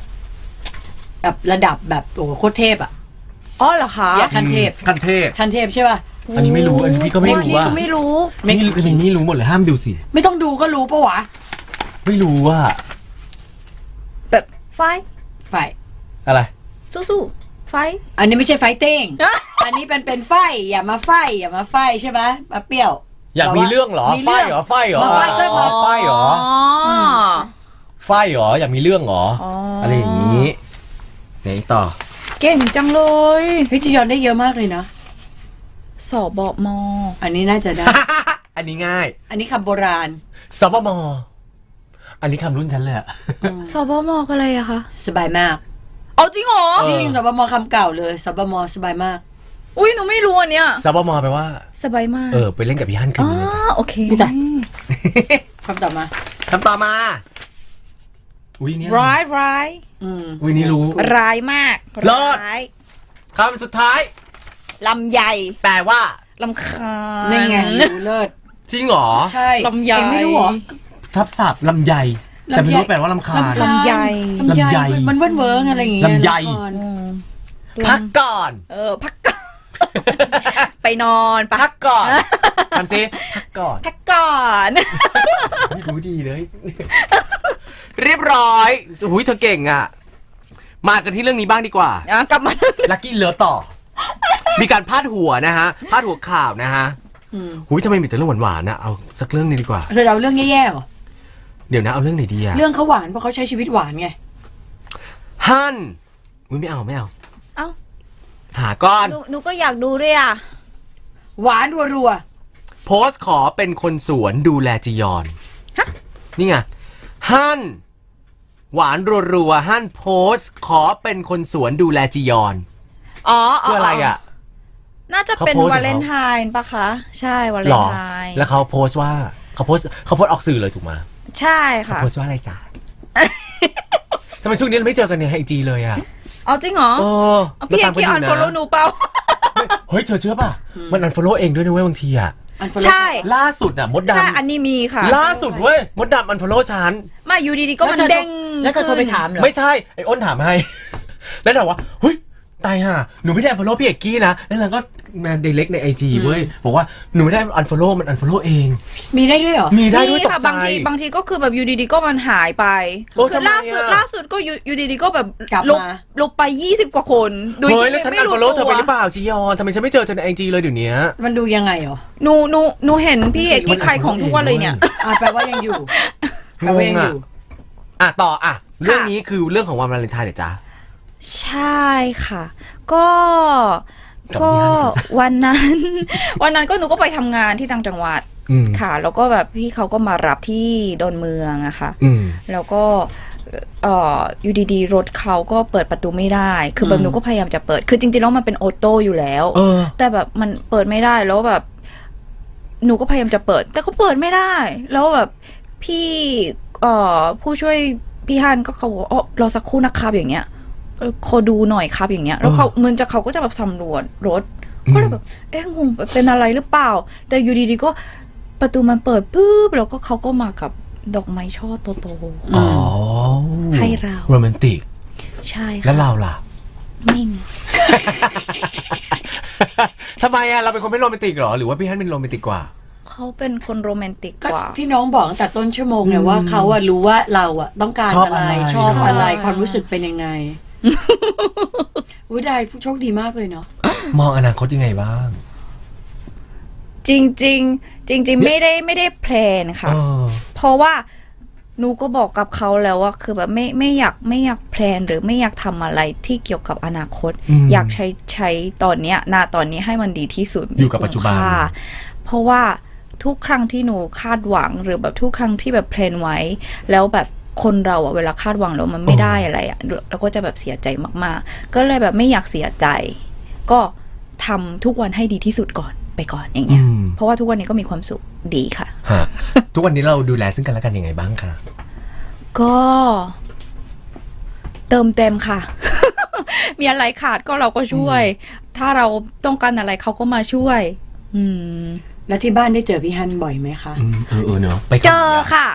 Speaker 4: แบบระดับแบบโอ้โหโคตรเทพอ่ะ
Speaker 2: อ๋อเหรอคะ
Speaker 4: ยะคันเทพ
Speaker 3: คันเทพ
Speaker 4: คันเทพใช่ป่ะ
Speaker 3: อันนี้ไม่รู้ อันนี้พี่ก็ไม่รู้
Speaker 2: พี่
Speaker 3: ว่า
Speaker 2: ก็ไม่รู้
Speaker 4: เมพ
Speaker 3: นี่
Speaker 4: ขิงขิง
Speaker 3: นี่รู้หมดเลยห้ามดูสิ
Speaker 4: ไม่ต้องดูก็รู้ปะวะ
Speaker 3: ไม่รู้ว่า
Speaker 2: แบบไฟ
Speaker 4: ไฟ
Speaker 3: อะไร
Speaker 2: สู้ๆไฟ
Speaker 4: อันนี้ไม่ใช่ไฟเต้งอันนี้เป็นเป็นไฟอย่ามาไฟอย่ามาไฟใช่ไหมมาเปรี้ยว
Speaker 3: อยากมีเรื่องเหรอ
Speaker 4: มี
Speaker 3: ไฟ
Speaker 4: เง
Speaker 3: เหรอ ไฟเหรอ
Speaker 4: มาไฟก็พอ
Speaker 3: ไฟเหรอ
Speaker 2: อ๋ออ
Speaker 3: ไฟเหรอ อยากมีเรื่องเหรออ
Speaker 2: ออ
Speaker 3: อะไรอย่างนี้ไหนต่อ
Speaker 2: เก่งจังเลย
Speaker 4: เฮ้ยจียอนได้เยอะมากเลยนะ
Speaker 2: สอบบมอ
Speaker 4: อันนี้น่าจะได้
Speaker 3: อันนี้ง่าย
Speaker 4: อันนี้คำโบราณ
Speaker 3: สบมอันนี้คำรุ่นฉันเลยอะ
Speaker 2: สอบบมออะไรอะคะ
Speaker 4: สบายมาก
Speaker 2: เอาจริงเหรอ
Speaker 3: เออ
Speaker 4: จริงสบมคำเก่าเลยสบมสบายมาก
Speaker 2: อุ้ยหนูไม่รู้อันเนี้ย
Speaker 3: สบมแปลว่า
Speaker 2: สบายมาก
Speaker 3: เออ ไปเล่นกับพี่ฮั่นคื
Speaker 2: อ๋
Speaker 3: น
Speaker 2: อ
Speaker 3: นึงจ้ะ
Speaker 2: โอเค
Speaker 4: นี่จ้ะ คำต่อมา
Speaker 3: คำต่อมา อุ้ยเนี่ย
Speaker 2: ร้ายร้าย
Speaker 4: อืม
Speaker 3: อุ้ยนี่รู้
Speaker 2: ร้ายมาก
Speaker 3: เลิศ
Speaker 2: ร้าย
Speaker 3: คำสุดท้าย
Speaker 2: ลำใหญ่
Speaker 3: แปลว่า
Speaker 2: ลำคาญ
Speaker 4: นี่ไงรู้เลิศ
Speaker 3: จริงเหรอ
Speaker 4: ใช่
Speaker 2: ลำไย
Speaker 4: เองไม่รู้เหรอ
Speaker 3: ทับศัพท์ลำไยแต่ไม่รู้แปลว่าลำคาญ
Speaker 4: ลำ
Speaker 2: ใหญ่
Speaker 4: ลำ
Speaker 3: ลำไย
Speaker 4: ไยมันเวิร์นเวิร์นอะไรอย่างเงี้ย
Speaker 3: ลำไย
Speaker 4: ละคร
Speaker 3: พักก่ อน
Speaker 2: เออพักก่อน ไปนอนปะ
Speaker 3: พักก่อนทำซิพักก่อน
Speaker 2: พักก่อน
Speaker 3: ไม่รู้ดีเลย เรียบร้อยหุยเธอเก่งอ่ะ มากันที่เรื่องนี้บ้างดีกว่า
Speaker 2: อ่ะกลับมา
Speaker 3: ลักกี้เลิฟต่อ มีการพาดหัวนะฮะ พาดหัวข่าวนะฮะหุยทำไมมีแต่เรื่องหวานๆนะเอาสักเรื่องหนึงดีกว่า
Speaker 4: เธอเอาเรื่องแย่ๆเหรอ
Speaker 3: เดี๋ยวนะเอาเรื่องไหนดีอะ
Speaker 4: เรื่องเขาหวานเพราะเขาใช้ชีวิตหวานไง
Speaker 3: ฮั่นอุยไม่เอาไม่เอา
Speaker 2: เอ้า
Speaker 3: หาก่อน
Speaker 2: หนูหนูก็อยากดูด้วยอ่ะ
Speaker 4: หวานรัว
Speaker 3: โพสต์ขอเป็นคนสวนดูแลจียอน นี่ไง ฮั่น หวานรัวๆ ฮั่นโพสต์ขอเป็นคนสวนดูแลจียอน
Speaker 2: อ๋อ
Speaker 3: เพื่ออะไรอ่ะ
Speaker 2: น่าจะเป็น
Speaker 3: เขาโพสต์
Speaker 2: วาเลนไทน์ปะคะ ใช่วาเล
Speaker 3: หร
Speaker 2: น
Speaker 3: อ
Speaker 2: ไทน์
Speaker 3: แล้วเขาโพสต์ว่าเขาโพสต์เขาโพสต์ออกสื่อเลยถูกไหมย
Speaker 2: ใช่ค่ะ
Speaker 3: โพสต์ว่าอะไร จ้า ทำไมช่วงนี้เราไม่เจอกันในไอจีเลยอ่ะ
Speaker 2: เอาจริงเหรอ
Speaker 3: เออ
Speaker 2: เอาพี่เอ
Speaker 3: เราตาม
Speaker 2: กี้
Speaker 3: ยู่
Speaker 2: อ่อนโฟลหนูเปล่า
Speaker 3: เฮ้ยเธอเชื่อป่ะ มันอันฟอลโล่เองด้วยนะเว้ยบางทีอ่ะ
Speaker 4: ๆอันฟอลโล่
Speaker 2: ใช่
Speaker 3: ล่าสุดอ่ะ มด
Speaker 2: ใช่อัน
Speaker 3: ดำ
Speaker 2: นี้มีค่ะ
Speaker 3: ล่าสุดเว้ย มดดำอันฟอลโล่ฉัน
Speaker 2: มาอยู่ดีๆก็มันเด้ง
Speaker 4: แล้วเธอโทรไปถามเหรอ
Speaker 3: ไม่ใช่ ไอ้อ้นถามให้ แล้วถามว่าเฮ้ยตายห่าหนูไม่ได้อันฟอลโล่พี่เอกกี้นะ แล้วนางก็มาเดเล็กในไอจีเว้ย บอกว่าหนูไม่ได้อันฟอลโล่มันอันฟอลโล่เอง
Speaker 4: มีได้ด้วยเหรอ
Speaker 3: มีได้ด้ว
Speaker 2: มี
Speaker 3: ยตก
Speaker 2: ค่ะ
Speaker 3: ใจ
Speaker 2: บางทีบางทีก็คือแบบอยู่ดีๆก็มันหายไป
Speaker 3: โอ้
Speaker 2: คื
Speaker 3: ทำไม
Speaker 2: ล่าสุด
Speaker 3: อะ
Speaker 2: ล่าสุดก็อยู่อยู่ดีๆก็แบบ
Speaker 4: กลับ
Speaker 2: ลบ
Speaker 4: มา
Speaker 2: ลบไป 20 กว่าคนโดย
Speaker 3: เฮ้ย
Speaker 2: ที่
Speaker 3: แล้วฉัน
Speaker 2: ไม่
Speaker 3: อัน
Speaker 2: รู้
Speaker 3: ฟอลโล่เธ
Speaker 2: ตั
Speaker 3: อไป
Speaker 2: ว
Speaker 3: หรือเปล่าจียอนทำไมฉันไม่เจอเธอในไอจีเลยเดี๋ยวนี้
Speaker 4: มันดูยังไงเหรอ
Speaker 2: หนูหนูหนูเห็นพี่เอกที่ใครของทุกวันเลยเนี่ย
Speaker 4: อ่ะแปลว่ายังอยู่แปลว่ายังอยู่
Speaker 3: อ่ะต่ออ่ะ เรื่องนี้คือเรื่องของวันวาเลนไทน์เหรอจ๊ะ
Speaker 2: ใช่ค่ะ ก็
Speaker 3: กลับ
Speaker 2: ก็
Speaker 3: บ้าน
Speaker 2: วันนั้น วันนั้นก็หนูก็ไปทำงานที่ต่างจังหวัด
Speaker 3: อืม
Speaker 2: ค่ะ แล้วก็แบบพี่เขาก็มารับที่ดอนเมืองอะค่ะ
Speaker 3: อืม
Speaker 2: แล้วก็เอ่ออยู่ดีๆ รถเขาก็เปิดประตูไม่ได้ คืออ
Speaker 4: ม
Speaker 2: แบบหนูก็พยายามจะเปิด คือจริงๆแล้วมันเป็นออโต้อยู่แล้ว
Speaker 3: เออ
Speaker 2: แต่แบบมันเปิดไม่ได้แล้วแบบ หนูก็พยายามจะเปิด แต่ก็เปิดไม่ได้ แล้วแบบพี่เอ่อผู้ช่วยพี่ฮันก็เขาบอกว่าอ๋อรอสักครู่นะครับอย่างเงี้ยเออขอดูหน่อยครับอย่างเงี้ย แล้วเขาเหมือนจะเขาก็จะแบบสำรวจรถ
Speaker 3: อืม
Speaker 2: ก็เลยแบบ เอ๊ะงงเป็นอะไรหรือเปล่า แต่อยู่ดีๆก็ประตูมันเปิดปุ๊บแล้วก็เขาก็มากับดอกไม้ช่อโต
Speaker 3: อ๋อ
Speaker 2: ให้เรา
Speaker 3: โรแมนติก
Speaker 2: ๆใช่ค่ะ
Speaker 3: แล้วเราล่ะ
Speaker 2: ไม่มี
Speaker 3: ทำไมอ่ะ เราเป็นคนไม่โรแมนติกเหรอ หรือว่าพี่ฮันเป็นโรแมนติกกว่า
Speaker 2: เขาเป็นคนโรแมนติก
Speaker 4: ก็
Speaker 2: กว่า
Speaker 4: ที่น้องบอกตั้งแต่ต้นชั่วโมงเนี่ยว่าเขาอะรู้ว่าเราอะต้องการ
Speaker 3: ชอบ
Speaker 4: อะไร
Speaker 3: อะไร
Speaker 4: ชอบอะไร
Speaker 2: ใช่
Speaker 4: ความรู้สึกเป็นยังไง วุ้ยได้ผู้โชคดีมากเลยเนาะ
Speaker 3: มองอนาคตยังไงบ้าง
Speaker 2: จริงๆ จริง ๆ ไม่ได้ไม่ได้แพลนค่ะ
Speaker 3: เออ
Speaker 2: เพราะว่าหนูก็บอกกับเขาแล้วว่าคือแบบไม่ไม่อยากไม่อยากแพลนหรือไม่อยากทำอะไรที่เกี่ยวกับอนาคต
Speaker 3: อืม
Speaker 2: อยากใช้ใช้ตอนเนี้ยนาตอนนี้ให้มันดีที่สุด
Speaker 3: อยู่กับปัจจุบัน
Speaker 2: มีคุณค่าเพราะว่าทุกครั้งที่หนูคาดหวังหรือแบบทุกครั้งที่แบบแพลนไว้ แล้วแบบคนเราอะเวลาคาดหวังแล้วมันไม่ได้อะไรอะเราก็จะแบบเสียใจมากๆ ก็เลยแบบไม่อยากเสียใจ ก็ทำทุกวันให้ดีที่สุดก่อนไปก่อนอย่างเงี้ย
Speaker 3: อืม
Speaker 2: เพราะว่าทุกวันนี้ก็มีความสุขดีค่ะ
Speaker 3: ฮะ ทุกวันนี้เราดูแลซึ่งกันและกันยังไงบ้างคะ
Speaker 2: ก็เติมเต็มค่ะ มีอะไรขาดก็เราก็ช่วย ถ้าเราต้องการอะไรเขาก็มาช่วย อืม
Speaker 4: แล้วที่บ้านได้เจอพี่ฮันบ่อยไหมคะ
Speaker 3: อืมเออเออเนาะไป
Speaker 2: เจ
Speaker 3: กัน
Speaker 2: อค่ะ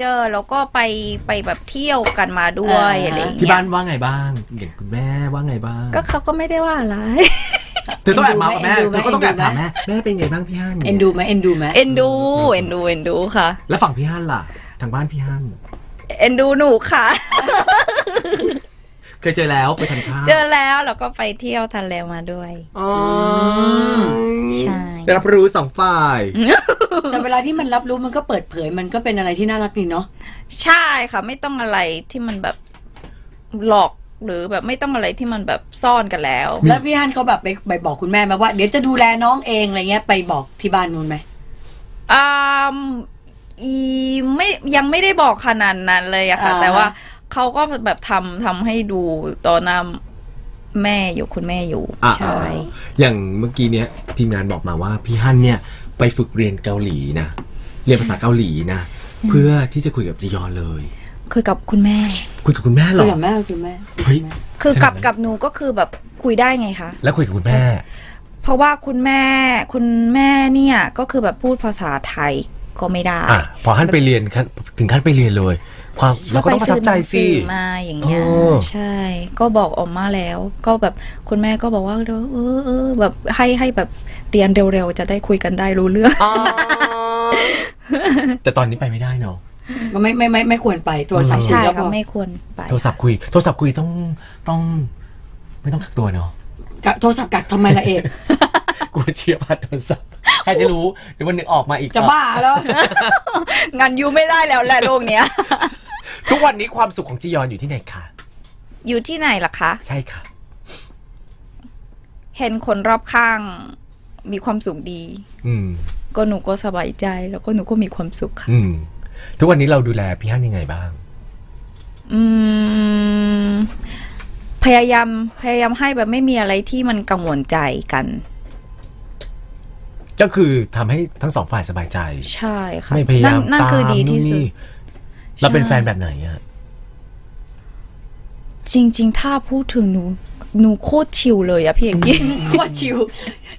Speaker 2: เจอแล้วก็ไปไปแบบเที่ยวกันมาด้วย
Speaker 4: อ่า
Speaker 2: อะไรอย่าง
Speaker 3: ที่
Speaker 2: เงี้
Speaker 3: บ้าย นว่าไงบ้างอย่างคุณแม่ว่าไงบ้าง
Speaker 2: ก็เขาก็ไม่ได้ว่าอะไร
Speaker 3: เธอต้องแอบเมาส์กับแม่
Speaker 4: เอ็นดูไหม
Speaker 3: เธอก็ต้องแอบ
Speaker 4: เอ็น
Speaker 3: ถาม
Speaker 4: ดูไหม
Speaker 3: แม่ แม่เป็นไงบ้างพี่ฮัน
Speaker 4: เอ็นดูไหมเอ็นดูไหม
Speaker 2: เอ็นดู เอ็นดู เอ็นดูค่ะ
Speaker 3: แล้วฝั่งพี่ฮันล่ะ ทางบ้านพี่ฮัน
Speaker 2: เอ็นดูหนูค่ะ
Speaker 3: เคยเจอแล้วไปทานข้าว
Speaker 2: เจอแล้วแล้วก็ไปเที่ยวทะเลมาด้วย
Speaker 3: อ๋อ
Speaker 2: ใช่
Speaker 3: ได้รับรู้สองฝ่าย
Speaker 4: แต่เวลาที่มันรับรู้มันก็เปิดเผยมันก็เป็นอะไรที่น่ารักดีเนาะ
Speaker 2: ใช่ค่ะ ไม่ต้องอะไรที่มันแบบหลอกหรือแบบไม่ต้องอะไรที่มันแบบซ่อนกันแล้ว
Speaker 4: แล้วพี่ฮันเขาแบบไปไปบอกคุณแม่ไหมาว่า เดี๋ยวจะดูแลน้องเองอะไรเงี้ยไปบอกที่บ้านนู้นไหม
Speaker 2: อืมอีไม่ยังไม่ได้บอกขนาดนั้นเลยอะค่ะ
Speaker 4: อ่า
Speaker 2: แต่ว่าเขาก็แบบทำทำให้ดูตอนหน้าแม่อยู่คุณแม่อยู่
Speaker 3: อ่ะ
Speaker 2: ใช่
Speaker 3: อย่างเมื่อกี้เนี้ยทีมงานบอกมาว่าพี่ฮันเนี่ยไปฝึกเรียนเกาหลีนะเรียนภาษาเกาหลีนะเพื่อที่จะคุยกับจียอนเลย
Speaker 2: คุยกับคุณแม่
Speaker 3: คุยกับคุณแม่เหร
Speaker 4: คุย
Speaker 3: อ
Speaker 4: กับแม่คุณแม่
Speaker 3: เฮ้ย
Speaker 2: คือ
Speaker 3: ใช่ไหม
Speaker 2: กับกับหนูก็คือแบบคุยได้ไงคะ
Speaker 3: แล้วคุยกับคุณแม่
Speaker 2: เพราะว่าคุณแม่คุณแม่เนี่ยก็คือแบบพูดภาษาไทยก็ไม่ได้
Speaker 3: อ่ะพอฮันไปเรียนขั้นถึงขั้นไปเรียนเลย ความเราก็ต้องประทับใจสิ
Speaker 2: ก็ไปซื้อหนังสือมาอย่างเงี้ย
Speaker 3: โอ้
Speaker 2: ใช่ ก็บอกออกมาแล้ว ก็แบบคุณแม่ก็บอกว่าเออเออแบบให้ให้แบบเรียนเร็วๆจะได้คุยกันได้รู้เรื่อง
Speaker 3: แต่ตอนนี้ไปไม่ได้เนาะ
Speaker 4: ไม่ไม่ไม่ไม่ควรไปตัวสาย
Speaker 2: ใช่
Speaker 4: แล้ว
Speaker 2: ค่ะ
Speaker 4: ก็
Speaker 2: ไม่ควรไป
Speaker 3: โทรศัพท์คุย โทรศัพท์คุยต้องต้อง ไม่ต้องกักตัวเนาะ
Speaker 4: กะโทรศัพท์กักทำไมละเอก
Speaker 3: กลัวเชียร์พลาดโทร ศัพท์ใครจะรู้เดี๋ยววันหนึ่งออกมาอีก
Speaker 4: จะบ้าแล้ว
Speaker 2: งานยูไม่ได้แล้วแหละโลก เนี้ย
Speaker 3: ทุกวันนี้ความสุขของจียอนอยู่ที่ไหนคะ
Speaker 2: อยู่ที่ไหนล่ะคะ
Speaker 3: ใช่ค่ะ
Speaker 2: เห็นคนรอบข้างมีความสุขดี
Speaker 3: อืม
Speaker 2: ก็หนูก็สบายใจแล้วก็หนูก็มีความสุขค่ะ
Speaker 3: อืม ทุกวันนี้เราดูแลพี่ฮันยังไงบ้าง
Speaker 2: อืม พยายามพยายามให้แบบไม่มีอะไรที่มันกังวลใจกัน
Speaker 3: ก็คือทำให้ทั้งสองฝ่ายสบายใจ
Speaker 2: ใช่ค่ะ
Speaker 3: ไม่พยายาม
Speaker 2: นนั่นคือดีที่สุ
Speaker 3: ตามนู่
Speaker 2: ด
Speaker 3: นนี่เราเป็นแฟนแบบไหนอะ
Speaker 2: จริง ๆ ถ้าพูดถึงหนู หนูโคตรชิลเลยอะพี่เอกกี้
Speaker 4: โคตรชิว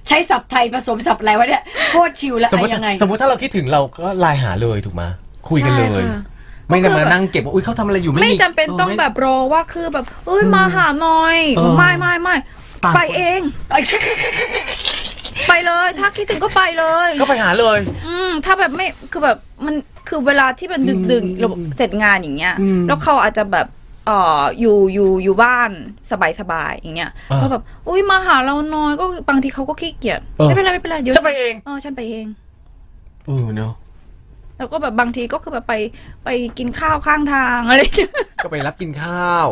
Speaker 4: ใช้ศัพท์ไทยผสมศัพท์อะไรวะเนี่ยโคตรชิวแล้ว
Speaker 3: สมม
Speaker 4: อะ
Speaker 3: ติ
Speaker 4: ยังไง
Speaker 3: สมมติถ้าเราคิดถึงเราก็ไลน์หาเลยถูกไหมยคุยกันเลย
Speaker 2: ใช่ค่ะ
Speaker 3: ไม่
Speaker 2: ก็
Speaker 3: ได้
Speaker 2: คือ
Speaker 3: มา
Speaker 2: แบบ
Speaker 3: นั่งเก็บว่าอุ้ยเขาทำอะไรอยู่ไม่
Speaker 2: ไม่
Speaker 3: มี
Speaker 2: จำเป็นต้อง
Speaker 3: ไม่
Speaker 2: แบบรอว่าคือแบบ เอ้ยมาหาหน่อย
Speaker 3: เออ
Speaker 2: ไม่ไม่ไม่
Speaker 3: ต่างคน
Speaker 2: ไปเอง ไปเลย ถ้าคิดถึงก็ไปเลย
Speaker 3: ก็ไปหาเลย
Speaker 2: อืม ถ้าแบบไม่คือแบบมันคือเวลาที่มันดึกดึกๆเราเสร็จงานอย่างเงี้ย
Speaker 3: อืม
Speaker 2: แล้วเขาอาจจะแบบเอ่ออยู่อยู่อยู่บ้านสบายสบายๆอย่างเงี้ย
Speaker 3: อ่า
Speaker 2: ก็แบบอุ้ยมาหาเราหน่อยก็บางทีเขาก็ขี้เกียจ
Speaker 3: เออ
Speaker 2: ไม่เป็นไรไม่เป็นไรเดี๋ยว
Speaker 3: จะไปเอง
Speaker 2: เออฉันไปเอง
Speaker 3: เออเนาะ
Speaker 2: แล้วก็แบบบางทีก็คือแบบไปไปกินข้าวข้างทางอะไรอย่างเงี้ย
Speaker 3: ก็ไปรับกินข้าว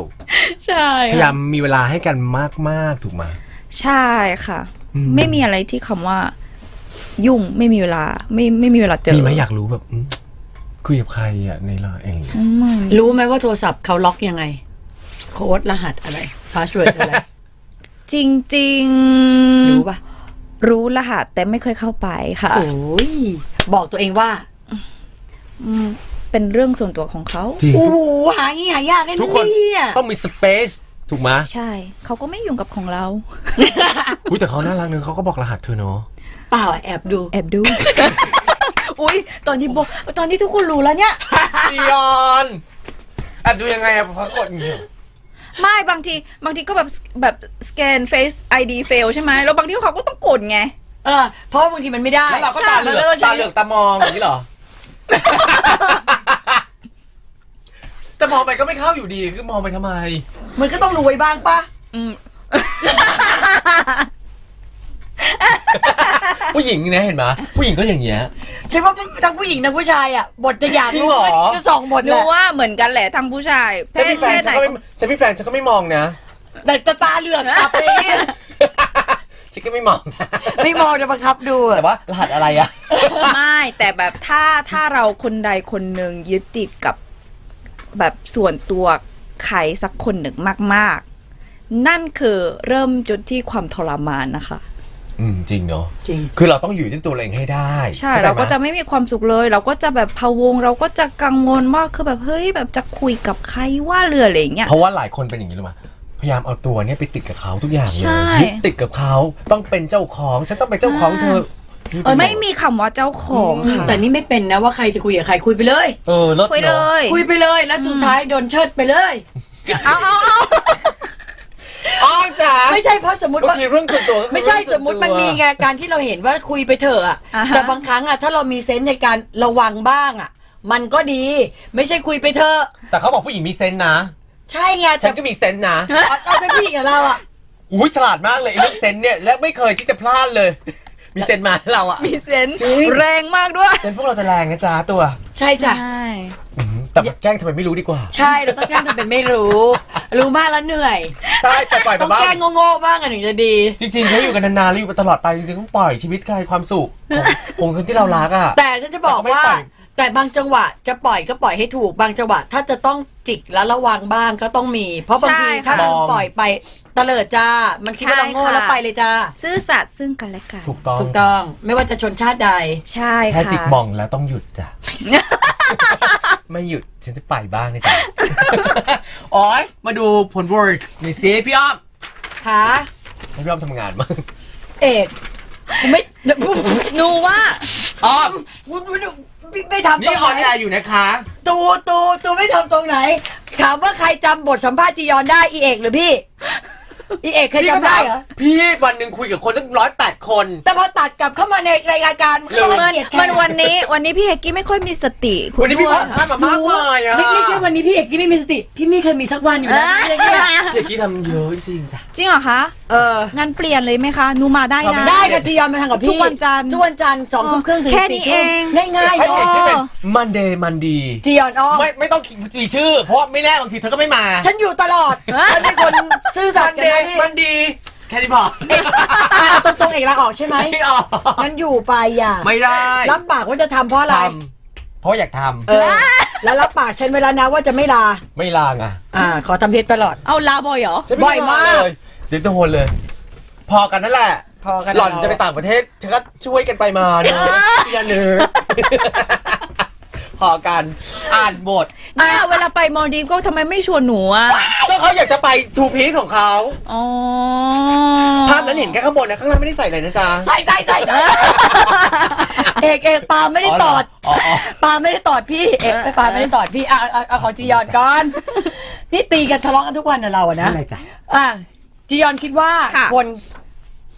Speaker 2: ใช่
Speaker 3: พยายามมีเวลาให้กันมากๆถูกไหมย
Speaker 2: ใช่ค่ะ
Speaker 3: อืม
Speaker 2: ไม่มีอะไรที่คำว่า ยุ่งไม่มีเวลาไม่ไม่มีเวลาเจอ
Speaker 3: มีไหมอยากรู้แบบอืมคุยกับใครอ่ะในไลน์อะไรอย่างเงี้ย
Speaker 2: ไม่
Speaker 4: รู้ไหมว่าโทรศัพท์เขาล็อกยังไง โค้ดรหัสอะไรพาสเวิร์ดอะไร
Speaker 2: จริงจริง
Speaker 4: รู้ปะ
Speaker 2: ๆ รู้รหัสแต่ไม่เคยเข้าไปค่ะ
Speaker 4: โอ้ยบอกตัวเองว่า
Speaker 2: เป็นเรื่องส่วนตัวของเขา
Speaker 3: จริง
Speaker 4: โอ้โหหางี้หายากเลย
Speaker 3: ทุกคน
Speaker 4: เนี่ย
Speaker 3: ต้องมีสเปซถูกไหม
Speaker 2: ใช่ เขาก็ไม่ยุ่งกับของเรา
Speaker 3: อุ้ยแต่เขาน่ารักเนอะเขาก็บอกรหัสเธอ เนาะ
Speaker 4: เปล่าแอบดู
Speaker 2: แอบดู อุ้ยตอนนี้บอกตอนนี้ทุกคนรู้แล้วเนี่ย
Speaker 3: ดิออนแอบดูยังไงอะเพราะกดอย่างเงี้ย
Speaker 2: ไม่บางทีบางทีก็แบบแบบสแกน Face ID fail ใช่ไหมแล้วบางทีเขาก็ต้องกดไง
Speaker 4: เออ เพราะว่าบางทีมันไม่ได้
Speaker 3: แล้วเราก็ตาเหลือก
Speaker 4: ใช่มัน
Speaker 3: ตาเหลือกตามองอย่างนี้เหรอ แต่มองไปก็ไม่เข้าอยู่ดี คือมองไปทำไม
Speaker 4: มันก็ต้องรวยบ้างปะ
Speaker 3: ผู้หญิงนะเห็นไหมผู้หญิงก็อย่างเงี้ย
Speaker 4: ใช่ว่าทั้งผู้หญิงทั้งผู้ชายอ่ะบทจะอยาก
Speaker 3: จริง
Speaker 4: รู้
Speaker 3: เหรอ
Speaker 4: ก็สองบท
Speaker 2: ห
Speaker 4: แห
Speaker 2: นู
Speaker 4: ละ
Speaker 2: ว่าเหมือนกันแหละทั้งผู้ชายเพ
Speaker 3: ฉัน
Speaker 2: ศ
Speaker 3: มีแฟ
Speaker 2: เพ
Speaker 3: น
Speaker 2: ศไห
Speaker 3: ฉั
Speaker 2: น
Speaker 3: นก็ไม่ฉันมีแฟนฉันก็ไม่มองนะ
Speaker 4: แต่แต่ตาเหลือกกลับไปเนี่ย
Speaker 3: ฉันก็ไม่มองนะ
Speaker 4: ไม่มองจะบังคับดูอะ
Speaker 3: แต่ว่ารหัสอะไรอะ
Speaker 2: ไม่แต่แบบถ้าถ้าเราคนใดคนหนึ่งยึดติดกับแบบส่วนตัวใครสักคนหนึ่งมาก ๆ นั่นคือเริ่มจุดที่ความทรมานนะคะ
Speaker 3: อืมจริงเนาะ
Speaker 4: จริง
Speaker 3: คือเราต้องอยู่ที่ตัวเราเองให้ได้
Speaker 2: ใช่
Speaker 3: ข้ใจ
Speaker 2: เรา
Speaker 3: ไหม
Speaker 2: ก็จะไม่มีความสุขเลย เราก็จะแบบพะวง เราก็จะกังวลมากคือแบบเฮ้ยแบบจะคุยกับใครว่าเรืออะไรอย่างเงี้ย
Speaker 3: เพราะว่าหลายคนเป็นอย่างนี้รู้ไหมพยายามเอาตัวเนี่ยไปติดกับเขาทุกอย่างเลย
Speaker 2: ใช่
Speaker 3: ยึดติดกับเขาต้องเป็นเจ้าของ ฉันต้องเป็นเจ้าของเธอ
Speaker 4: เออ
Speaker 2: ไม่มีคำว่าเจ้าของค่ะ
Speaker 4: แต่นี่ไม่เป็นนะว่าใครจะคุยกับใครคุยไปเลย
Speaker 3: เออเลิศ
Speaker 2: คุย
Speaker 3: เน
Speaker 2: เล
Speaker 3: อะ
Speaker 2: ย
Speaker 4: คุยไปเลยแล้วสุดท้ายโดนเชิดไปเลย
Speaker 2: เอาเอาเอา
Speaker 3: อ้อมจ๋า
Speaker 4: ไม่ใช่เพราะสมมติ
Speaker 3: บาง
Speaker 4: ว่า
Speaker 3: ทีเรื่องส่วนตัวก็คือ
Speaker 4: ไม่ใช่
Speaker 3: เรื่อง
Speaker 4: ส
Speaker 3: ว
Speaker 4: ม
Speaker 3: น
Speaker 4: มติมันมีไงการที่เราเห็นว่าคุยไปเถอะอะ
Speaker 2: าฮะ
Speaker 4: แต่บางครั้งอะถ้าเรามีเซนส์ในการระวังบ้างอะมันก็ดี ไม่ใช่คุยไปเถอะ
Speaker 3: แต่เขาบอกผู้หญิงมีเซนส์นะ
Speaker 4: ใช่ไง
Speaker 3: ฉั
Speaker 4: แต่
Speaker 3: นก็มีเซนส์นะ
Speaker 4: เอาเอาเป็นพี่กับเราอะ
Speaker 3: อุ้ยฉลาดมากเลยไอ้เรื่องเซนส์เนี่ยและไม่เคยที่จะพลาดเลย มีเซนส์มาให้เราอะ
Speaker 2: มีเซนส์
Speaker 3: จริง
Speaker 2: แรงมากด้วย
Speaker 3: เซนส์พวกเราจะแรงนะจ๊ะตัว
Speaker 4: ใช่จ้ะ
Speaker 3: อื้อหือแต่แบบแกล้งทำไมไม่รู้ดีกว่า
Speaker 4: ใช่เราต้องแกล้งทำเป็นไม่รู้ รู้มากแล้วเหนื่อย
Speaker 3: ใช่ปล่อยๆ
Speaker 4: ต้
Speaker 3: ไป
Speaker 4: อง
Speaker 3: บ้า
Speaker 4: แกล้
Speaker 3: ง
Speaker 4: งโง่ๆบ้างอะถึงจะดี
Speaker 3: จริงๆเขาอยู่กันนานๆแล้วอยู่กันตลอดไปจริงๆต้องปล่อยชีวิตใครความสุขของของคนที่เรารักอะ
Speaker 4: แต่ฉันจะบอกว่า
Speaker 3: แต่ก็ไม่ปล่อย
Speaker 4: แต่บางจังหวะจะปล่อยก็ปล่อยให้ถูกบางจังหวะถ้าจะต้องจิกแล้วระวังบ้างก็ต้องมี เพราะบางที
Speaker 2: ใช่ค่ะ
Speaker 4: ถ้าคุณปล่อยไปเตะเลิดจ้า มันคิดว่าเราโง่
Speaker 2: ใช่ค่ะ
Speaker 4: แล้วไปเลยจ้า
Speaker 2: ซื่อสัตย์ซึ่งกันและกัน
Speaker 3: ถูกต้อง
Speaker 4: ถูกต้องไม่ว่าจะชนชาติใด
Speaker 2: ใช่
Speaker 3: แค่
Speaker 2: ค่ะ
Speaker 3: จิกมองแล้วต้องหยุดจ้ะ ไม่หยุดฉันจะไปบ้างนะจ๊ ะ โอ๋อยมาดูผล words ในซีพี่อ้อม
Speaker 4: ค่ะ
Speaker 3: ให้พี่อ้อมทำงานบ้าง
Speaker 4: เอกกูไม่
Speaker 2: หนูว่า
Speaker 3: อ้อม
Speaker 4: ไม่ไม่ทำตร
Speaker 3: นี่
Speaker 4: ง
Speaker 3: ออน
Speaker 4: ไหน
Speaker 3: แอร์อยู่นะคะ
Speaker 4: ตูตูตูไม่ทำตรงไหน ถามว่าใครจำบทสัมภาษณ์จียอนได้อีเอกหรือพี่อีเอกเคย
Speaker 3: พี่ก็
Speaker 4: จำได้
Speaker 3: ถาม
Speaker 4: เหรอ
Speaker 3: พี่วันหนึ่งคุยกับคนตั้งร้อยแปดคน
Speaker 4: แต่พอตัดกลับเข้ามาในรายการมันก็ต้อง
Speaker 2: มั
Speaker 4: มาน เกลียดแท
Speaker 2: มันวันนี้ วันนี้พี่เฮกกี้ไม่ค่อยมีสติคุณ
Speaker 3: วันนี้พี่
Speaker 2: ด้
Speaker 3: พ
Speaker 2: ว
Speaker 3: ลายดพลาดมามากมายอ่ะ
Speaker 4: ไม่ไม่ใช่วันนี้พี่เอกที่ไม่มีสติ พี่ไม่เคยมีสักวันอยู่ แล้วเนี่ยเนี่ย
Speaker 3: เด็กกี้ทำเยอะจริงจ้ะ
Speaker 2: จริงเหรอคะ
Speaker 4: เออ
Speaker 2: งั้นเปลี่ยนเลยไหมคะหนูมาได้นะ
Speaker 4: ได้ค่ะจียอนมาทางกับพี่
Speaker 2: ทุกวันจันทร์
Speaker 4: ทุกวันจันทร์สองทุ่มครึ่งถึง
Speaker 2: แค่นี้
Speaker 4: สี่ทุ่ม
Speaker 2: เอง
Speaker 4: ง่ายๆ
Speaker 3: ให้เพจ
Speaker 4: เนาะ
Speaker 3: ที่เป็นมันเดย์มันดี
Speaker 4: จียอนอ้อม
Speaker 3: ไม่ไม่ต้องมีชื่อ เพราะไม่แน่บางทีเธอก็ไม่มา
Speaker 4: ฉันอยู่ตลอดฉันเป็นคนซื่อสัต
Speaker 3: มั
Speaker 4: ย์
Speaker 3: น
Speaker 4: กัน
Speaker 3: เด
Speaker 4: นะ
Speaker 3: ย์
Speaker 4: พี่
Speaker 3: มันดี แค่นี้พอ
Speaker 4: อ่ะตรงๆเอกลาออกใช่ไหม
Speaker 3: ไม่ออก
Speaker 4: งั้นอยู่ไปอย่า
Speaker 3: ไม่ได้
Speaker 4: รับปากว่าจะทำเพราะอะไร
Speaker 3: ทำเพราะอยากท
Speaker 4: เออแล้วรับปากฉันไว้แล้วนะว่าจะไม่ลา
Speaker 3: ำไม่ลางอ่ะ
Speaker 4: อ่า ขอทำเทปตลอด
Speaker 2: เอาลาบอยเหรอ
Speaker 3: ฉันไได้
Speaker 4: บ่อยมาก
Speaker 3: ลเลยเดี๋ยวโดนเลย พอกันนั่นแหละ
Speaker 4: พอกัน
Speaker 3: หล่อน
Speaker 4: แล้ว
Speaker 3: จะไปต่างประเทศเธอก็ช่วยกันไปมาเนอะเสียเนื้อะพอกันอ่านบท
Speaker 2: อ่ะเวลาไปมอลดีฟก็ทำไมไม่ชวนหนูอ่ะ
Speaker 3: ก็เขาอยากจะไปทูพีซของเขา
Speaker 2: อ๋อ
Speaker 3: ภาพนั้นเห็นแค่ข้างบนนะ ข้างล่างไม่ได้ใส่เลยนะจ๊ะ
Speaker 4: ใส่ใส่ใส่ใส่ เอกเอกปาไม่ได้ตอด
Speaker 3: อ๋อเหรออ๋อ
Speaker 4: ปาไม่ได้ตอดพี่เอกปาไม่ได้ตอดพี่อ่ะเอาเอาของจียอนก่อนนี่ตีกันทะเลาะกันทุกวันนะเราอะนะ
Speaker 3: อะไรจ้ะ
Speaker 4: อ่ะจียอนคิดว่าคน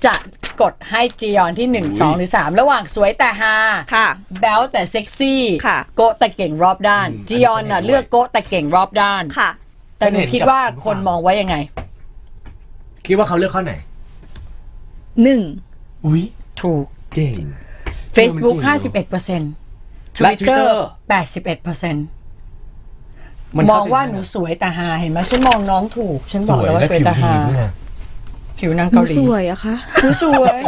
Speaker 4: จะกดให้จียอนที่หนึ่งสองหรือสามระหว่างสวยแต่ฮา
Speaker 2: ค่ะ
Speaker 4: แบลแต่เซ็กซี่
Speaker 2: ค่ะ
Speaker 4: โกะแต่เก่งรอบด้าน
Speaker 3: อืม
Speaker 4: จียอนน่ะ
Speaker 3: อันนี้ฉันเห็นด้วย
Speaker 4: เลือกโกะแต่เก่งรอบด้าน
Speaker 2: ค่ะ
Speaker 4: แต่หนูคิดว่าคนมองไว้ยังไง
Speaker 3: คิดว่าเขาเลือกข้อไหน
Speaker 2: หนึ่ง
Speaker 3: อุ้ย
Speaker 4: ถูก
Speaker 3: เก่ง
Speaker 4: Facebook
Speaker 3: เออมันจริง
Speaker 4: 51เปอร์เซ็นต์
Speaker 3: และ Twitter
Speaker 4: Twitter 81เปอร์เซ็นต์
Speaker 3: มัน
Speaker 4: ม
Speaker 3: เข้า
Speaker 4: อง
Speaker 3: ใจ
Speaker 4: ว่า
Speaker 3: ได้นะ
Speaker 4: หนูสวยแต่หาเห็นไหมฉันมองน้องถูก ฉันบอกแล้วว่าสวยแต่หา
Speaker 3: ด้วยนะ
Speaker 4: ผิวนางเกาหลี
Speaker 2: สวยอะคะ
Speaker 4: หนูสวย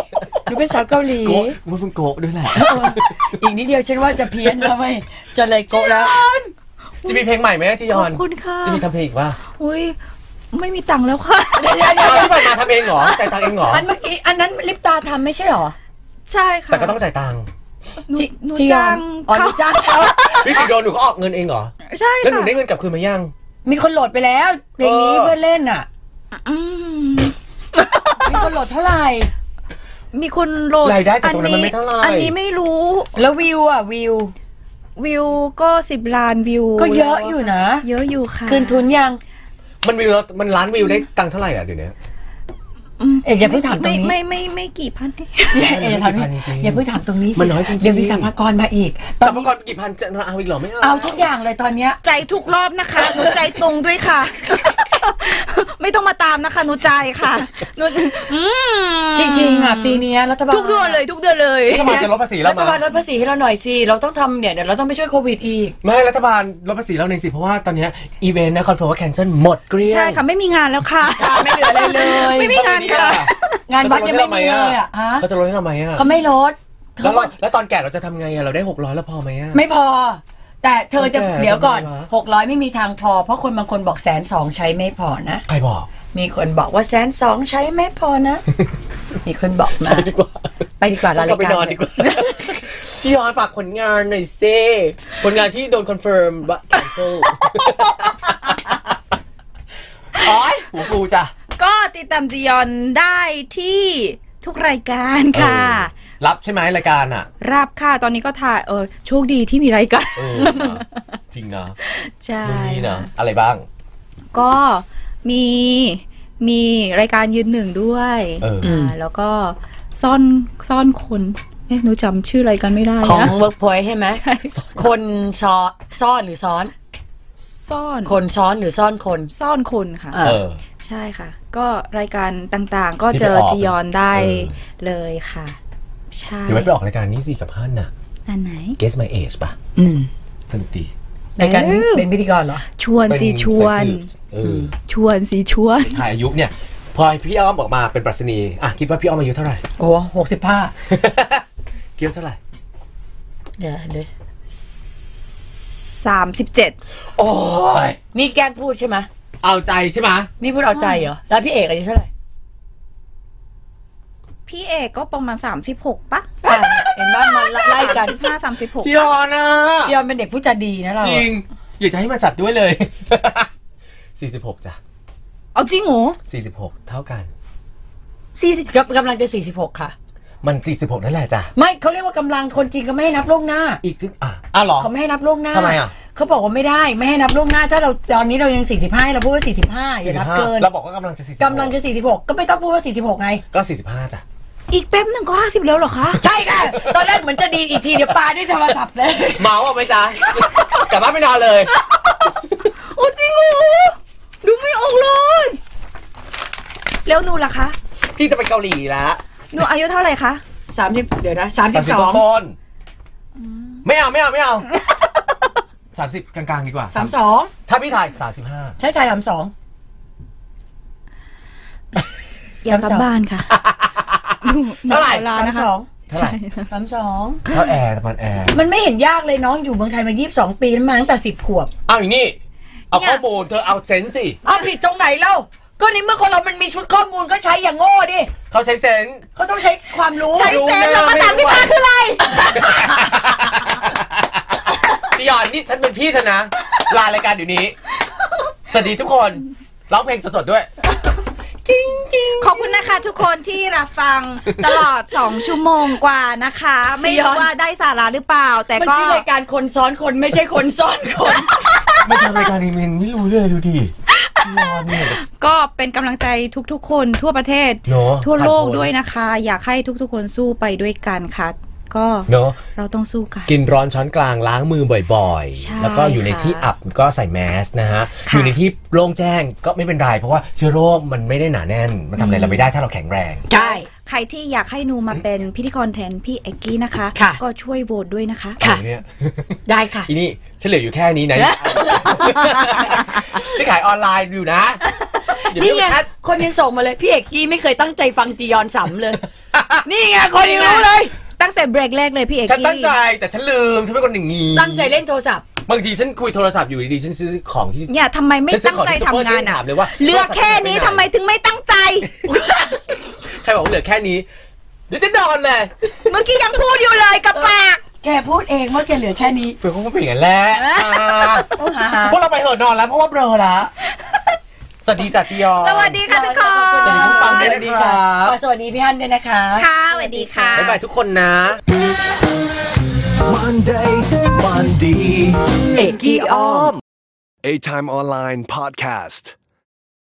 Speaker 4: หรือเป็นสาวเกาหลี
Speaker 3: โกะว่าคุณโกะด้วยแหละ
Speaker 4: อีกนิดเดียวฉันว่าจะเพี้ยนแล้วไม่จะเลยโกะแล้ว
Speaker 3: จะมีเพลงใหม่ไหมจียอน
Speaker 2: ขอบคุณค่ะ
Speaker 3: จะมีทำเพลงอีกป่ะ
Speaker 2: อุ้ยไม่มีตังค์แล้วค่ะ
Speaker 3: เอาที่ผ่านมาทำเองเหรอจ่ายตังค์เองเหรอ
Speaker 4: อันเมื่อกี้อันนั้นลิปตาทำไม่ใช่หรอ
Speaker 2: ใช่ค่ะ
Speaker 3: แต่ก็ต้องจ่ายตังค์
Speaker 2: หนู
Speaker 4: จิ
Speaker 2: หนู
Speaker 4: จีย
Speaker 2: จ้า
Speaker 4: อง นอ๋อหนูจ้างเขา
Speaker 3: พี่สิโดนหนูก็ออกเงินเองเหรอ
Speaker 2: ใช่
Speaker 3: แล้วหนู
Speaker 2: ค่ะ
Speaker 3: ได้เงินกลับคืนมายัง
Speaker 4: มีคนโหลดไปแล้วเพลง
Speaker 3: เอ
Speaker 4: นี้
Speaker 3: อ
Speaker 4: เพื่อนเล่นอ่ะ
Speaker 2: อืม
Speaker 4: มีคนโหลดเท่าไหร่
Speaker 2: มีคนโหลด
Speaker 3: รายได้จากตรงนั้นมันไม่เท่าไหร่
Speaker 2: อันนี้ไม่รู้
Speaker 4: แล้ววิวอ่ะวิว
Speaker 2: วิวก็สิบล้านวิว
Speaker 4: ก็เยอะอยู่นะ
Speaker 2: เยอะอยู่ค่ะ
Speaker 4: คืนทุนยัง
Speaker 3: มันวิวแล้วมันล้านวิวได้ตังค์เท่าไหร่อ่ะเดี๋ยวนี้
Speaker 2: ม
Speaker 4: เอ๊ะอย่าเพิ่งถามตรงนี้
Speaker 2: ไม่ไม่ไม่ไม่กี่พันเอง
Speaker 4: อย่าเอ๊ะอย่าถาม
Speaker 3: มันน้อยจริงๆ
Speaker 4: อย่าเพิ่งถามตรงนี้สิ
Speaker 3: มันน้อยจริงๆ
Speaker 4: เดี๋ยวมีสัมภากรมาอีกตอน
Speaker 3: สัมภา
Speaker 4: นี้
Speaker 3: กรกี่พันจะเอาอีกเหรอไม่เอา
Speaker 4: เอาทุกอย่างเลยตอนเนี้ย
Speaker 2: ใจทุกรอบ นะคะ หนูใจตรงด้วยค่ะ ไม่ต้องมาตามนะคะหนูใจค่ะ หนูอืม
Speaker 4: จริงๆอ่ะปีเนี้ยรัฐบาล
Speaker 2: ทุกเดือนเลยทุกเดือนเลย
Speaker 3: รัฐบาลจะลดภาษีเรา
Speaker 4: รัฐ
Speaker 3: มา
Speaker 4: บาลลดภาษีให้เราหน่อยสิ เราต้องทำเนี่ยเดี๋ยวเราต้องไปช่วยโควิดอีก
Speaker 3: ไม่รัฐบาลลดภาษีเราในอยสิเพราะว่าตอนเนี้อีเวนต์นะคอนเฟิร์มว่าแคนเซิลหมดเกลี้ยง
Speaker 2: ใช่ค่ะ ไม่มีงานแล้วค่ะ
Speaker 4: ไม่เหลืออะไรเลย
Speaker 2: ไม่มีงานค่ะ
Speaker 4: งานวัดยังไม่มีเลยอ่ะฮะ
Speaker 3: เขาจะลดให้เราไหมอ่ะ
Speaker 4: เขาไม่ลด
Speaker 3: แล้ว
Speaker 4: เขา
Speaker 3: เราแล้วตอนแก่เราจะทำไงอ่ะเราได้หกร้อยแล้วพอไหมอ่ะ
Speaker 4: ไม่พอ แต่เธอจะ
Speaker 3: โอเค
Speaker 4: เดี๋ยวก่อน
Speaker 3: ทำไมวะ
Speaker 4: หกร้อยไม่มีทางพอ เพราะคนบางคนบอกแสนสองใช้ไม่พอนะ
Speaker 3: ใครบอก
Speaker 4: มีคนบอกว่าแสนสองใช้ไม่พอ นะ มีคนบอกมา
Speaker 3: ไปดีกว่า
Speaker 4: ไปดีกว่า
Speaker 3: ต้
Speaker 4: ลา
Speaker 3: องกลั
Speaker 4: ราย
Speaker 3: บไป
Speaker 4: การ
Speaker 3: นอนดีกว่า จียอนฝากผลงานหน่อยซิผลงานที่โดนคอนเฟิร์มว่า cancel โอ้ยหูฟูจ้ะ
Speaker 2: ก็ติดตามจียอนได้ที่ทุกรายการค่ะ
Speaker 3: เออรับใช่ไหมรายการอ่ะ
Speaker 2: รับค่ะตอนนี้ก็ถ่ายเออโชคดีที่มีรายการ
Speaker 3: เออจริงนะ
Speaker 2: ใช่
Speaker 3: นู่นนี่นะอะไรบ้าง
Speaker 2: ก็มีมีรายการยืนหนึ่งด้วย
Speaker 3: เออ
Speaker 2: อ่าแล้วก็ซ่อนซ่อนคนเอ๊ะหนูจำชื่อรายการไม่ได้นะ
Speaker 4: ของ Workpoint ใช่ไหม
Speaker 2: ใช่
Speaker 4: คนซ้อนซ่อนหรือซ้อน
Speaker 2: ซ่อน
Speaker 4: คนซ้อนหรือซ่อนคน
Speaker 2: ซ่อนคนค่ะ
Speaker 4: เออ
Speaker 3: เออ
Speaker 2: ใช่ค่ะ ก็รายการต่างๆ ก็เจอ
Speaker 3: ที่ไปออก
Speaker 2: จียอนได้
Speaker 3: เออ
Speaker 2: เลยค่ะ ใช่
Speaker 3: เดี๋ยวไว้ไปออกรายการนี้สิกับพันน่ะ
Speaker 2: อันไหน
Speaker 3: Guess My Age ป่ะ
Speaker 4: อืม
Speaker 3: สนุกดี
Speaker 4: ในการ
Speaker 2: เออ
Speaker 4: เป็นพิธีกรเหรอ
Speaker 2: ชวนสิชวน
Speaker 3: เป็สายสืบเอออ
Speaker 2: ชวนสิชวน
Speaker 3: ถ่ายอายุเนี่ยพอพี่อ้อมออกมาเป็นปรัชนีอ่ะคิดว่าพี่อ้อมอายุเท่าไหร่
Speaker 4: โอ้หกสิบห้า
Speaker 3: เกี่ยวเท่าไหร่
Speaker 4: เดี๋ยวเดี๋ยว
Speaker 2: 37
Speaker 3: โอ้ย
Speaker 4: นี่แกล้งพูดใช่ไหม
Speaker 3: เอาใจใช่ไหม
Speaker 4: นี่พูดเอาใจเหรอ แล้วพี่เอกอายุเท่าไหร่
Speaker 2: พี่เอกก็ประมาณ 36ปะ
Speaker 4: อ่ะเห็นว่ามันไล่กัน
Speaker 2: 35 36
Speaker 3: จียอนอ่ะ
Speaker 4: จียอนเป็นเด็กผู้จาดีนะเรา
Speaker 3: จริง อยากจะให้มาจัดด้วยเลย 46จ้ะ
Speaker 2: เอาจริงเหรอ
Speaker 3: 46 เท่ากัน
Speaker 2: 40
Speaker 4: กำกำลังจะ 46 ค่ะ
Speaker 3: มัน 46 นั่นแหละจ้ะ
Speaker 4: ไม่เขาเรียกว่ากำลังคนจริงเขาไม่ให้นับล่วงหน้า
Speaker 3: อีกทึกอ่ะอ้าวเหรอ
Speaker 4: เขาไม่ให้นับล่วงหน้า
Speaker 3: ทำไมอ่ะ
Speaker 4: เขาบอกว่าไม่ได้ไม่ให้นับล่วงหน้า ถ้าเราตอนนี้เรายัง 45ให้เราพูดว่า 45 อย่านับเกิน
Speaker 3: 45เราบอกว่ากำลังจะ46
Speaker 4: กำลังจะ 46 ก็ไม่ต้องพูดว่า 46 ไง
Speaker 3: ก็ 45 จ้ะ
Speaker 2: อีกแป๊บหนึ่งก็ 50 แล้วเหรอคะ
Speaker 4: ใช่ค่ะ ตอนแรกเหมือนจะดีอีกทีเดี๋ยวปาด้วยโทรศัพท์เลย
Speaker 3: เมาอ่ะไหม จ๊ะ กลับบ้านไม่นอนเลย
Speaker 2: โอ้จริงเหรอดูไม่ออกเลย แล้วหนูล่ะคะ
Speaker 3: พี่จะไปเกาหลีแล้ว
Speaker 2: หนูอายุเท่าไหร่คะ
Speaker 4: 30 เดี๋ยวนะ
Speaker 3: 30
Speaker 4: 32
Speaker 3: ต้นไม่เอาไม่เอา ไม่เอา 30 กลางๆ ดีกว่า
Speaker 4: 32
Speaker 3: ถ้าพี่ถ่าย
Speaker 4: ใช่ใช่32
Speaker 2: อยากกลับบ้านค่ะ
Speaker 3: เท่าไหร่
Speaker 2: นูขอลนะ
Speaker 4: สามส
Speaker 2: คะ
Speaker 4: อง
Speaker 3: 35 เท่าไหร่เท่า
Speaker 4: 32
Speaker 3: แอร์ประมาณแอร์
Speaker 4: มันไม่เห็นยากเลยน้องอยู่เมืองไทยมา 22 ปีแล้วมาตั้งแต่ 10 ขวบ
Speaker 3: เอาอย่างนี้ เอาข้อมูลเธอเอาเซนส์สิ
Speaker 4: อ้าวผิดตรงไหนเล่า ก็ในเมื่อคนเรามันมีชุดข้อมูลก็ใช้อย่างโง่ดิ
Speaker 3: เขาใช้เซนส์
Speaker 4: เขาต้องใช้ความรู้
Speaker 3: ใช้เซนส์แล้วมาสามสิบห้าคืออะไร จียอนนี่ฉันเป็นพี่เธอนะ ลารายการเดี๋ยวนี้ สวัสดีทุกคนร้องเพลงสดๆด้วย
Speaker 2: ขอบคุณนะคะ ทุกคนที่รับฟังตลอด 2 ชั่วโมงกว่านะคะ ไม่รู้ว่าได้สาระหรือเปล่า แต่
Speaker 4: มัน
Speaker 2: ก็
Speaker 4: ชื่อรายการคนซ้อนคนไม่ใช่คนซ้อนคน
Speaker 3: มาทำรายการเองไม่รู้เลยดูดิจียอนเนี่ย
Speaker 2: ก็เป็นกำลังใจทุกๆ คนทั่วประเทศ
Speaker 3: เนอะ
Speaker 2: ทั่วโลก
Speaker 3: ผ่านพ้น
Speaker 2: ด้วยนะคะ อยากให้ทุกๆ คนสู้ไปด้วยกันค่ะ ก็
Speaker 3: เนาะ
Speaker 2: เราต้องสู้กัน
Speaker 3: กินร้อนช้อนกลางล้างมือบ่อย
Speaker 2: ใช่
Speaker 3: ๆ แล้วก็อยู่ในที่อับก็ใส่แมสนะฮะอ
Speaker 2: ค่ะ
Speaker 3: ยู่ในที่โล่งแจ้งก็ไม่เป็นไร เพราะว่าเชื้อโรคมันไม่ได้หนาแน่น มันทำอะไรเราไม่ได้ถ้าเราแข็งแรง
Speaker 4: ใช่
Speaker 2: ใครที่อยากให้นูมาเป็นพิธีกรแทนพี่เอกกี้นะคะ
Speaker 4: ค่ะ
Speaker 2: ก็ช่วยโหวตด้วยนะคะ
Speaker 4: ค่ะ
Speaker 3: เอาเนี่ย
Speaker 4: ได้ค่ะ
Speaker 3: อีนี่ฉันเหลืออยู่แค่นี้นะ ฉันขายออนไลน์อยู่นะอย่าเรีย
Speaker 4: นี่
Speaker 3: ก
Speaker 4: ไง
Speaker 3: ว่าฉัน
Speaker 4: คนยังส่งมาเลย พี่เอกกี้ไม่เคยตั้งใจฟังจียอนสำเลย นี่ไงคนยังรู้เลย
Speaker 2: ตั้งแต่เบรกแรกเลยพี่เอก
Speaker 3: ฉัน
Speaker 2: กี้
Speaker 3: ตั้งใจแต่ฉันลืมฉันเป็นคนอย่างนี้
Speaker 4: ตั้งใจเล่นโทรศัพท์
Speaker 3: บางทีฉันคุยโทรศัพท์อยู่ดีๆฉันซื้อของที่
Speaker 2: อย่าทำไมไม่
Speaker 3: ฉันซื้อ
Speaker 2: ตั้งใจ
Speaker 3: ข
Speaker 2: ทำงาน
Speaker 3: องที่ซุปเปอร์เทน
Speaker 2: อ่ะ
Speaker 3: ถามเลยว่า
Speaker 2: เหลือกแค่นี้
Speaker 3: โทรศัพท์
Speaker 2: ทำ
Speaker 3: ไปไหน
Speaker 2: ไมถึงไม่ตั้งใจ
Speaker 3: ใครบอกว่าเหลือแค่นี้เดี๋ยวจะนอนเลย
Speaker 2: เมื่อกี้ยังพูดอยู่เลยกับปาก
Speaker 4: แกพูดเองว่าแกเหลือแค่นี้
Speaker 3: เพื่อนเขาก็เป็นอย่างนั้นแหละ อ่า
Speaker 4: ต้องหาหา
Speaker 3: พวกเราไปเถอะนอนแล้วเพราะว่าเบลอละสวัสดีจ่าจียอน
Speaker 2: สวัสดีค่ะทุกค
Speaker 3: สวัสดีผู้
Speaker 2: น
Speaker 3: ฟังด้วยนะครับ
Speaker 4: สวัสดีพี่ฮันด้วยนะคะ
Speaker 2: ค่ะสวัสดีค่ะ
Speaker 3: บ๊ายบายทุกคนนะ
Speaker 1: Monday, Monday.
Speaker 4: เอกกี้ออม
Speaker 1: A Time Online Podcast.